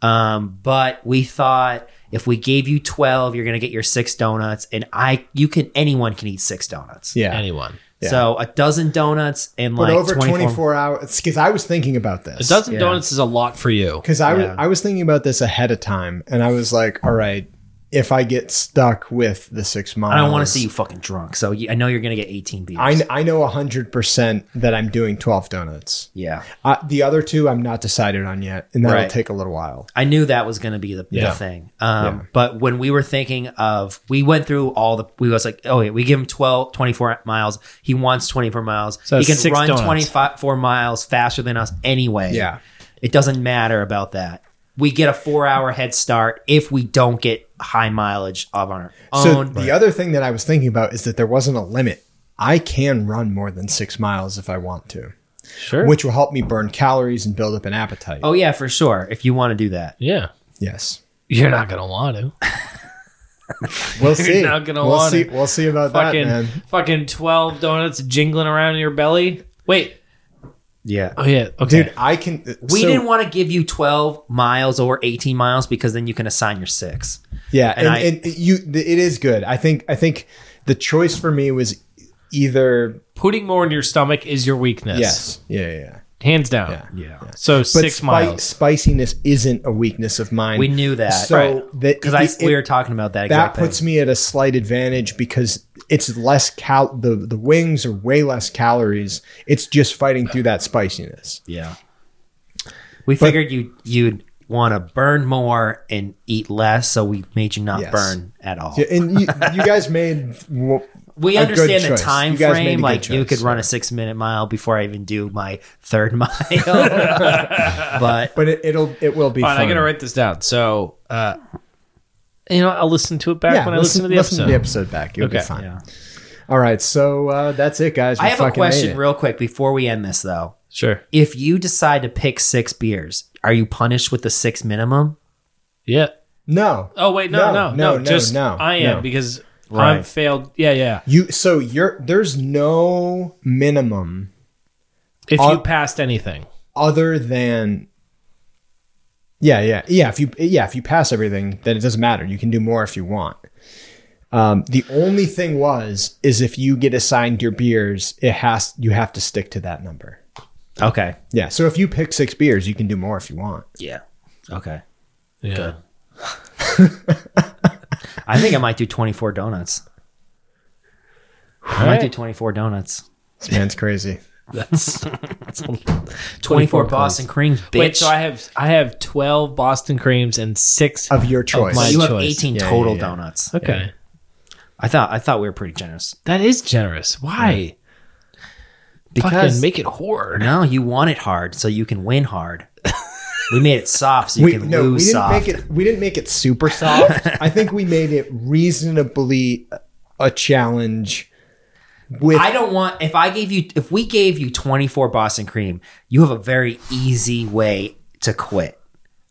A: Um, but we thought if we gave you 12, you're gonna get your six donuts, and I, you can, anyone can eat six donuts.
C: Yeah.
B: Anyone.
C: Yeah.
A: So a dozen donuts and
C: but
A: like
C: over 24,
A: 24
C: hours, because I was thinking about
B: A
C: this.
B: dozen
A: Yeah.
B: donuts is a lot for you.
C: because I, was-
A: Yeah.
C: I was thinking about this ahead of time and i was like all right if i get stuck with the six miles
A: I don't want to see you fucking drunk, so you, I know you're gonna get 18 beers.
C: i, I know 100% that i'm doing 12 donuts
A: yeah,
C: uh, the other two i'm not decided on yet and that'll
A: Right.
C: take a little while
A: I knew that was going to be the, the
C: Yeah.
A: thing. Um,
C: Yeah.
A: But when we were thinking of, we went through all the, we was like, oh, yeah, we give him 12, 24 miles. He wants 24 miles.
B: So
A: he can
B: that's six
A: run
B: donuts.
A: 24 miles faster than us anyway.
C: Yeah.
A: It doesn't matter about that. We get a four hour head start if we don't get high mileage of our
C: so
A: own.
C: the other thing that i was thinking about is that there wasn't a limit i can run more than six miles if i want to
B: Sure.
C: which will help me burn calories and build up an appetite
A: oh, yeah, for sure. If you want to do that.
B: yeah.
C: yes
B: You're not gonna want to.
C: we'll see
B: not gonna
C: we'll
B: want
C: see
B: it.
C: we'll see about
B: fucking
C: that man
B: fucking twelve donuts jingling around in your belly. Wait.
A: Yeah.
B: Oh yeah. Okay.
C: dude i can
A: We
C: so-
A: didn't want to give you 12 miles or 18 miles because then you can assign your six.
C: Yeah,
A: And
C: and,
A: I-
C: and you, th- it is good. I think. I think the choice for me was either
B: Putting more in your stomach is your weakness.
C: yes, yeah, yeah, yeah.
B: hands down.
C: Yeah.
A: Yeah.
B: So
C: But
B: six
C: spi-
B: miles.
C: spiciness isn't a weakness of mine.
A: We knew that.
C: so that
A: Because I
C: it-
A: we
C: it-
A: were talking about that.
C: that
A: Exact
C: puts
A: thing.
C: me at a slight advantage because it's less cal the the wings are way less calories. It's just fighting through that spiciness.
A: Yeah. We figured you you'd want to burn more and eat less, so we made you not
C: Yes.
A: burn at all.
C: Yeah, And you, you guys made w-
A: we
C: a
A: understand
C: good
A: the
C: choice.
A: time
C: You guys made a
A: frame.
C: good
A: Like you
C: choice,
A: could run a six minute mile before I even do my third mile. but
C: but it, it'll it will be.
B: All right, I
C: fun.
B: gotta write this down. So, uh, you know, I'll listen to it back
C: yeah,
B: when I listen
C: listen,
B: to the
C: listen
B: episode.
C: to the episode back. You'll be
B: Okay.
C: fine.
A: Yeah.
C: All right, so uh, that's it, guys. We
A: I have a
C: fucking made
A: question
C: it.
A: real quick before we end this though.
B: Sure.
A: If you decide to pick six beers, are you punished with the six minimum?
B: Yeah.
C: No,
B: Oh wait, no, no,
C: No, no,
B: no,
C: no,
B: just
C: no,
B: I am
C: no.
B: because I'm
A: Right.
B: failed. Yeah, yeah.
C: you. So you're there's no minimum
B: If
C: I'll-
B: you passed anything,
C: other than. Yeah, yeah, yeah. If you yeah, if you pass everything, then it doesn't matter. You can do more if you want. Um, the only thing was is if you get assigned your beers, it has you have to stick to that number.
A: Okay.
C: Yeah. So if you pick six beers, you can do more if you want.
A: Yeah. Okay.
B: yeah.
A: I think I might do 24 donuts. I might do 24 donuts.
C: This man's crazy.
B: That's, that's a-
A: 24,
B: creams.
A: Boston creams, bitch.
B: Wait, so I have I have twelve Boston creams and six.
C: Of your choice.
B: my-
A: you have
B: choice.
A: 18
C: Yeah,
A: total
C: yeah, yeah.
A: donuts.
B: okay,
A: I thought I thought we were pretty generous
B: that is generous. Why? Fucking
A: because
B: make it hard.
A: no, you want it hard so you can win hard. we made it soft so you
C: we,
A: can
C: no, we
A: lose
C: didn't
A: soft.
C: make it. We didn't make it super soft. I think we made it reasonably a challenge. With
A: I don't want if I gave you if we gave you 24 Boston cream, you have a very easy way to quit.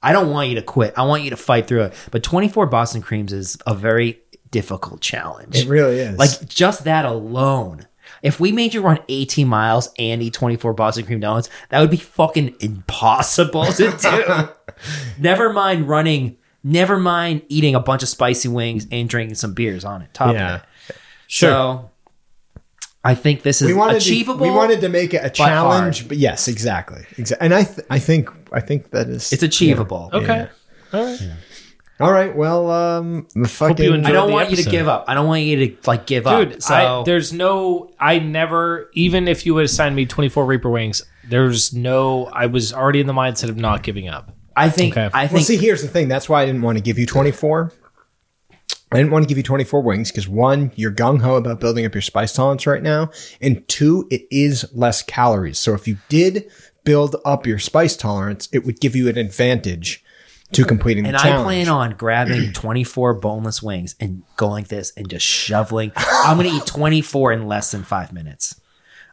A: I don't want you to quit. I want you to fight through it. But 24 Boston creams is a very difficult challenge.
C: it really is
A: Like just that alone. If we made you run 18 miles and eat 24 Boston cream donuts, that would be fucking impossible to do. never mind running, never mind eating a bunch of spicy wings and drinking some beers on it. Top
C: Yeah.
A: of it. So I think this is
C: we wanted
A: achievable.
C: To, we wanted to make it a challenge, but yes, exactly, exactly. And I, th- I think, I think that is.
A: it's achievable.
B: Okay.
C: Yeah.
B: All right.
C: all right. Well, um, the fucking.
A: I
B: enjoy-
A: don't
B: the
A: want you to
B: episode.
A: give up. I don't want you to like give
B: Dude,
A: up. So
B: I, there's no. I never. Even if you would assign me 24 Reaper wings, there's no. I was already in the mindset of not giving up.
A: I think
B: Okay.
A: I think
C: well, see, here's the thing. That's why I didn't want to give you 24. I didn't want to give you 24 wings because one, you're gung ho about building up your spice tolerance right now. And two, it is less calories. So if you did build up your spice tolerance, it would give you an advantage to completing
A: and
C: the
A: I
C: challenge.
A: plan on grabbing 24 boneless wings and going like this and just shoveling. I'm going to eat 24 in less than 5 minutes.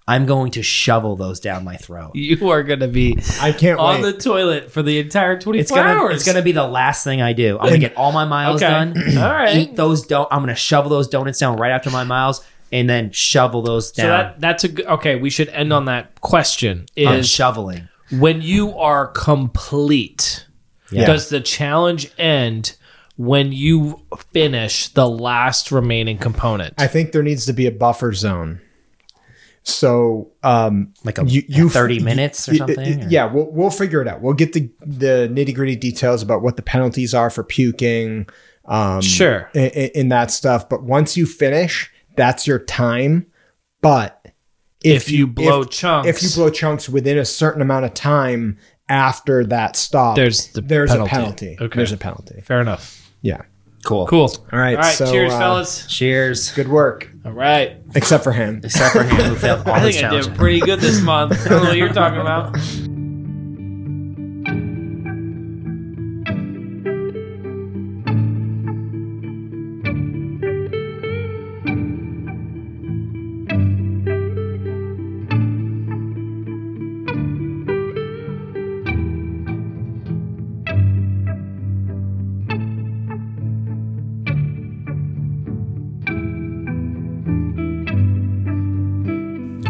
A: I'm going to shovel those down my throat.
B: You are gonna be
C: I can't
B: on
C: wait.
B: the toilet for the entire 24
A: It's gonna,
B: hours.
A: it's gonna be the last thing I do. I'm gonna get all my miles
B: Okay.
A: done.
B: All right.
A: Eat those don't. I'm gonna shovel those donuts down right after my miles, and then shovel those
B: So
A: down.
B: that that's a good. Okay, we should end on that question.
A: I'm
B: Is
A: shoveling.
B: when you are complete,
A: Yeah.
B: does the challenge end when you finish the last remaining component?
C: I think there needs to be a buffer zone. So, um,
A: Like a
C: You-
A: yeah,
C: you-
A: 30 minutes or
C: Y-
A: something.
C: y-
A: or-
C: Yeah, we'll we'll figure it out. We'll get the the nitty gritty details about what the penalties are for puking, um,
B: Sure.
C: i- i- in, that stuff. But once you finish, that's your time. But
B: if you blow
C: if,
B: chunks,
C: if you blow chunks within a certain amount of time after that stop,
B: There's the
C: there's
B: penalty.
C: a penalty.
B: Okay.
C: There's a penalty.
B: fair enough.
C: Yeah.
A: Cool.
B: Cool.
C: All right.
B: All right.
C: so,
B: cheers,
C: uh,
B: fellas.
A: Cheers.
C: Good work,
B: All right.
C: except for him.
A: Except for him who failed all
B: I
A: his
B: think I
A: challenges.
B: did pretty good this month. I don't know what you're talking about.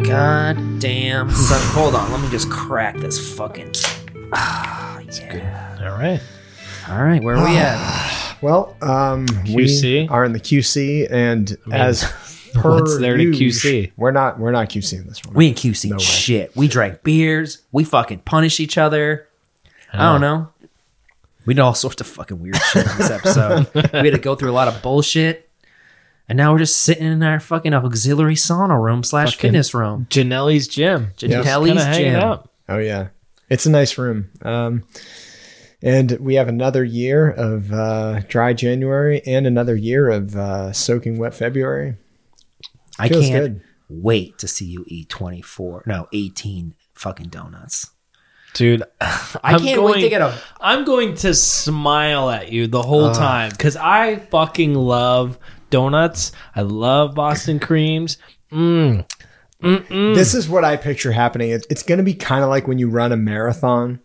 A: God damn. Son. Hold on. Let me just crack this fucking. Ah, yeah.
B: All right.
A: All right. Where are we at?
C: Well, um,
B: QC?
C: we are in the QC, and as per
B: What's there to
C: use.
B: QC?
C: We're not we're not QCing this one.
A: We ain't QC
C: way.
A: shit. We drank beers. We fucking punished each other. I don't know. We did all sorts of fucking weird shit in this episode. we had to go through a lot of bullshit. And now we're just sitting in our fucking auxiliary sauna room slash
B: Fucking-
A: fitness room.
B: Janelle's gym.
A: Yes.
B: Just
A: Janelle's
B: kinda hanging
A: gym.
B: out.
C: Oh yeah, it's a nice room. Um, and we have another year of uh, dry January and another year of uh, soaking wet February.
A: I
C: Feels
A: can't
C: good.
A: wait to see you eat 24, no, 18 fucking donuts.
B: Dude,
A: I
B: I'm
A: can't wait
B: going-
A: to get a.
B: I'm going to smile at you the whole time because I fucking love donuts. I love Boston creams. Mm. Mm-mm.
C: This is what I picture happening. It, it's going to be kind of like when you run a marathon,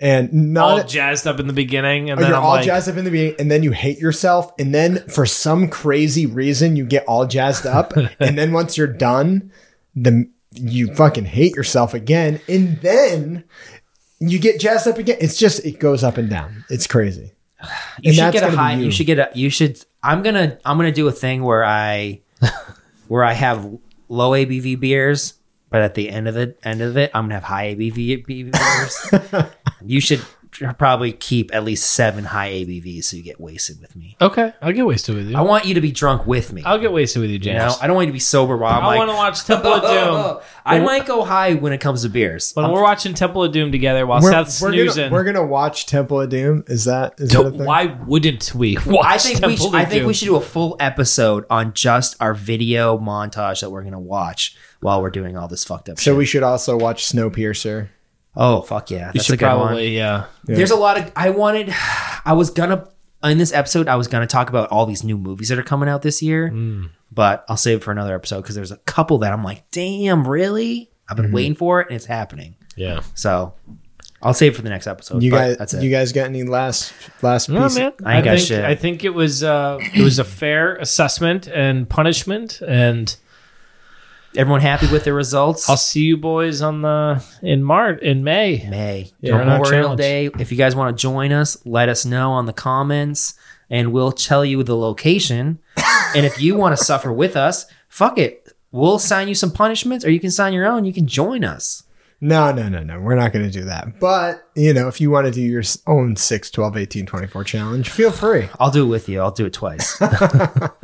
C: and
B: All
C: not.
B: jazzed up in the beginning, and
C: Oh, you're
B: then I'm
C: all
B: like,
C: jazzed up in the beginning, and then you hate yourself, and then for some crazy reason you get all jazzed up, and then once you're done, the you fucking hate yourself again, and then you get jazzed up again. It's just it goes up and down. It's crazy.
A: You
C: And
A: should
C: that's
A: get a
C: gonna be
A: high. You.
C: you.
A: should get a. You should. I'm gonna. I'm gonna do a thing where I, where I have low ABV beers, but at the end of the end of it, I'm gonna have high ABV beers. you should tr- probably keep at least seven high ABVs so you get wasted with me.
B: okay, I'll get wasted with you.
A: I want you to be drunk with me.
B: I'll get wasted with you,
A: you know,
B: James.
A: I don't want you to be sober while I'm
B: I
A: like.
B: want to watch Temple of Doom.
A: I might go high when it comes to beers.
B: When
A: I'm-
B: we're watching Temple of Doom together while Seth's
C: we're,
B: snoozing,
C: gonna, we're gonna watch Temple of Doom. Is that is that a thing?
B: why wouldn't we? Watch
A: I think we
B: Temple
A: should,
B: of
A: I think
B: Doom?
A: we should do a full episode on just our video montage that we're gonna watch while we're doing all this fucked up.
C: so
A: shit.
C: we should also watch Snowpiercer.
A: Oh fuck yeah,
B: You
A: that's a
B: should
A: good one.
B: probably, yeah.
A: There's a lot of I wanted. I was gonna in this episode. I was gonna talk about all these new movies that are coming out this year, but I'll save it for another episode because there's a couple that I'm like, damn, really? I've
C: Mhm.
A: been waiting for it and it's happening.
B: Yeah.
A: So I'll save it for the next episode.
C: You
A: but
C: guys,
A: that's it.
C: you guys got any last last
B: No
C: piece?
B: man,
A: I ain't got
B: think,
A: shit.
B: I think it was uh, it was a fair assessment and punishment, and
A: Everyone happy with the results?
B: I'll see you boys on the in March in May.
A: May
B: Yeah, we're on our
A: Memorial
B: challenge.
A: Day. If you guys want to join us, let us know on the comments, and we'll tell you the location. and if you want to suffer with us, fuck it, we'll sign you some punishments, or you can sign your own. You can join us.
C: No, no, no, no. We're not going to do that. But, you know, if you want to do your s- own 6, 12, 18, 24 challenge, feel free.
A: I'll do it with you. I'll do it twice.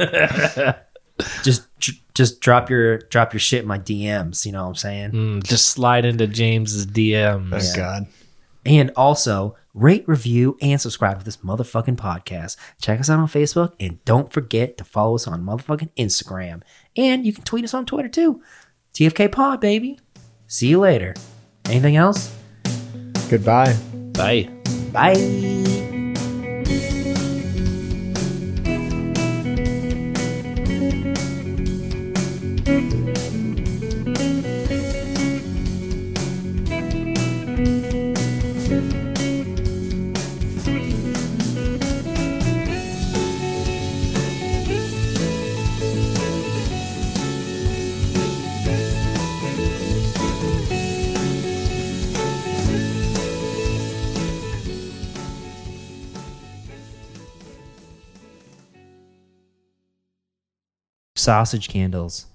A: just, just drop your drop your shit in my DMs. You know what I'm saying?
B: Mm, just slide into James's
C: Oh,
B: DMs.
C: God.
A: And also rate, review, and subscribe to this motherfucking podcast. Check us out on Facebook and don't forget to follow us on motherfucking Instagram. And you can tweet us on Twitter too. TFK Pod, baby. See you later. Anything else?
C: Goodbye.
B: Bye.
A: Bye. Sausage candles.